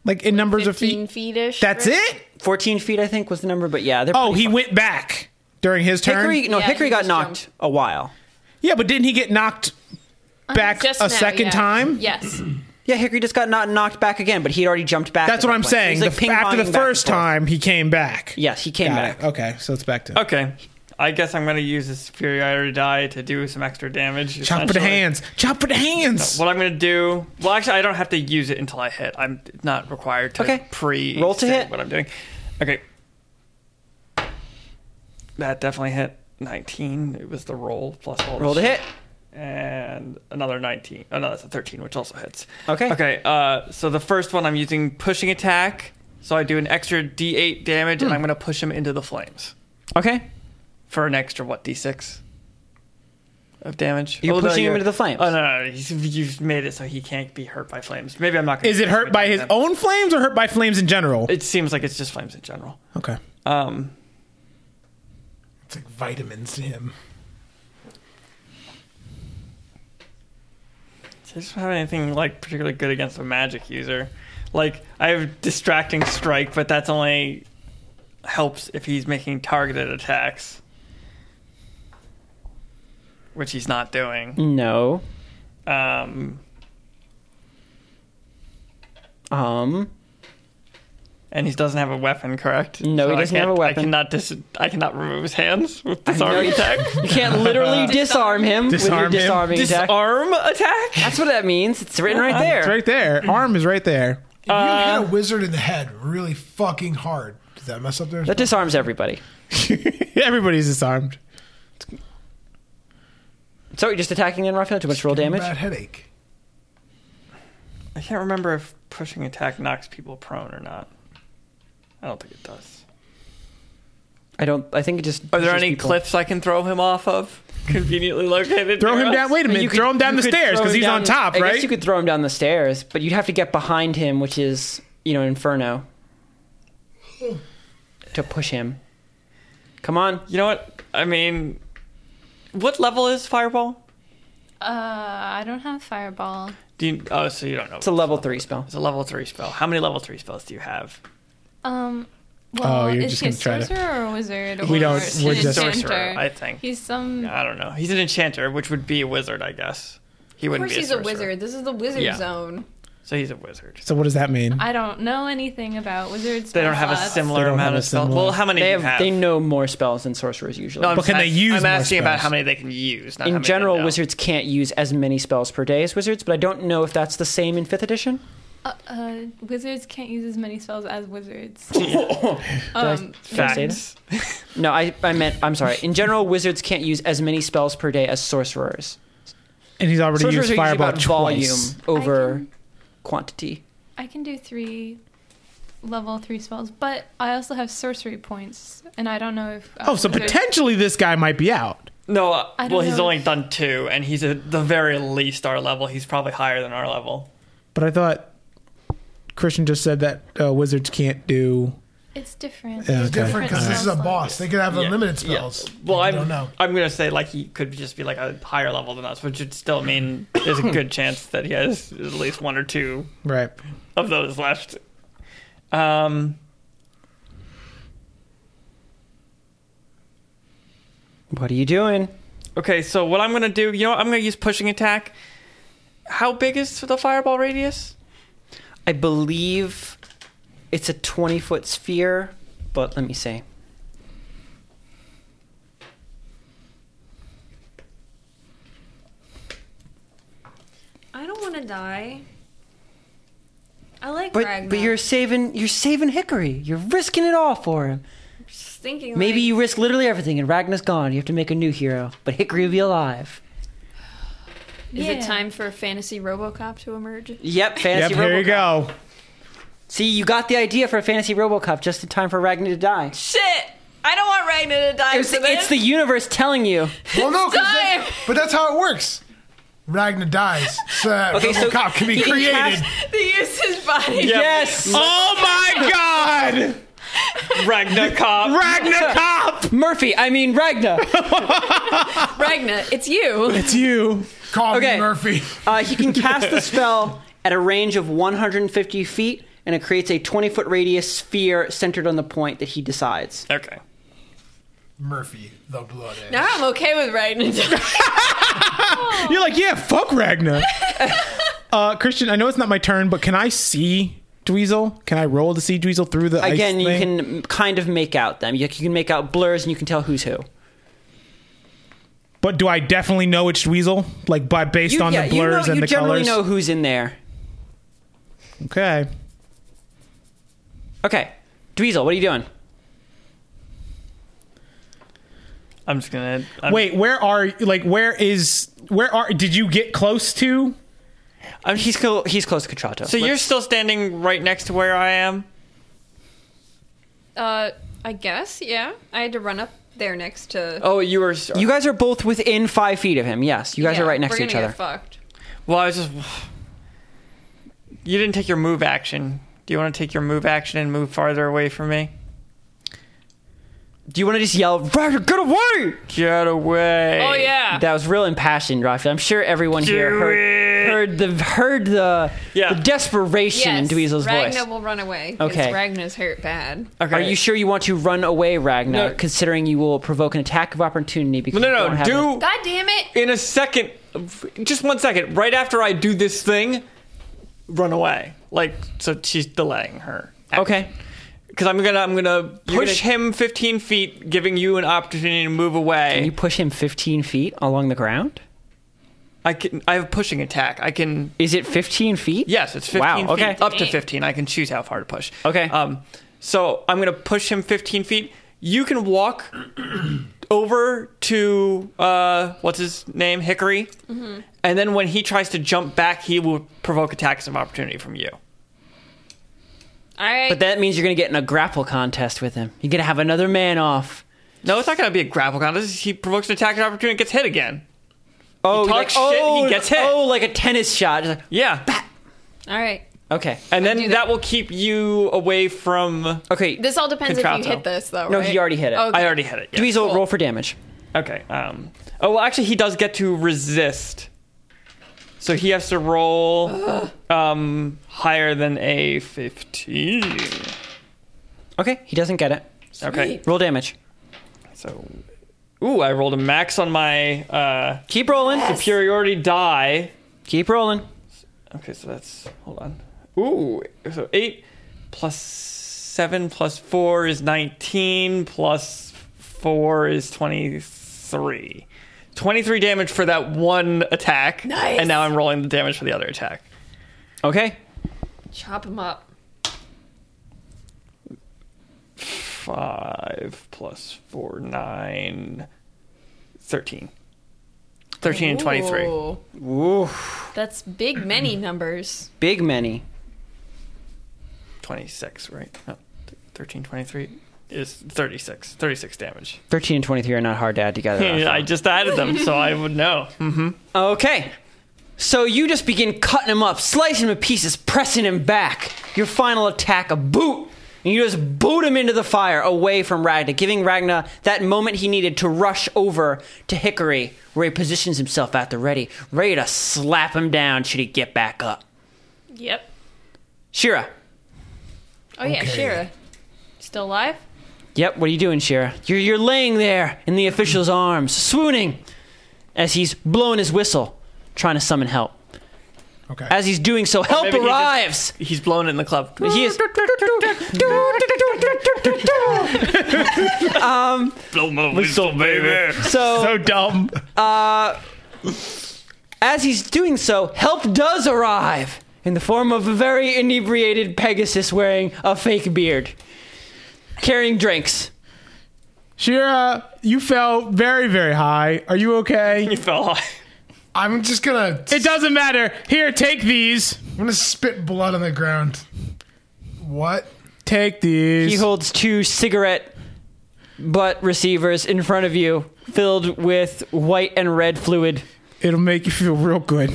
Speaker 4: Like in numbers of
Speaker 3: Fifteen
Speaker 4: feet.
Speaker 3: feetish.
Speaker 4: That's
Speaker 3: right?
Speaker 4: it.
Speaker 1: fourteen feet, I think, was the number. But yeah, they're
Speaker 4: Oh,
Speaker 1: pretty
Speaker 4: he
Speaker 1: far.
Speaker 4: went back during his turn.
Speaker 1: Hickory. No,
Speaker 3: Yeah,
Speaker 1: Hickory
Speaker 3: he
Speaker 1: got
Speaker 3: just
Speaker 1: knocked
Speaker 3: jumped.
Speaker 1: a while.
Speaker 4: Yeah, but didn't he get knocked
Speaker 1: Uh,
Speaker 4: back
Speaker 3: Just
Speaker 4: a
Speaker 3: now,
Speaker 4: second
Speaker 3: yeah.
Speaker 4: time?
Speaker 3: Yes.
Speaker 1: Yeah, Hickory just got not knocked back again, but he'd already jumped back.
Speaker 4: That's
Speaker 1: at
Speaker 4: what
Speaker 1: that
Speaker 4: I'm
Speaker 1: point.
Speaker 4: saying.
Speaker 1: He's, like,
Speaker 4: the, after
Speaker 1: ping-ponging
Speaker 4: the
Speaker 1: back
Speaker 4: first
Speaker 1: and forth.
Speaker 4: time, he came back.
Speaker 1: Yes, he came
Speaker 4: Got
Speaker 1: back.
Speaker 4: it. Okay, so it's back to
Speaker 2: Okay. I guess I'm going to use the superiority die to do some extra damage.
Speaker 4: chop for the
Speaker 2: essentially.
Speaker 4: hands. Chop for the hands.
Speaker 2: What I'm going to do. Well, actually, I don't have to use it until I hit. I'm not required to
Speaker 1: Okay.
Speaker 2: pre
Speaker 1: Roll to
Speaker 2: say
Speaker 1: hit.
Speaker 2: what I'm doing. Okay. That definitely hit 19. It was the roll plus all the
Speaker 1: Roll to hit.
Speaker 2: shit. and another 19. Oh, no, that's a 13, which also hits.
Speaker 1: Okay.
Speaker 2: Okay, uh, so the first one I'm using pushing attack. So I do an extra d8 damage,
Speaker 1: Hmm.
Speaker 2: and I'm going to push him into the flames
Speaker 1: Okay.
Speaker 2: for an extra, what, d6 of damage?
Speaker 1: You're
Speaker 2: no,
Speaker 1: pushing him into the flames.
Speaker 2: Oh, no, no, no. He's, you've made it so he can't be hurt by flames. Maybe I'm not going
Speaker 4: Is it hurt by his own flames or hurt by flames in general?
Speaker 2: It seems like it's just flames in general.
Speaker 4: Okay.
Speaker 2: Um,
Speaker 5: It's like vitamins to him.
Speaker 2: so I just don't have anything like particularly good against a magic user. Like I have distracting strike, but that's only helps if he's making targeted attacks, which he's not doing.
Speaker 1: No.
Speaker 2: Um,
Speaker 1: Um.
Speaker 2: and he doesn't have a weapon, correct?
Speaker 1: No, he
Speaker 2: I
Speaker 1: doesn't have a
Speaker 2: can't-
Speaker 1: weapon.
Speaker 2: I cannot dis- I cannot remove his hands with disarm attack.
Speaker 1: You can't literally disarm him
Speaker 4: Disarm
Speaker 1: with
Speaker 4: him.
Speaker 1: your disarming attack.
Speaker 2: disarm attack.
Speaker 1: That's what that means. It's written right there.
Speaker 4: It's right there. Arm is right there.
Speaker 5: If
Speaker 1: Uh,
Speaker 5: you hit a wizard in the head really fucking hard, does that mess up their?
Speaker 1: That disarms everybody.
Speaker 4: Everybody's disarmed.
Speaker 1: So you're just attacking then, Raphael? Too much roll damage?
Speaker 5: Bad headache.
Speaker 2: I can't remember if pushing attack knocks people prone or not. I don't think it does.
Speaker 1: I don't. I think it just.
Speaker 2: Are there
Speaker 1: pushes
Speaker 2: any
Speaker 1: people.
Speaker 2: cliffs I can throw him off of? Conveniently located.
Speaker 4: Throw
Speaker 2: near
Speaker 4: him
Speaker 2: us?
Speaker 4: down. Wait
Speaker 1: You
Speaker 4: a minute.
Speaker 1: could-
Speaker 4: throw him down
Speaker 1: you
Speaker 4: the
Speaker 1: could
Speaker 4: stairs
Speaker 1: throw
Speaker 4: because
Speaker 1: him
Speaker 4: he's on
Speaker 1: down-
Speaker 4: top,
Speaker 1: I
Speaker 4: right?
Speaker 1: guess you could throw him down the stairs, but you'd have to get behind him, which is you know Inferno, to push him. Come on,
Speaker 2: You know what? I mean, what level is fireball?
Speaker 7: Uh, I don't have fireball.
Speaker 2: Do you, oh, so you don't know.
Speaker 1: it's a level three spell.
Speaker 2: It's a level three spell. How many level three spells do you have?
Speaker 7: Um, well,
Speaker 4: Oh, you're
Speaker 7: is
Speaker 4: just
Speaker 7: he a
Speaker 4: gonna try to-
Speaker 7: sorcerer or a wizard?
Speaker 4: We
Speaker 7: or
Speaker 4: don't-
Speaker 7: an
Speaker 4: we're just-
Speaker 7: enchanter?
Speaker 2: Sorcerer, I think.
Speaker 7: he's some.
Speaker 2: I don't know. He's an enchanter, which would be a wizard, I guess. He
Speaker 3: Of
Speaker 2: wouldn't
Speaker 3: course,
Speaker 2: be a
Speaker 3: he's a
Speaker 2: sorcerer.
Speaker 3: wizard. This is the wizard
Speaker 2: Yeah.
Speaker 3: zone.
Speaker 2: So he's a wizard.
Speaker 4: so what does that mean?
Speaker 7: I don't know anything about wizards.
Speaker 2: They don't have a
Speaker 4: They
Speaker 2: similar
Speaker 4: don't have
Speaker 2: amount
Speaker 4: a
Speaker 2: of spells.
Speaker 4: similar-
Speaker 2: Well, how many
Speaker 1: They
Speaker 2: do you
Speaker 1: have, they know more spells than sorcerers usually.
Speaker 2: I'm
Speaker 4: But can
Speaker 2: just
Speaker 4: they
Speaker 2: ask-
Speaker 4: use
Speaker 2: I'm
Speaker 4: more
Speaker 2: asking about
Speaker 4: spells?
Speaker 2: how many they can use. Not how
Speaker 1: in
Speaker 2: many they
Speaker 1: general,
Speaker 2: know.
Speaker 1: wizards can't use as many spells per day as wizards, but I don't know if that's the same in fifth edition.
Speaker 7: Uh, uh, wizards can't use as many spells as wizards.
Speaker 1: Um,
Speaker 2: facts.
Speaker 1: No, I, I meant I'm sorry. In general, wizards can't use as many spells per day as sorcerers.
Speaker 4: and he's already
Speaker 1: Sorcerers
Speaker 4: used
Speaker 1: are usually
Speaker 4: fireball
Speaker 1: about
Speaker 4: twice.
Speaker 1: volume over
Speaker 7: I can-
Speaker 1: quantity.
Speaker 7: I can do three level three spells, but I also have sorcery points, and I don't know if. uh,
Speaker 4: Oh, so
Speaker 7: wizards-
Speaker 4: potentially this guy might be out.
Speaker 2: No, uh,
Speaker 7: I don't
Speaker 2: well, he's
Speaker 7: know
Speaker 2: only
Speaker 7: if-
Speaker 2: done two, and he's at the very least our level. He's probably higher than our level.
Speaker 4: But I thought Christian just said that uh, wizards can't do.
Speaker 7: It's different.
Speaker 4: Yeah,
Speaker 7: There's
Speaker 4: okay.
Speaker 5: Different because this is a
Speaker 7: spells.
Speaker 5: boss. They could have
Speaker 2: Yeah.
Speaker 5: unlimited
Speaker 2: Yeah.
Speaker 5: spells.
Speaker 2: Well,
Speaker 5: I
Speaker 2: I'm,
Speaker 5: don't know.
Speaker 2: I'm gonna say like he could just be like a higher level than us, which would still mean there's a good chance that he has at least one or two
Speaker 4: Right.
Speaker 2: of those left. Um,
Speaker 1: What are you doing?
Speaker 2: okay, so what I'm gonna do, you know, what? I'm gonna use pushing attack. How big is the fireball radius?
Speaker 1: I believe it's a 20 foot sphere, but let me see.
Speaker 3: I don't want to die. I like
Speaker 1: But
Speaker 3: Ragnar.
Speaker 1: but you're saving you're saving Hickory. You're risking it all for him.
Speaker 3: Just thinking.
Speaker 1: Maybe
Speaker 3: like,
Speaker 1: you risk literally everything and Ragnar's gone. You have to make a new hero, but Hickory will be alive.
Speaker 3: Is it
Speaker 7: Yeah.
Speaker 3: time for fantasy RoboCop to emerge?
Speaker 1: Yep, fantasy
Speaker 4: yep. Here you
Speaker 1: RoboCop.
Speaker 4: go.
Speaker 1: See, you got the idea for a fantasy RoboCop just in time for Ragnar to die.
Speaker 3: Shit! I don't want Ragnar to die.
Speaker 1: It's, it's the universe telling you.
Speaker 5: Well, no, 'cause that-
Speaker 3: time!
Speaker 5: but that's how it works. Ragnar dies, so that
Speaker 1: Okay, so
Speaker 5: RoboCop can be
Speaker 1: he can
Speaker 5: created.
Speaker 1: cast-
Speaker 3: They use his body.
Speaker 1: Yes,
Speaker 4: Oh my God,
Speaker 2: Ragnar Cobb.
Speaker 4: Ragnar Cop!
Speaker 1: Murphy. I mean Ragnar.
Speaker 3: Ragnar, it's you.
Speaker 4: It's you.
Speaker 5: Call
Speaker 1: Okay.
Speaker 5: me Murphy.
Speaker 1: Uh, he can cast the spell at a range of 150 feet, and it creates a 20 foot radius sphere centered on the point that he decides.
Speaker 2: Okay.
Speaker 5: Murphy, the blood. Edge.
Speaker 3: Now I'm okay with Ragnar dying.
Speaker 4: You're like, yeah, fuck Ragnar. uh, Christian, I know it's not my turn, but can I see Dweezil? Can I roll to see Dweezil through the
Speaker 1: Again,
Speaker 4: ice
Speaker 1: you
Speaker 4: thing?
Speaker 1: can kind of make out them. You, you can make out blurs, and you can tell who's who.
Speaker 4: But do I definitely know it's Dweezil? Like, by based
Speaker 1: You,
Speaker 4: on
Speaker 1: yeah,
Speaker 4: the
Speaker 1: you know-
Speaker 4: blurs
Speaker 1: you
Speaker 4: and the
Speaker 1: generally
Speaker 4: colors.
Speaker 1: know who's in there.
Speaker 4: Okay.
Speaker 1: Okay, Dweezil, what are you doing?
Speaker 2: I'm just gonna I'm,
Speaker 4: Wait, where are like where is where are did you get close to?
Speaker 1: I'm, he's clo- he's close to Contrato.
Speaker 2: So you're still standing right next to where I am.
Speaker 3: Uh, I guess, yeah. I had to run up there next to.
Speaker 2: Oh, you were.
Speaker 1: you guys are both within five feet of him. Yes, you guys
Speaker 3: Yeah,
Speaker 1: are right next
Speaker 3: we're
Speaker 1: to each
Speaker 3: gonna
Speaker 1: other.
Speaker 3: get fucked.
Speaker 2: Well, I was just. You didn't take your move action. Do you want to take your move action and move farther away from me?
Speaker 1: Do you want to just yell, "Ragnar, get away"?
Speaker 2: Get away!
Speaker 3: Oh, yeah.
Speaker 1: That was real impassioned, Raphael. I'm sure everyone here
Speaker 2: Do
Speaker 1: heard,
Speaker 2: it.
Speaker 1: heard the heard the,
Speaker 2: Yeah.
Speaker 1: the desperation in Dweezil's
Speaker 3: Ragnar
Speaker 1: voice.
Speaker 3: will run away.
Speaker 1: Okay.
Speaker 3: Okay. Ragnar's hurt bad.
Speaker 2: Okay.
Speaker 1: Are you sure you want to run away, Ragnar?
Speaker 2: No.
Speaker 1: Considering you will provoke an attack of opportunity because
Speaker 2: No,
Speaker 1: you don't
Speaker 2: no, no.
Speaker 1: have
Speaker 2: Do
Speaker 3: God damn it!
Speaker 2: in a second. Just one second. Right after I do this thing, run away. Like so, she's delaying her.
Speaker 1: a- okay.
Speaker 2: Because I'm gonna, I'm gonna
Speaker 1: You're
Speaker 2: push him 15 feet, giving you an opportunity to move away.
Speaker 1: You push him 15 feet along the ground.
Speaker 2: I can. I have pushing attack. I can.
Speaker 1: Is it 15 feet?
Speaker 2: Yes, it's fifteen.
Speaker 1: Wow, okay.
Speaker 2: Feet, up to fifteen. I can choose how far to push.
Speaker 1: Okay.
Speaker 2: Um. So I'm gonna push him fifteen feet. You can walk over to uh, what's his name, Hickory, and then when he tries to jump back, he will provoke attacks of opportunity from you.
Speaker 3: All right.
Speaker 1: But that means you're going to get in a grapple contest with him. You're going to have another man off.
Speaker 2: No, it's not gonna be a grapple contest. He provokes an attack of opportunity, and gets hit again.
Speaker 1: Oh,
Speaker 2: talk
Speaker 1: like,
Speaker 2: shit, he
Speaker 1: oh,
Speaker 2: gets hit.
Speaker 1: Oh, like a tennis shot. Just like-
Speaker 2: Yeah.
Speaker 3: All right.
Speaker 1: okay.
Speaker 2: And then
Speaker 3: do
Speaker 2: that.
Speaker 3: that.
Speaker 2: will keep you away from.
Speaker 1: Okay.
Speaker 3: This all depends if
Speaker 2: Contralto.
Speaker 3: you hit this, though.
Speaker 1: No,
Speaker 3: right?
Speaker 1: he already hit it.
Speaker 3: Okay.
Speaker 2: I already had it. yeah.
Speaker 1: Dweezil,
Speaker 3: cool.
Speaker 1: roll for damage.
Speaker 2: Okay. Um. Oh well, actually, he does get to resist, so he has to roll um higher than a fifteen.
Speaker 1: Okay, he doesn't get it.
Speaker 2: Okay.
Speaker 1: Roll damage.
Speaker 2: So, ooh, I rolled a max on my uh
Speaker 1: Keep rolling.
Speaker 2: superiority die.
Speaker 1: Keep rolling.
Speaker 2: Okay, so that's hold on. Ooh, so eight plus seven plus four is nineteen plus four is twenty-three. Twenty-three damage for that one attack,
Speaker 3: Nice.
Speaker 2: and now I'm rolling the damage for the other attack.
Speaker 1: Okay.
Speaker 3: chop him up.
Speaker 2: Five plus four, nine, thirteen. Thirteen and twenty-three.
Speaker 3: Ooh,
Speaker 1: Ooh,
Speaker 3: that's big. Many numbers.
Speaker 1: big many.
Speaker 2: Twenty-six, right? No, th- Thirteen, twenty-three is thirty-six. Thirty-six damage.
Speaker 1: 13 and 23 are not hard to add together. Raphael.
Speaker 2: I just added them, so I would know.
Speaker 1: Okay. So you just begin cutting him up, slicing him to pieces, pressing him back. Your final attack, a boot. And you just boot him into the fire away from Ragna, giving Ragna that moment he needed to rush over to Hickory, where he positions himself at the ready, ready to slap him down should he get back up.
Speaker 3: Yep.
Speaker 1: Shira.
Speaker 3: Oh yeah, Shira, still alive?
Speaker 1: Yep, what are you doing, Shira? You're, you're laying there in the official's arms, swooning as he's blowing his whistle, trying to summon help.
Speaker 5: Okay.
Speaker 1: As he's doing so, help
Speaker 2: Maybe he just-
Speaker 1: arrives!
Speaker 2: He's blown in the club.
Speaker 1: He is.
Speaker 2: blown my whistle, baby.
Speaker 1: Um, So, uh,
Speaker 4: dumb.
Speaker 1: as he's doing so, help does arrive in the form of a very inebriated Pegasus wearing a fake beard, carrying drinks.
Speaker 4: Shira, you fell very, very high. Are you okay?
Speaker 2: He fell off.
Speaker 5: I'm just gonna
Speaker 4: It doesn't matter. Here, take these.
Speaker 5: I'm gonna spit blood on the ground. What?
Speaker 4: Take these.
Speaker 1: He holds two cigarette butt receivers in front of you, filled with white and red fluid.
Speaker 4: It'll make you feel real good.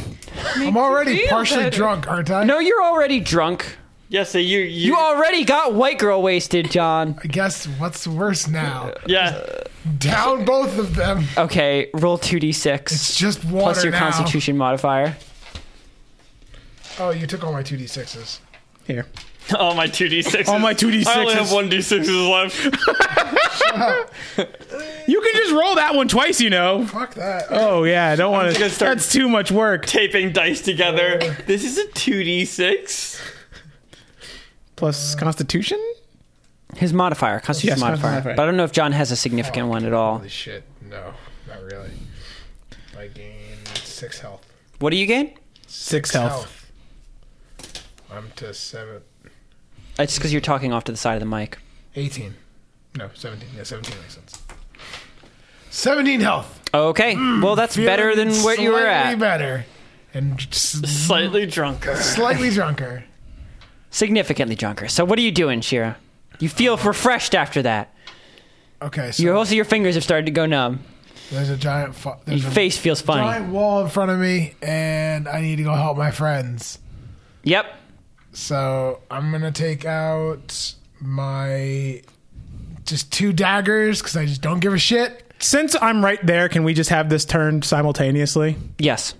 Speaker 5: I'm already
Speaker 3: feel
Speaker 5: partially
Speaker 3: better.
Speaker 5: drunk, aren't I?
Speaker 1: No, you're already drunk.
Speaker 2: Yeah, so you you,
Speaker 1: You already got white girl wasted, John.
Speaker 5: I guess what's worse now?
Speaker 2: yeah.
Speaker 5: Down both of them.
Speaker 1: Okay, roll 2d6
Speaker 5: It's just water
Speaker 1: Oh. plus your
Speaker 5: now.
Speaker 1: constitution modifier.
Speaker 5: Oh, you took all my two d sixes.
Speaker 4: Here.
Speaker 2: All my two d sixes.
Speaker 4: All my
Speaker 2: I only have
Speaker 4: 2d6s.
Speaker 2: one d sixes left.
Speaker 4: You can just roll that one twice, you know.
Speaker 5: Fuck that.
Speaker 4: Oh, yeah. I don't want to.
Speaker 2: gonna start-
Speaker 4: That's too much work.
Speaker 2: Taping dice together. This is a two d six.
Speaker 4: Plus Constitution?
Speaker 1: His modifier, constitution
Speaker 4: Yes,
Speaker 1: modifier.
Speaker 4: modifier.
Speaker 1: But I don't know if John has a significant one at all.
Speaker 5: Holy shit. No, not really. I gained six health.
Speaker 1: What do you gain?
Speaker 4: Six health.
Speaker 5: I'm to seven.
Speaker 1: It's because you're talking off to the side of the mic.
Speaker 5: 18. No, 17. Yeah, 17 makes sense. 17 health.
Speaker 1: Okay. well, that's better than
Speaker 5: Mm, Feeling
Speaker 1: where you were
Speaker 5: Slightly
Speaker 1: at.
Speaker 5: better. And s-
Speaker 2: Slightly drunker.
Speaker 5: slightly drunker.
Speaker 1: Significantly drunker. So what are you doing, Shira? You feel refreshed after that.
Speaker 5: Okay, so
Speaker 1: You also your fingers have started to go numb.
Speaker 5: there's a giant fu- there's
Speaker 1: Your
Speaker 5: a
Speaker 1: face feels funny.
Speaker 5: giant wall in front of me, and I need to go help my friends.
Speaker 1: Yep.
Speaker 5: So I'm gonna take out my just two daggers because I just don't give a shit.
Speaker 4: Since I'm right there, can we just have this turned simultaneously?
Speaker 1: Yes.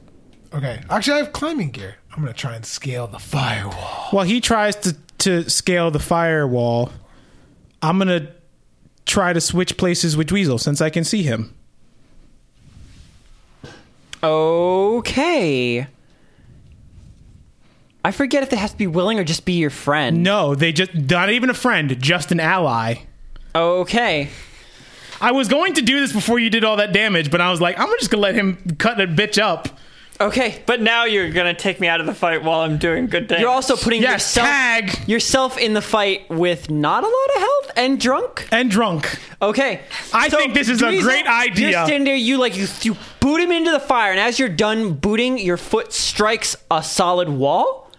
Speaker 5: Okay, actually I have climbing gear. I'm gonna try and scale the firewall.
Speaker 4: While he tries to, to scale the firewall, I'm going to try to switch places with Dweezil since I can see him.
Speaker 1: Okay. I forget if it has to be willing or just be your friend.
Speaker 4: No, they just, not even a friend, just an ally.
Speaker 1: Okay.
Speaker 4: I was going to do this before you did all that damage, but I was like, I'm just going to let him cut that bitch up.
Speaker 1: Okay.
Speaker 2: But now you're gonna take me out of the fight while I'm doing good things.
Speaker 1: You're also putting
Speaker 4: Yes,
Speaker 1: yourself
Speaker 4: tag
Speaker 1: yourself in the fight with not a lot of health and drunk.
Speaker 4: and drunk.
Speaker 1: Okay.
Speaker 4: I think this is a
Speaker 1: Dweezil,
Speaker 4: great idea.
Speaker 1: You're standing there, you like you, you boot him into the fire, and as you're done booting, your foot strikes a solid wall,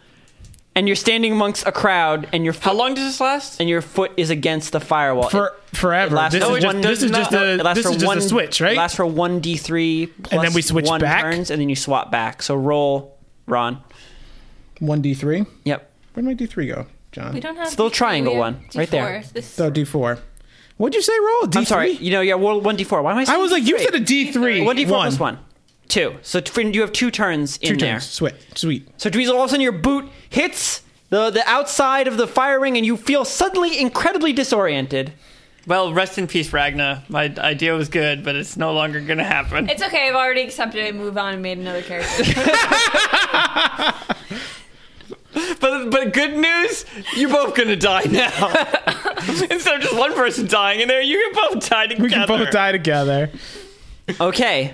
Speaker 1: and you're standing amongst a crowd, and your foot,
Speaker 2: How long does this last?
Speaker 1: and your foot is against the firewall.
Speaker 4: For- forever. This
Speaker 1: for
Speaker 2: is just- this is just
Speaker 4: a-
Speaker 1: it lasts
Speaker 4: this
Speaker 1: for
Speaker 4: is just a
Speaker 1: one,
Speaker 4: switch, right?
Speaker 1: It lasts for one d three,
Speaker 4: And then we switch
Speaker 1: one
Speaker 4: back?
Speaker 1: turns, and then you swap back. So roll, Ron.
Speaker 4: One d three.
Speaker 1: Yep.
Speaker 4: Where'd my d three go, John?
Speaker 7: We don't have
Speaker 1: It's the little
Speaker 7: D4,
Speaker 1: triangle
Speaker 7: we have
Speaker 1: one, right there.
Speaker 7: D4. This
Speaker 4: So d four. What'd you say? Roll d
Speaker 1: I'm sorry.
Speaker 4: three.
Speaker 1: You know, yeah, roll one d four. Why am I?
Speaker 4: I
Speaker 1: saying
Speaker 4: was like, you
Speaker 1: D3?
Speaker 4: said a d three.
Speaker 1: one d four plus one, two. So t- you have two turns in
Speaker 4: Two
Speaker 1: there.
Speaker 4: turns. Sweet. Sweet.
Speaker 1: So Dweezil, all of a sudden your boot hits the, the outside of the fire ring and you feel suddenly incredibly disoriented.
Speaker 2: Well, rest in peace, Ragna. My idea was good, but it's no longer gonna happen.
Speaker 3: It's okay. I've already accepted it. Move on and made another character.
Speaker 2: But but good news, you're both gonna die now. Instead of just one person dying in there, you can both die together.
Speaker 4: We can both die together.
Speaker 1: Okay.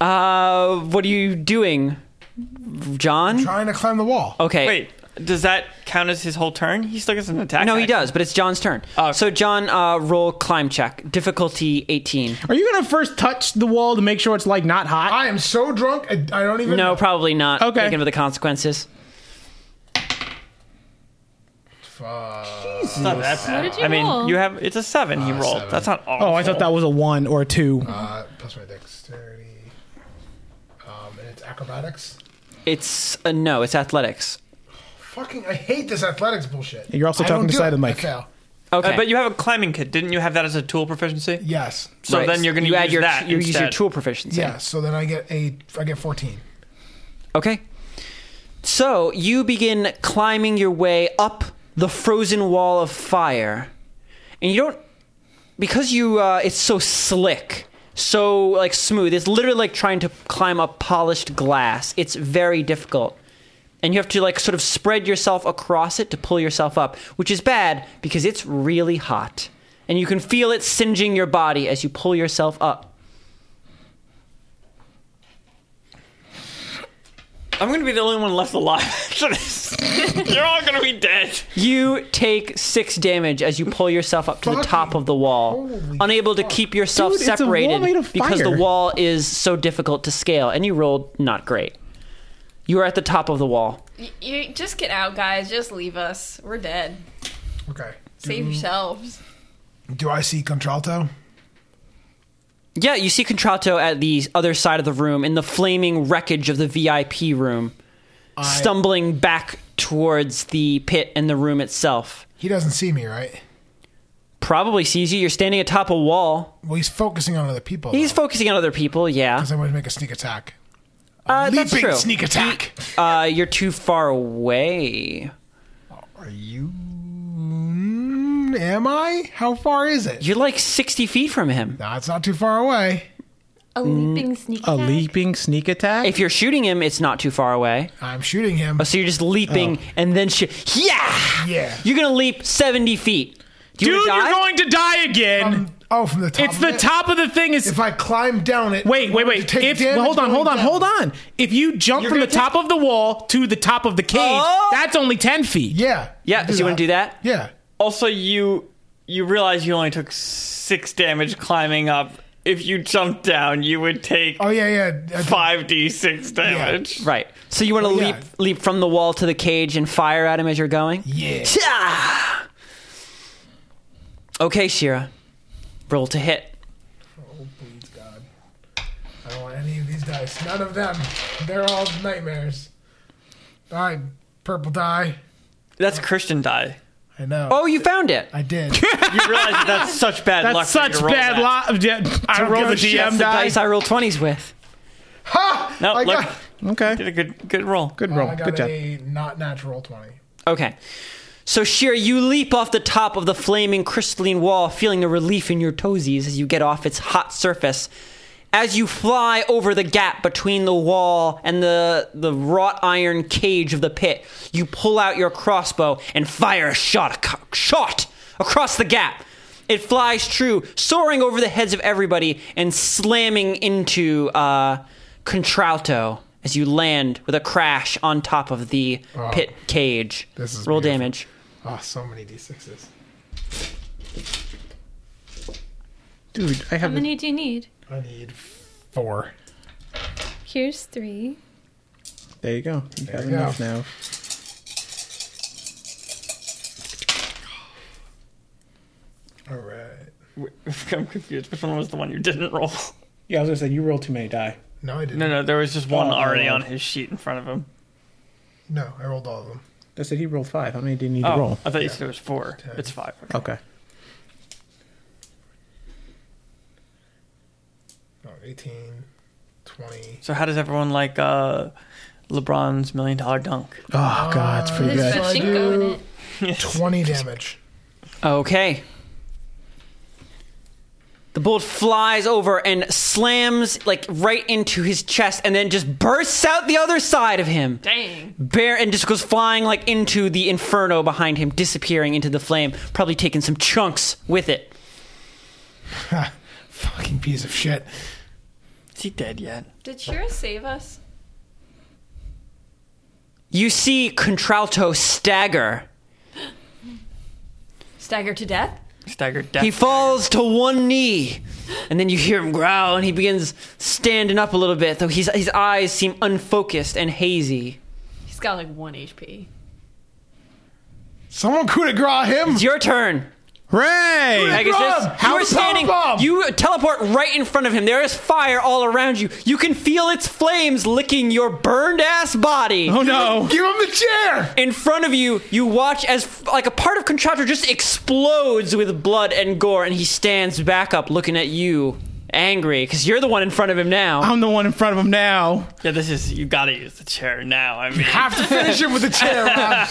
Speaker 1: Uh, what are you doing, John?
Speaker 5: Trying to climb the wall.
Speaker 1: Okay.
Speaker 2: Wait, does that count as his whole turn? He still gets an attack.
Speaker 1: No, he
Speaker 2: action.
Speaker 1: does, but it's John's turn.
Speaker 2: Oh.
Speaker 1: So John, uh, roll climb check, difficulty eighteen.
Speaker 4: Are you gonna first touch the wall to make sure it's like not hot?
Speaker 5: I am so drunk. I, I don't even.
Speaker 1: No, probably not.
Speaker 4: Okay.
Speaker 1: Thinking of the consequences.
Speaker 2: It's not that bad.
Speaker 7: did you
Speaker 2: I mean,
Speaker 7: roll?
Speaker 2: you have it's a seven. He rolled.
Speaker 5: seven.
Speaker 2: That's not awful.
Speaker 4: oh, I thought that was a one or a two.
Speaker 5: Uh, plus my dexterity. Um, and it's acrobatics.
Speaker 1: It's uh, no, it's athletics.
Speaker 5: Fucking, I hate this athletics bullshit.
Speaker 4: You're also
Speaker 5: I don't
Speaker 4: talking to
Speaker 5: do
Speaker 4: side
Speaker 5: it.
Speaker 4: of the mic.
Speaker 5: I fail.
Speaker 1: Okay.
Speaker 2: Uh, but you have a climbing kit. Didn't you have that as a tool proficiency?
Speaker 5: Yes.
Speaker 2: So
Speaker 1: Right.
Speaker 2: then you're going to
Speaker 1: you
Speaker 2: use
Speaker 1: add your
Speaker 2: that
Speaker 1: you use your
Speaker 2: instead.
Speaker 1: tool proficiency.
Speaker 5: Yeah. So then I get a, I get 14.
Speaker 1: Okay. So you begin climbing your way up the frozen wall of fire, and you don't because you uh, it's so slick, so like smooth. It's literally like trying to climb up polished glass. It's very difficult. And you have to like sort of spread yourself across it to pull yourself up, which is bad because it's really hot. And you can feel it singeing your body as you pull yourself up.
Speaker 2: I'm going to be the only one left alive after this. you're all going to be dead.
Speaker 1: You take six damage as you pull yourself up to the top of the wall,
Speaker 5: Holy
Speaker 1: unable to keep yourself
Speaker 4: Dude, it's a wall
Speaker 1: separated
Speaker 4: made of
Speaker 1: because the
Speaker 4: fire.
Speaker 1: wall is so difficult to scale. And you rolled not great. You are at the top of the wall.
Speaker 3: you, you just get out, guys. Just leave us. We're dead.
Speaker 5: Okay.
Speaker 3: Save yourselves.
Speaker 5: Do I see contralto?
Speaker 1: Yeah, you see Contralto at the other side of the room in the flaming wreckage of the VIP room, stumbling back towards the pit and the room itself.
Speaker 5: He doesn't see me, right?
Speaker 1: Probably sees you. You're standing atop a wall.
Speaker 5: Well, he's focusing on other people.
Speaker 1: He's focusing on other people. Yeah,
Speaker 5: Because I'm going to make a sneak attack.
Speaker 1: uh, that's
Speaker 5: Leaping
Speaker 1: true.
Speaker 5: sneak attack.
Speaker 1: Uh, you're too far away.
Speaker 5: Are you? Mm, Am I? How far is it?
Speaker 1: You're like 60 feet from him.
Speaker 5: Nah, it's not too far away.
Speaker 7: a leaping sneak
Speaker 4: Mm. A
Speaker 7: attack.
Speaker 4: leaping sneak attack.
Speaker 1: If you're shooting him, it's not too far away. Oh,
Speaker 5: I'm shooting him.
Speaker 1: So you're just leaping
Speaker 4: Oh.
Speaker 1: and then shoot. Yeah!
Speaker 5: Yeah.
Speaker 1: You're going to leap 70 feet. Do you
Speaker 4: Dude,
Speaker 1: wanna
Speaker 4: you're
Speaker 1: die?
Speaker 4: going to die again.
Speaker 5: Um, oh, from the top.
Speaker 4: it's
Speaker 5: of
Speaker 4: the
Speaker 5: it?
Speaker 4: top of the thing. Is
Speaker 5: If I climb down it.
Speaker 4: Wait,
Speaker 5: I'm
Speaker 4: wait,
Speaker 5: going to
Speaker 4: wait.
Speaker 5: take
Speaker 4: If
Speaker 5: damage
Speaker 4: well, hold on,
Speaker 5: going
Speaker 4: hold on,
Speaker 5: down.
Speaker 4: hold on. If you jump from the top of the wall to the top of the cage,
Speaker 1: Oh!
Speaker 4: that's only ten feet.
Speaker 5: Yeah.
Speaker 1: Yeah, so you want to do that?
Speaker 5: Yeah.
Speaker 2: Also, you you realize you only took six damage climbing up. If you jumped down, you would take
Speaker 5: Oh yeah, yeah. I-
Speaker 2: five d six damage.
Speaker 1: Right. So you want to
Speaker 5: yeah.
Speaker 1: leap leap from the wall to the cage and fire at him as you're going?
Speaker 5: Yeah.
Speaker 1: Yeah. Okay, Shira. Roll to hit.
Speaker 5: Oh please, God. I don't want any of these dice. None of them. They're all nightmares. All right, purple die.
Speaker 2: That's Christian die.
Speaker 5: I know.
Speaker 1: Oh, you found it.
Speaker 5: I did.
Speaker 2: You realize that that's such bad
Speaker 4: That's
Speaker 2: luck. for you to
Speaker 4: such
Speaker 2: roll
Speaker 4: bad
Speaker 2: that.
Speaker 4: luck. Yeah, I rolled
Speaker 5: give
Speaker 4: the
Speaker 5: a shit.
Speaker 1: That's
Speaker 4: GM
Speaker 1: the
Speaker 4: die.
Speaker 1: dice I rolled 20s with.
Speaker 5: ha!
Speaker 2: No,
Speaker 5: I
Speaker 2: look,
Speaker 5: got,
Speaker 2: did
Speaker 4: Okay,
Speaker 2: a good good roll.
Speaker 4: good roll.
Speaker 5: I got
Speaker 4: Good job.
Speaker 5: a not natural twenty.
Speaker 1: Okay. So, Shira, you leap off the top of the flaming crystalline wall, feeling a relief in your toesies as you get off its hot surface. As you fly over the gap between the wall and the, the wrought iron cage of the pit, you pull out your crossbow and fire a shot, ac- shot across the gap. It flies true, soaring over the heads of everybody and slamming into uh, Contralto as you land with a crash on top of the pit cage.
Speaker 5: This is
Speaker 1: Roll
Speaker 5: beautiful.
Speaker 1: damage.
Speaker 5: Oh, so many d6s.
Speaker 4: Dude, I
Speaker 7: How
Speaker 4: have
Speaker 7: many do you need?
Speaker 5: I need four.
Speaker 7: Here's three.
Speaker 4: There you go. You have
Speaker 5: you go.
Speaker 4: enough now.
Speaker 5: All right.
Speaker 2: I'm confused. Which one was the one you didn't roll?
Speaker 4: Yeah, I was gonna say you rolled too many die.
Speaker 5: No, I didn't.
Speaker 2: No, no, there was just one
Speaker 4: Oh,
Speaker 2: already
Speaker 4: oh.
Speaker 2: on his sheet in front of him.
Speaker 5: No, I rolled all of them.
Speaker 4: I said he rolled five. How many did you need
Speaker 2: Oh,
Speaker 4: to roll?
Speaker 2: I thought you said it was four. It's five. Okay.
Speaker 4: Okay.
Speaker 5: Oh, 18, 20.
Speaker 2: So how does everyone like uh, LeBron's million dollar dunk?
Speaker 4: Oh god, it's pretty
Speaker 7: There's
Speaker 4: good.
Speaker 5: I
Speaker 7: pachinko in
Speaker 5: do-
Speaker 7: it.
Speaker 5: 20 damage.
Speaker 1: Okay. The bolt flies over and slams like right into his chest and then just bursts out the other side of him.
Speaker 3: Dang.
Speaker 1: Bear and just goes flying like into the inferno behind him, disappearing into the flame, probably taking some chunks with it.
Speaker 5: Fucking piece of shit.
Speaker 2: Is he dead yet?
Speaker 3: Did Shira save us?
Speaker 1: You see Contralto stagger.
Speaker 3: Stagger to death?
Speaker 2: Staggered death.
Speaker 1: He falls to one knee, and then you hear him growl, and he begins standing up a little bit, though his, his eyes seem unfocused and hazy.
Speaker 3: He's got like one HP.
Speaker 5: Someone coup de grace him!
Speaker 1: It's your turn.
Speaker 4: Hooray!
Speaker 1: Pegasus,
Speaker 5: Rob,
Speaker 1: you
Speaker 5: do
Speaker 1: are
Speaker 5: a
Speaker 1: standing.
Speaker 5: power bomb.
Speaker 1: You teleport right in front of him. There is fire all around you. You can feel its flames licking your burned ass body.
Speaker 4: Oh no!
Speaker 5: Give him the chair!
Speaker 1: In front of you, you watch as like a part of Contractor just explodes with blood and gore, and he stands back up, looking at you, angry because you're the one in front of him now.
Speaker 4: I'm the one in front of him now.
Speaker 2: yeah, this is you gotta use the chair now. I mean,
Speaker 5: Have to finish him with the chair, Rob.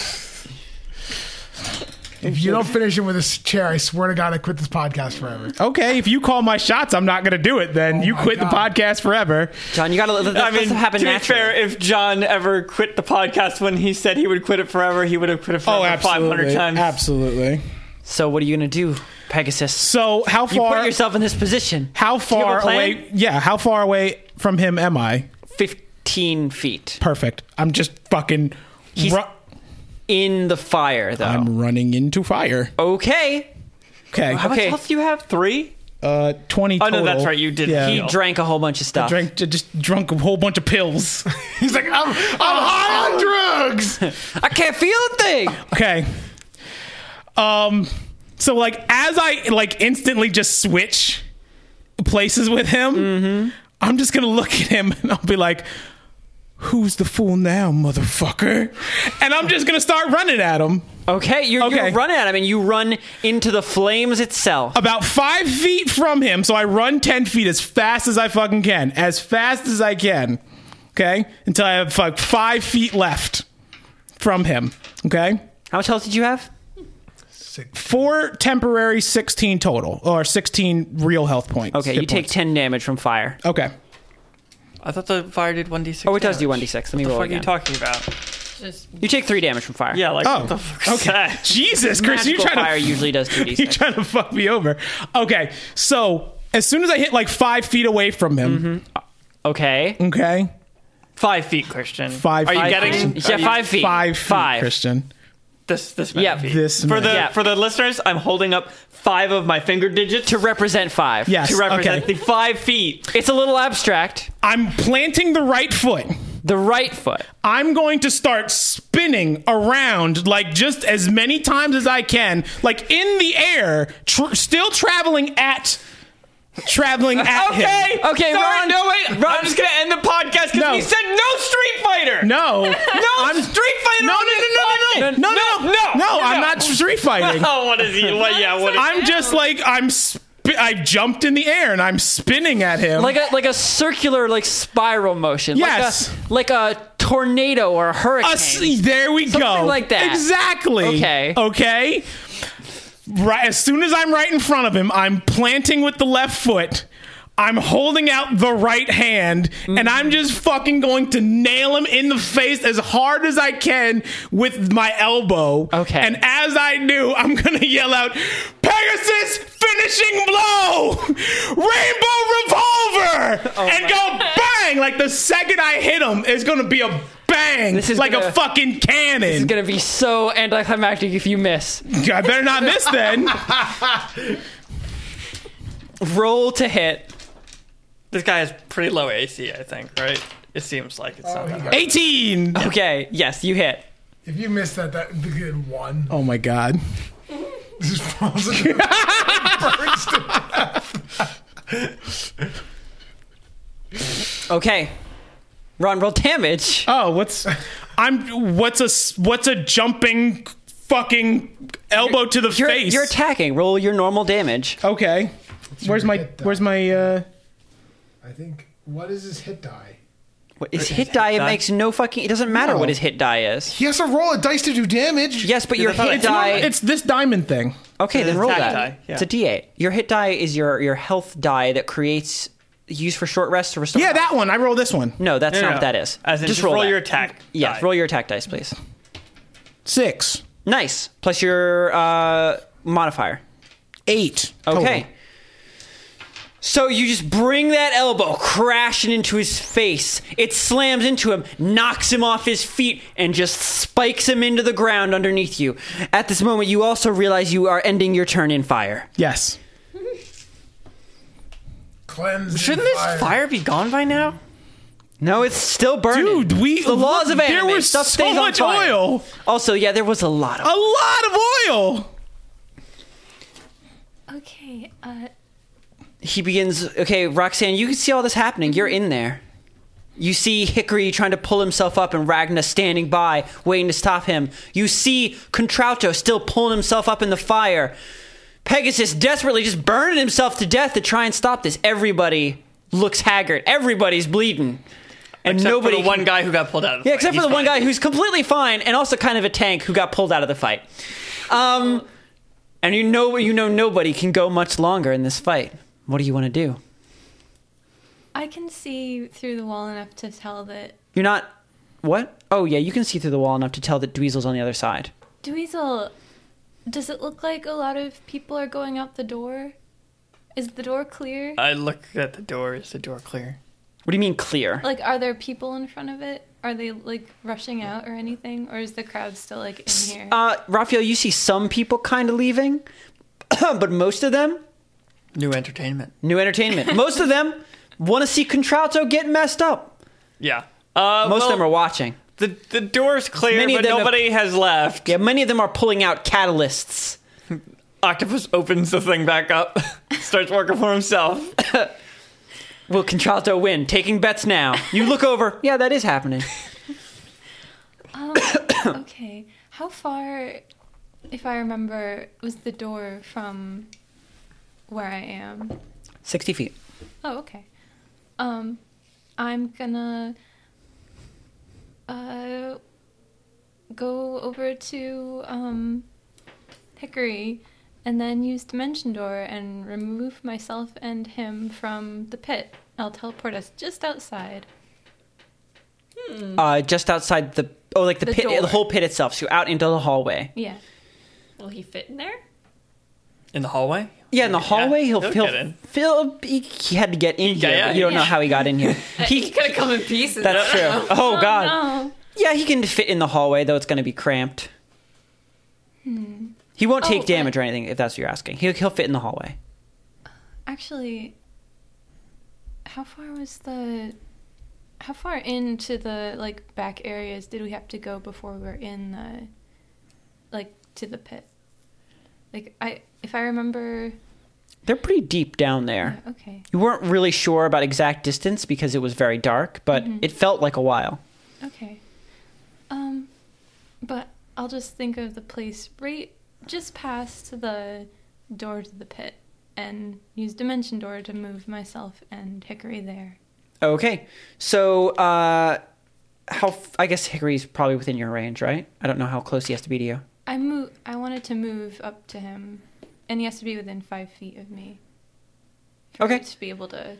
Speaker 5: If you don't finish him with this chair, I swear to God, I quit this podcast forever.
Speaker 4: Okay, if you call my shots, I'm not gonna do it. Then you
Speaker 5: my
Speaker 4: quit
Speaker 5: God.
Speaker 4: the podcast forever.
Speaker 1: John, you gotta let
Speaker 2: I
Speaker 1: that
Speaker 2: mean,
Speaker 1: happen
Speaker 2: to be
Speaker 1: naturally.
Speaker 2: fair, if John ever quit the podcast when he said he would quit it forever, he would have quit it
Speaker 4: Oh,
Speaker 2: forever 500 times.
Speaker 4: absolutely.
Speaker 1: so what are you gonna do, Pegasus?
Speaker 4: So how
Speaker 1: You
Speaker 4: far?
Speaker 1: put yourself in this position.
Speaker 4: how
Speaker 1: you have a
Speaker 4: far
Speaker 1: plan?
Speaker 4: away? Yeah, how far away from him am I?
Speaker 1: Fifteen feet
Speaker 4: Perfect. I'm just fucking. ru-
Speaker 1: in the fire, though.
Speaker 4: I'm running into fire.
Speaker 1: okay.
Speaker 4: Okay.
Speaker 1: Oh, How
Speaker 2: Okay.
Speaker 1: much health do you have?
Speaker 2: Three?
Speaker 4: Uh, twenty.
Speaker 2: Oh, no,
Speaker 4: total.
Speaker 2: that's right, you did
Speaker 4: Yeah.
Speaker 1: He
Speaker 2: heal.
Speaker 1: drank a whole bunch of stuff.
Speaker 4: drank just drunk a whole bunch of pills.
Speaker 5: He's like, I'm, I'm high on drugs!
Speaker 1: I can't feel a thing.
Speaker 4: okay. Um. So like, as I like instantly just switch places with him,
Speaker 5: Mm-hmm.
Speaker 4: I'm just gonna look at him and I'll be like, "Who's the fool now, motherfucker?" And I'm just gonna start running at him.
Speaker 1: Okay, you're,
Speaker 4: Okay.
Speaker 1: you're running at him, and you run into the flames itself.
Speaker 4: about five feet from him. So I run 10 feet as fast as I fucking can. As fast as I can. Okay? Until I have like five feet left from him. Okay?
Speaker 1: How much health did you have?
Speaker 4: Four temporary, 16 total, or 16 real health points.
Speaker 1: Okay,
Speaker 4: hit
Speaker 1: you take
Speaker 4: points.
Speaker 1: ten damage from fire.
Speaker 4: Okay.
Speaker 2: I thought the fire did 1d6.
Speaker 1: Oh, it does do
Speaker 2: damage.
Speaker 1: 1d6. Let me
Speaker 2: What the
Speaker 1: roll
Speaker 2: fuck are you
Speaker 1: again.
Speaker 2: talking about?
Speaker 3: Just
Speaker 1: You take three damage from fire.
Speaker 2: Yeah, like,
Speaker 4: Oh,
Speaker 2: what the fuck is
Speaker 4: okay.
Speaker 2: that?
Speaker 4: Jesus, Chris, you
Speaker 1: Magical
Speaker 4: trying
Speaker 1: fire
Speaker 4: to
Speaker 1: usually does two
Speaker 4: you trying to fuck me over? Okay, so as soon as I hit like five feet away from him,
Speaker 1: Okay.
Speaker 4: okay,
Speaker 2: Five feet, Christian.
Speaker 4: Five
Speaker 2: Are you
Speaker 4: feet.
Speaker 2: getting?
Speaker 1: Yeah,
Speaker 2: are you-
Speaker 1: five feet.
Speaker 4: five feet,
Speaker 1: Five.
Speaker 4: Christian.
Speaker 2: This this many
Speaker 1: Yeah,
Speaker 2: feet.
Speaker 4: this
Speaker 2: for the
Speaker 1: many. Yeah.
Speaker 2: for the listeners, I'm holding up five of my finger digits
Speaker 1: To represent five.
Speaker 4: Yes.
Speaker 2: to represent
Speaker 4: okay.
Speaker 2: the five feet.
Speaker 1: It's a little abstract.
Speaker 4: I'm planting the right foot.
Speaker 1: The right foot.
Speaker 4: I'm going to start spinning around like just as many times as I can, like in the air, tr- still traveling at, traveling at
Speaker 2: Okay.
Speaker 4: him.
Speaker 1: Okay,
Speaker 2: Sorry,
Speaker 1: Ron.
Speaker 2: No wait.
Speaker 1: Ron-
Speaker 2: I'm just gonna end the podcast because
Speaker 4: No.
Speaker 2: he said no Street Fighter.
Speaker 4: No, no, I'm
Speaker 2: Street Fighter.
Speaker 4: No,
Speaker 2: on
Speaker 4: no,
Speaker 2: this
Speaker 4: no, no, no,
Speaker 2: podcast.
Speaker 4: no, no, no,
Speaker 2: no,
Speaker 4: no. I'm
Speaker 2: no.
Speaker 4: not street fighting.
Speaker 2: Oh, what is he? What? Yeah, what? Is,
Speaker 4: I'm just like I'm. Sp- I jumped in the air and I'm spinning at him.
Speaker 1: Like a like a circular like spiral motion.
Speaker 4: Yes.
Speaker 1: Like a like a tornado or a hurricane.
Speaker 4: A s- there we go.
Speaker 1: like that.
Speaker 4: Exactly.
Speaker 1: Okay.
Speaker 4: Okay. Right. As soon as I'm right in front of him, I'm planting with the left foot. I'm holding out the right hand, and
Speaker 1: Mm-hmm.
Speaker 4: I'm just fucking going to nail him in the face as hard as I can with my elbow.
Speaker 1: Okay.
Speaker 4: And as I do, I'm gonna yell out, "Pegasus
Speaker 1: Oh
Speaker 4: finishing blow, rainbow revolver," and go bang Like the second I hit him, it's gonna be a bang,
Speaker 1: This is
Speaker 4: like
Speaker 1: gonna-
Speaker 4: a fucking
Speaker 1: It's
Speaker 4: cannon.
Speaker 1: gonna be so anticlimactic if you miss.
Speaker 4: I better not miss then.
Speaker 1: Roll to hit.
Speaker 2: This guy has pretty low AC, I think, right? It seems like it's
Speaker 1: Oh,
Speaker 2: not that high.
Speaker 4: Eighteen.
Speaker 1: Okay, yes, you hit.
Speaker 5: If you missed that, that would be good one.
Speaker 4: Oh my god.
Speaker 5: Just falls into
Speaker 1: Okay. Ron, roll damage.
Speaker 4: Oh, what's I'm what's a s- what's a jumping fucking elbow to the
Speaker 1: You're,
Speaker 4: face?
Speaker 1: you're attacking. Roll your normal damage.
Speaker 4: Oh, okay. Where's my
Speaker 5: hit die.
Speaker 4: where's my uh
Speaker 5: I think. What is his hit die?
Speaker 1: What is hit die? It
Speaker 2: die?
Speaker 1: makes no fucking. It doesn't matter
Speaker 4: No.
Speaker 1: what his hit die is.
Speaker 5: He has to roll a dice to do damage.
Speaker 1: Yes, but your
Speaker 2: I thought
Speaker 1: hit
Speaker 4: it's, not-
Speaker 1: die.
Speaker 4: it's this diamond thing.
Speaker 1: okay,
Speaker 2: it's
Speaker 1: then roll that.
Speaker 2: attack die, yeah.
Speaker 1: It's a d8. Your hit die is your your health die that creates used for short rest to restore.
Speaker 4: Yeah,
Speaker 1: health.
Speaker 4: that one. I roll this one.
Speaker 1: No, that's
Speaker 2: No,
Speaker 1: not
Speaker 2: no,
Speaker 1: what
Speaker 2: no.
Speaker 1: that is.
Speaker 2: As in, just, roll,
Speaker 1: that.
Speaker 2: your attack.
Speaker 1: Yeah,
Speaker 2: die.
Speaker 1: roll your attack dice, please.
Speaker 4: 6.
Speaker 1: Nice. Plus your uh, modifier.
Speaker 4: 8.
Speaker 1: Okay.
Speaker 4: total.
Speaker 1: So you just bring that elbow crashing into his face. It slams into him, knocks him off his feet, and just spikes him into the ground underneath you. At this moment, you also realize you are ending your turn in fire.
Speaker 4: Yes.
Speaker 5: Cleanse.
Speaker 2: Shouldn't this fire. be gone by now?
Speaker 1: No, it's still burning.
Speaker 4: Dude, we
Speaker 1: It's the laws of anime.
Speaker 4: There was
Speaker 1: Stuff
Speaker 4: so
Speaker 1: stays on
Speaker 4: much
Speaker 1: fire.
Speaker 4: oil.
Speaker 1: Also, yeah, there was a lot of.
Speaker 4: A lot of oil.
Speaker 7: Okay, uh,
Speaker 1: he begins okay roxanne you can see all this happening you're in there you see hickory trying to pull himself up and ragna standing by waiting to stop him you see contralto still pulling himself up in the fire pegasus desperately just burning himself to death to try and stop this everybody looks haggard everybody's bleeding and
Speaker 2: Except
Speaker 1: nobody
Speaker 2: for the one
Speaker 1: can-
Speaker 2: guy who got pulled out. Of the
Speaker 1: yeah,
Speaker 2: fight.
Speaker 1: except for
Speaker 2: He's
Speaker 1: the one
Speaker 2: fine.
Speaker 1: guy who's completely fine and also kind of a tank who got pulled out of the fight. Um, and you know, you know, nobody can go much longer in this fight. What do you want to do?
Speaker 7: I can see through the wall enough to tell that
Speaker 1: You're not. What? Oh yeah, you can see through the wall enough to tell that Dweezil's on the other side.
Speaker 7: Dweezil, does it look like a lot of people are going out the door? Is the door clear?
Speaker 2: I look at the door. Is the door clear?
Speaker 1: What do you mean clear?
Speaker 7: Like, are there people in front of it? Are they like rushing out or anything? Or is the crowd still like in here?
Speaker 1: Uh, Raphael, you see some people kind of leaving, but most of them
Speaker 2: New entertainment.
Speaker 1: new entertainment. most of them want to see Contralto get messed up.
Speaker 2: Yeah. Uh,
Speaker 1: Most
Speaker 2: well,
Speaker 1: of them are watching.
Speaker 2: The the door's clear,
Speaker 1: Many of
Speaker 2: but
Speaker 1: them have-
Speaker 2: nobody has left.
Speaker 1: Yeah, many of them are pulling out catalysts.
Speaker 2: Octopus opens the thing back up, starts working for himself.
Speaker 1: Will Contralto win? Taking bets now. You look over. Yeah, that is happening.
Speaker 7: Um, okay. How far, if I remember, was the door from where I am?
Speaker 1: Sixty feet.
Speaker 7: Oh, okay. Um, I'm gonna uh go over to um Hickory and then use Dimension Door and remove myself and him from the pit. I'll teleport us just outside.
Speaker 1: Uh, just outside the oh, like the,
Speaker 7: The
Speaker 1: pit,
Speaker 7: door.
Speaker 1: the whole pit itself. So out into the hallway.
Speaker 7: Yeah.
Speaker 3: Will he fit in there?
Speaker 2: In the hallway?
Speaker 1: Yeah, in the hallway, he'll,
Speaker 2: he'll
Speaker 1: he'll,
Speaker 2: get in.
Speaker 1: Phil, he, he had to get in here.
Speaker 2: yeah,
Speaker 1: but you don't know
Speaker 3: yeah.
Speaker 1: how he got in here.
Speaker 3: He, could have come in pieces.
Speaker 1: That's true. Oh, God.
Speaker 7: No.
Speaker 1: Yeah, he can fit in the hallway, though it's going to be cramped. He won't take
Speaker 7: Oh,
Speaker 1: damage
Speaker 7: but-
Speaker 1: or anything, if that's what you're asking. He'll, he'll fit in the hallway.
Speaker 7: Actually, how far was the how far into the like back areas did we have to go before we were in the like to the pit? Like I if I remember uh,
Speaker 1: They're pretty deep down there.
Speaker 7: okay.
Speaker 1: You weren't really sure about exact distance because it was very dark, but
Speaker 7: Mm-hmm.
Speaker 1: it felt like a while.
Speaker 7: Okay. Um but I'll just think of the place right just past the door to the pit and use dimension door to move myself and Hickory there.
Speaker 1: Okay, so uh, how? F- I guess Hickory's probably within your range, right? I don't know how close he has to be to you.
Speaker 7: I move. I wanted to move up to him, and he has to be within five feet of me. for
Speaker 1: Okay.
Speaker 7: it To be able to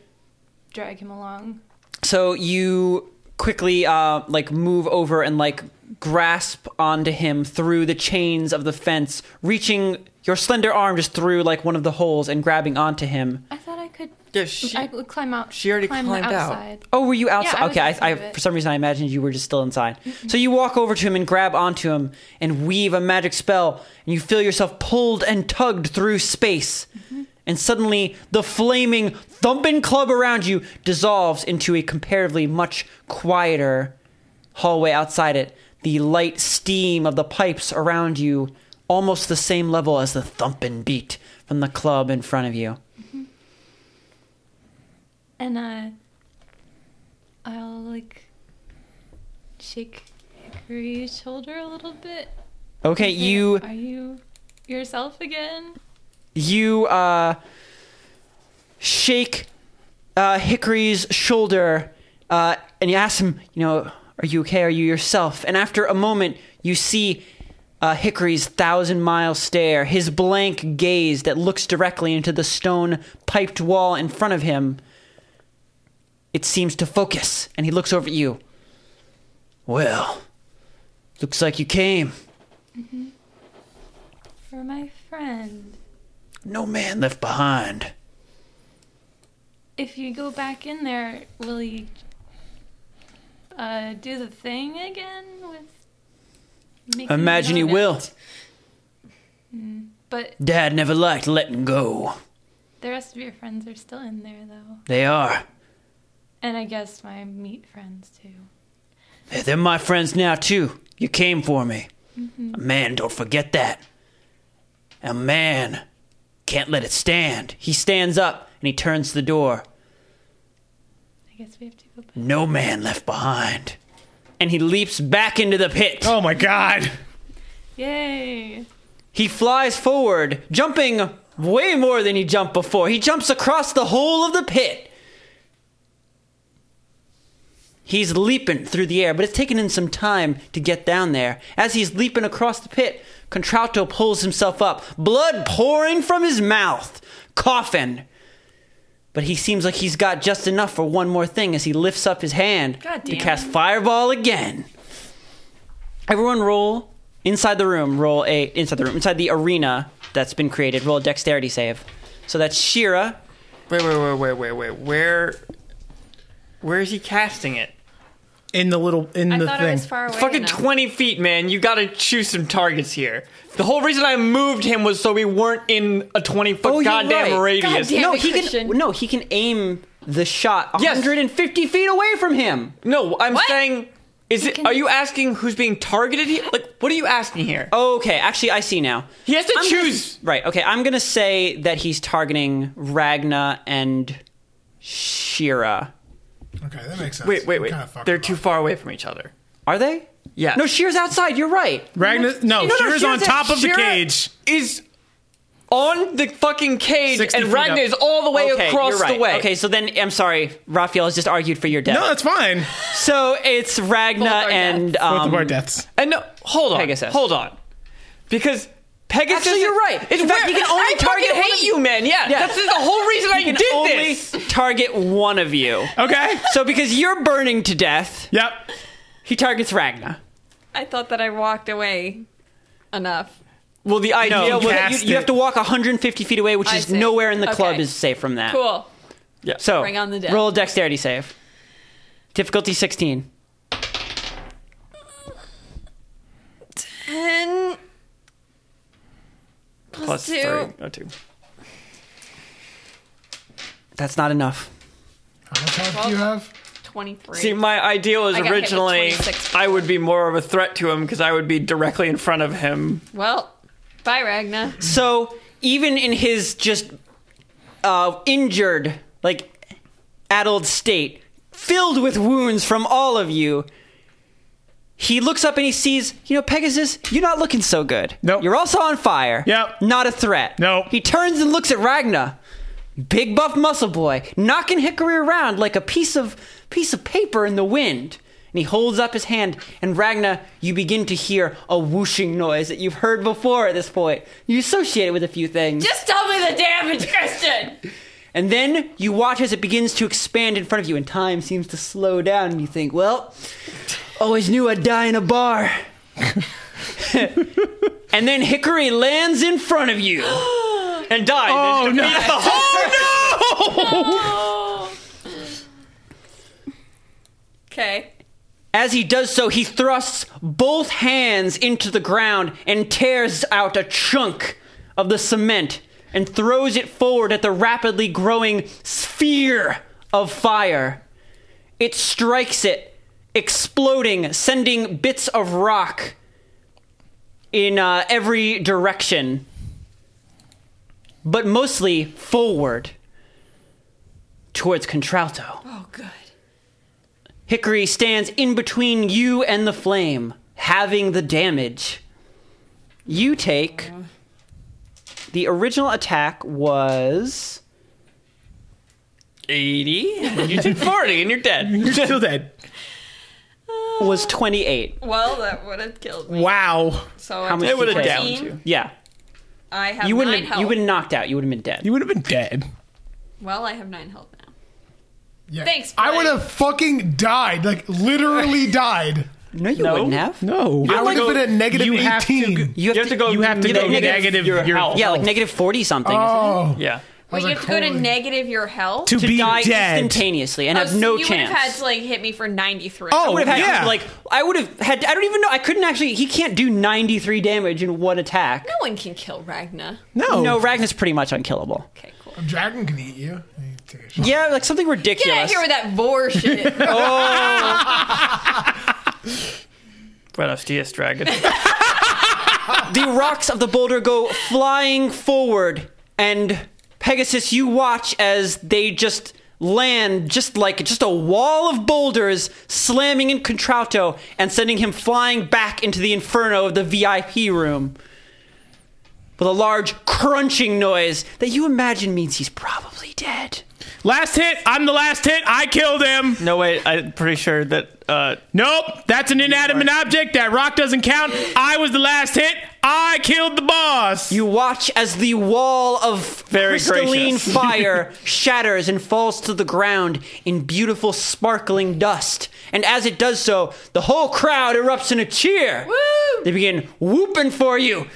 Speaker 7: drag him along.
Speaker 1: so you quickly uh, like move over and like grasp onto him through the chains of the fence reaching your slender arm just through like one of the holes and grabbing onto him
Speaker 7: I thought I could
Speaker 2: Yeah, she,
Speaker 7: I would climb out.
Speaker 2: she already
Speaker 7: climb
Speaker 2: climbed
Speaker 7: the
Speaker 2: out.
Speaker 7: outside.
Speaker 1: Oh, were you outside?
Speaker 7: Yeah, I was
Speaker 1: okay,
Speaker 7: outside
Speaker 1: I,
Speaker 7: of
Speaker 1: I,
Speaker 7: it.
Speaker 1: for some reason I imagined you were just still inside. So you walk over to him and grab onto him and weave a magic spell, and you feel yourself pulled and tugged through space. And suddenly, the flaming, thumping club around you dissolves into a comparatively much quieter hallway outside it. The light steam of the pipes around you almost the same level as the thumping beat from the club in front of you.
Speaker 7: And uh, I'll like shake Hickory's shoulder a little bit.
Speaker 1: Okay,
Speaker 7: and say,
Speaker 1: you.
Speaker 7: are you yourself again?
Speaker 1: you uh, shake uh, Hickory's shoulder uh, and you ask him, you know, are you okay? Are you yourself? And after a moment, you see uh, Hickory's thousand mile stare, his blank gaze that looks directly into the stone piped wall in front of him. It seems to focus, and he looks over at you. Well, looks like you came.
Speaker 7: For my friend.
Speaker 1: No man left behind.
Speaker 7: If you go back in there, will you uh, do the thing again with? making
Speaker 1: Imagine
Speaker 7: me
Speaker 1: he
Speaker 7: notice?
Speaker 1: will.
Speaker 7: But
Speaker 1: Dad never liked letting go.
Speaker 7: the rest of your friends are still in there, though,
Speaker 1: They are.
Speaker 7: and I guess my meat friends too.
Speaker 1: They're my friends now, too. You came for me. A man, don't forget that. A man can't let it stand. He stands up and he turns to the door.
Speaker 7: I guess we have to go back.
Speaker 1: No man left behind. And he leaps back into the pit.
Speaker 4: Oh my god.
Speaker 7: Yay!
Speaker 1: He flies forward, jumping way more than he jumped before. He jumps across the whole of the pit. He's leaping through the air, but it's taken him some time to get down there. As he's leaping across the pit, Contralto pulls himself up, blood pouring from his mouth, coughing. But he seems like he's got just enough for one more thing as he lifts up his hand
Speaker 3: God
Speaker 1: to
Speaker 3: damn.
Speaker 1: cast Fireball again. Everyone roll inside the room, roll a inside the room, inside the arena that's been created, roll a dexterity save. So that's Shira.
Speaker 2: wait, wait, wait, wait, wait, wait. Where, where is he casting it?
Speaker 4: In the little in
Speaker 3: I
Speaker 4: the
Speaker 3: thought
Speaker 4: thing.
Speaker 3: I was far away.
Speaker 2: Fucking
Speaker 3: enough.
Speaker 2: 20 feet, man. You gotta choose some targets here. The whole reason I moved him was so we weren't in a 20 foot
Speaker 1: Oh, you're
Speaker 2: goddamn
Speaker 1: right.
Speaker 2: radius.
Speaker 3: Goddamn.
Speaker 1: no,
Speaker 3: it,
Speaker 1: he
Speaker 3: Christian.
Speaker 1: can no, he can aim the shot
Speaker 2: Yes.
Speaker 1: 150 feet away from him.
Speaker 2: No, I'm
Speaker 3: What?
Speaker 2: saying, is it? Are you asking who's being targeted here? Like, what are you asking here?
Speaker 1: Okay, actually I see now.
Speaker 2: he has to
Speaker 1: I'm gonna-
Speaker 2: choose.
Speaker 1: right, okay. I'm going to say that he's targeting Ragna and Shira.
Speaker 5: Okay, that makes sense.
Speaker 2: Wait, wait,
Speaker 5: I'm
Speaker 2: wait.
Speaker 5: kinda fucked
Speaker 2: They're
Speaker 5: up.
Speaker 2: too far away from each other.
Speaker 1: Are they?
Speaker 2: Yeah.
Speaker 1: No, Shira's outside. You're right.
Speaker 4: Ragnar no,
Speaker 2: No, no,
Speaker 4: Shira's on
Speaker 2: Shira's-
Speaker 4: top of
Speaker 2: Shira
Speaker 4: the cage.
Speaker 2: Is on the fucking cage,
Speaker 4: 60
Speaker 2: and
Speaker 4: feet
Speaker 2: Ragnar
Speaker 4: up.
Speaker 2: is all the way
Speaker 1: okay,
Speaker 2: across
Speaker 1: you're right.
Speaker 2: the way.
Speaker 1: Okay, so then I'm sorry, Raphael has just argued for your death.
Speaker 4: No, that's fine.
Speaker 1: So it's Ragna
Speaker 3: Both are
Speaker 1: and
Speaker 3: deaths.
Speaker 1: um,
Speaker 4: Both of our deaths.
Speaker 2: And no, hold on.
Speaker 1: Pegasus.
Speaker 2: Hold on. Because Pegasus.
Speaker 1: Actually, you're right.
Speaker 2: It's
Speaker 1: In fact,
Speaker 2: weird.
Speaker 1: he can only
Speaker 2: I
Speaker 1: target
Speaker 2: fucking
Speaker 1: one
Speaker 2: hate
Speaker 1: of-
Speaker 2: you, man. Yeah,
Speaker 1: Yeah.
Speaker 2: that's the whole reason I
Speaker 1: can
Speaker 2: did
Speaker 1: only
Speaker 2: this.
Speaker 1: target one of you.
Speaker 4: Okay.
Speaker 1: So because you're burning to death,
Speaker 4: Yep.
Speaker 1: he targets Ragna.
Speaker 3: I thought that I walked away enough.
Speaker 2: Well, the idea
Speaker 1: Yeah,
Speaker 2: was
Speaker 1: well, you,
Speaker 4: cast
Speaker 1: you
Speaker 4: it.
Speaker 1: have to walk 150 feet away, which
Speaker 3: I
Speaker 1: is
Speaker 3: see.
Speaker 1: nowhere in the club
Speaker 3: Okay.
Speaker 1: is safe from that.
Speaker 3: Cool.
Speaker 1: So
Speaker 3: Bring on the death.
Speaker 1: roll a dexterity save. Difficulty 16.
Speaker 3: Ten plus,
Speaker 2: plus
Speaker 3: two.
Speaker 2: three. Oh, two.
Speaker 1: That's not enough.
Speaker 5: How much health do you have?
Speaker 3: Twenty-three.
Speaker 2: See, my idea was
Speaker 3: I got hit with
Speaker 2: originally
Speaker 3: 26.
Speaker 2: I would be more of a threat to him because I would be directly in front of him.
Speaker 3: well, bye, Ragna.
Speaker 1: So even in his just uh, injured, like addled state, filled with wounds from all of you, he looks up and he sees, you know, Pegasus, you're not looking so good.
Speaker 4: Nope.
Speaker 1: You're also on fire.
Speaker 4: Yep.
Speaker 1: Not a threat.
Speaker 4: Nope.
Speaker 1: He turns and looks at Ragna, big buff muscle boy, knocking Hickory around like a piece of piece of paper in the wind. And he holds up his hand, and Ragna, you begin to hear a whooshing noise that you've heard before at this point. You associate it with a few things.
Speaker 3: Just tell me the damage, Christian.
Speaker 1: And then you watch as it begins to expand in front of you, and time seems to slow down, and you think, well, always knew I'd die in a bar. and then Hickory lands in front of you and dies.
Speaker 4: Oh no.
Speaker 1: Oh,
Speaker 3: Okay.
Speaker 1: As he does so, he thrusts both hands into the ground and tears out a chunk of the cement and throws it forward at the rapidly growing sphere of fire. It strikes it, exploding, sending bits of rock in uh, every direction, but mostly forward towards Contralto.
Speaker 3: Oh, good.
Speaker 1: Hickory stands in between you and the flame, having the damage. You take. The original attack was
Speaker 2: 80. and You did 40 and you're dead.
Speaker 4: You're still dead.
Speaker 1: was 28.
Speaker 3: Well, that would have killed me.
Speaker 4: Wow.
Speaker 3: So
Speaker 1: How
Speaker 3: I'm
Speaker 1: much
Speaker 2: It would have
Speaker 1: Okay.
Speaker 2: downed
Speaker 3: 14.
Speaker 2: you.
Speaker 1: Yeah.
Speaker 3: I have
Speaker 1: You
Speaker 3: nine
Speaker 1: wouldn't have,
Speaker 3: health.
Speaker 1: you would have knocked out. You would have been dead.
Speaker 4: You would have been dead.
Speaker 3: Well, I have nine health now.
Speaker 5: Yeah.
Speaker 3: Thanks,
Speaker 5: I
Speaker 3: buddy.
Speaker 5: would have fucking died, like literally died.
Speaker 1: No, you
Speaker 2: No.
Speaker 1: wouldn't have.
Speaker 4: No.
Speaker 5: I would
Speaker 2: go-
Speaker 5: have been at negative
Speaker 4: you have to
Speaker 5: eighteen.
Speaker 4: go-
Speaker 1: You have,
Speaker 2: You have to go-
Speaker 4: You have to
Speaker 2: Yeah,
Speaker 4: go
Speaker 2: negative
Speaker 4: negative
Speaker 2: your
Speaker 4: your
Speaker 2: health.
Speaker 4: health.
Speaker 1: Yeah, like negative 40 something. isn't it?
Speaker 5: oh,
Speaker 2: Yeah.
Speaker 3: Wait, you
Speaker 5: like,
Speaker 3: have to go to
Speaker 5: holy-
Speaker 3: negative your health
Speaker 4: To, be
Speaker 1: Die
Speaker 4: dead.
Speaker 1: instantaneously and
Speaker 3: Oh,
Speaker 1: have
Speaker 3: so
Speaker 1: no
Speaker 3: you would
Speaker 1: chance.
Speaker 3: have had to like hit me for 93.
Speaker 4: Oh,
Speaker 1: I would have had
Speaker 4: Yeah.
Speaker 1: like I would have had I don't even know I couldn't actually he can't do 93 damage in one attack.
Speaker 3: no one can kill Ragna.
Speaker 4: No.
Speaker 1: no Ragnar's pretty much unkillable.
Speaker 3: Okay, cool.
Speaker 5: a dragon can eat you. You take a shot.
Speaker 1: Yeah, like something ridiculous.
Speaker 3: Get out of here with that vor shit.
Speaker 2: But FTS Dragon.
Speaker 1: the rocks of the boulder go flying forward, and Pegasus, you watch as they just land just like just a wall of boulders slamming in contralto and sending him flying back into the inferno of the VIP room with a large crunching noise that you imagine means he's probably dead.
Speaker 4: Last hit. I'm the last hit. I killed him.
Speaker 2: No, Oh, wait. I'm pretty sure that. Uh,
Speaker 4: Nope. That's an inanimate object. That rock doesn't count. I was the last hit. I killed the boss.
Speaker 1: You watch as the wall of
Speaker 2: Very
Speaker 1: crystalline
Speaker 2: gracious.
Speaker 1: fire shatters and falls to the ground in beautiful sparkling dust. And as it does so, the whole crowd erupts in a cheer.
Speaker 3: Woo!
Speaker 1: They begin whooping for you.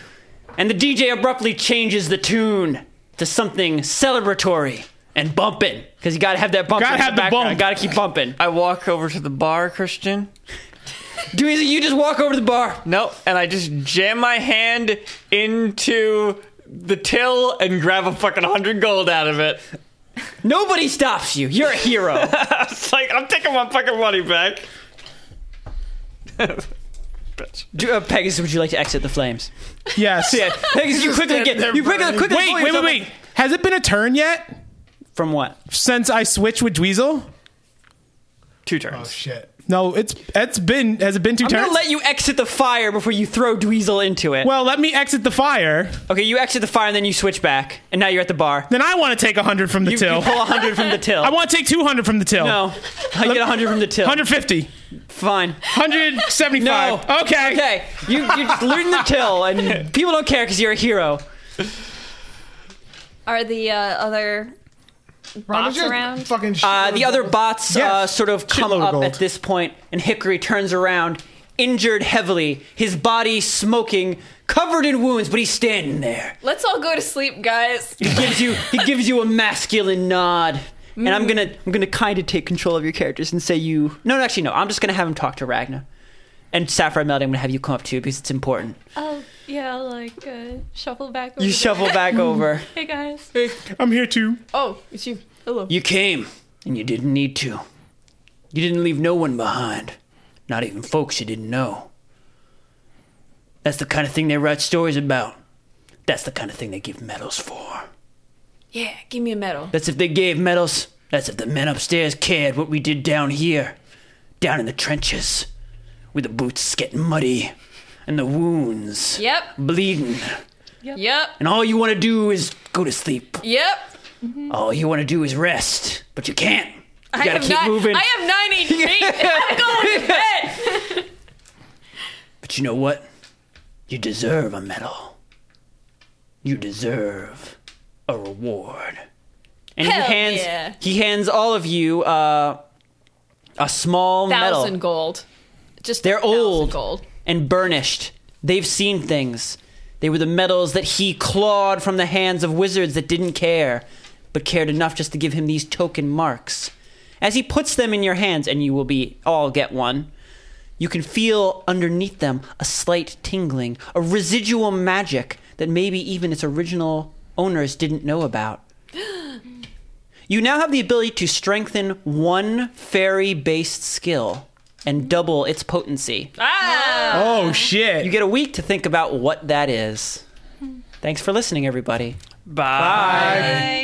Speaker 1: And the DJ abruptly changes the tune to something celebratory and bumping. Because you gotta have that bump.
Speaker 4: Gotta
Speaker 1: in the
Speaker 4: have the
Speaker 1: background.
Speaker 4: bump. Uh,
Speaker 1: Gotta keep bumping.
Speaker 2: I walk over to the bar, Christian.
Speaker 1: Do you- you just walk over to the bar.
Speaker 2: No, and I just jam my hand into the till and grab a fucking 100 gold out of it.
Speaker 1: Nobody stops you. You're a hero.
Speaker 2: It's like, I'm taking my fucking money back. Bitch.
Speaker 1: Do- uh, Pegasus, would you like to exit the flames?
Speaker 4: yes.
Speaker 1: Pegasus, you quickly
Speaker 5: stand
Speaker 1: get.
Speaker 5: there
Speaker 1: You quickly,
Speaker 5: burning.
Speaker 1: quickly
Speaker 4: Wait,
Speaker 1: pull
Speaker 4: wait, wait,
Speaker 1: yourself-
Speaker 4: wait. Has it been a turn yet
Speaker 1: From what?
Speaker 4: since I switched with Dweezil?
Speaker 2: Two
Speaker 5: Oh
Speaker 2: turns.
Speaker 5: shit.
Speaker 4: No, it's it's been has it been 2
Speaker 1: I'm
Speaker 4: turns?
Speaker 1: gonna let you exit the fire before you throw Dweezil into it.
Speaker 4: well, let me exit the fire.
Speaker 1: okay, you exit the fire and then you switch back, and now you're at the bar.
Speaker 4: Then I want to take 100 from the
Speaker 1: You, you
Speaker 4: till.
Speaker 1: pull 100 from the till.
Speaker 4: I want to take 200 from the till.
Speaker 1: no. I get 100 from the till.
Speaker 4: 150.
Speaker 1: Fine.
Speaker 4: 175.
Speaker 1: No.
Speaker 4: Okay.
Speaker 1: Okay, you, you're just looting the till, and people don't care because you're a hero.
Speaker 3: Are the uh, other
Speaker 5: Ron,
Speaker 3: bots
Speaker 5: did you
Speaker 3: around?
Speaker 5: Fucking shit
Speaker 1: Uh, the other bots uh,
Speaker 4: Yes.
Speaker 1: sort of come
Speaker 4: Shitload of
Speaker 1: up
Speaker 4: gold.
Speaker 1: at this point, and Hickory turns around, injured heavily, his body smoking, covered in wounds, but he's standing there.
Speaker 3: Let's all go to sleep, guys.
Speaker 1: He gives you he gives you a masculine nod. And I'm gonna I'm gonna kind of take control of your characters and say you no, no actually no I'm just gonna have him talk to Ragna, and Sapphire Melody I'm gonna have you come up to because it's important.
Speaker 7: I'll yeah, I'll like uh, shuffle back. Over
Speaker 1: You
Speaker 7: there.
Speaker 1: shuffle back over.
Speaker 7: Hey guys.
Speaker 4: I'm here too.
Speaker 3: Oh, it's you. Hello.
Speaker 1: You came and you didn't need to. You didn't leave no one behind, not even folks you didn't know. That's the kind of thing they write stories about. That's the kind of thing they give medals for.
Speaker 3: Yeah, give me a medal.
Speaker 1: That's if they gave medals. That's if the men upstairs cared what we did down here, down in the trenches, with the boots getting muddy and the wounds
Speaker 3: Yep.
Speaker 1: bleeding.
Speaker 3: Yep.
Speaker 1: And all you want to do is go to sleep.
Speaker 3: Yep.
Speaker 1: All you want to do is rest, but you can't. You
Speaker 3: I
Speaker 1: gotta
Speaker 3: have
Speaker 1: keep
Speaker 3: nine.
Speaker 1: moving.
Speaker 3: I have nine HP. I'm going to bed.
Speaker 1: But you know what? You deserve a medal. You deserve a reward. And
Speaker 3: Hell
Speaker 1: he hands
Speaker 3: yeah.
Speaker 1: he hands all of you uh, a small medal.
Speaker 3: Thousand gold. Just
Speaker 1: They're
Speaker 3: thousand
Speaker 1: old
Speaker 3: gold.
Speaker 1: and burnished. They've seen things. They were the medals that he clawed from the hands of wizards that didn't care. but cared enough just to give him these token marks. As he puts them in your hands, and you will be all get one, you can feel underneath them a slight tingling, a residual magic that maybe even its original owners didn't know about. You now have the ability to strengthen one fairy based skill and double its potency.
Speaker 4: Oh shit!
Speaker 1: You get a week to think about what that is. Thanks for listening, everybody.
Speaker 3: Bye.
Speaker 2: Bye.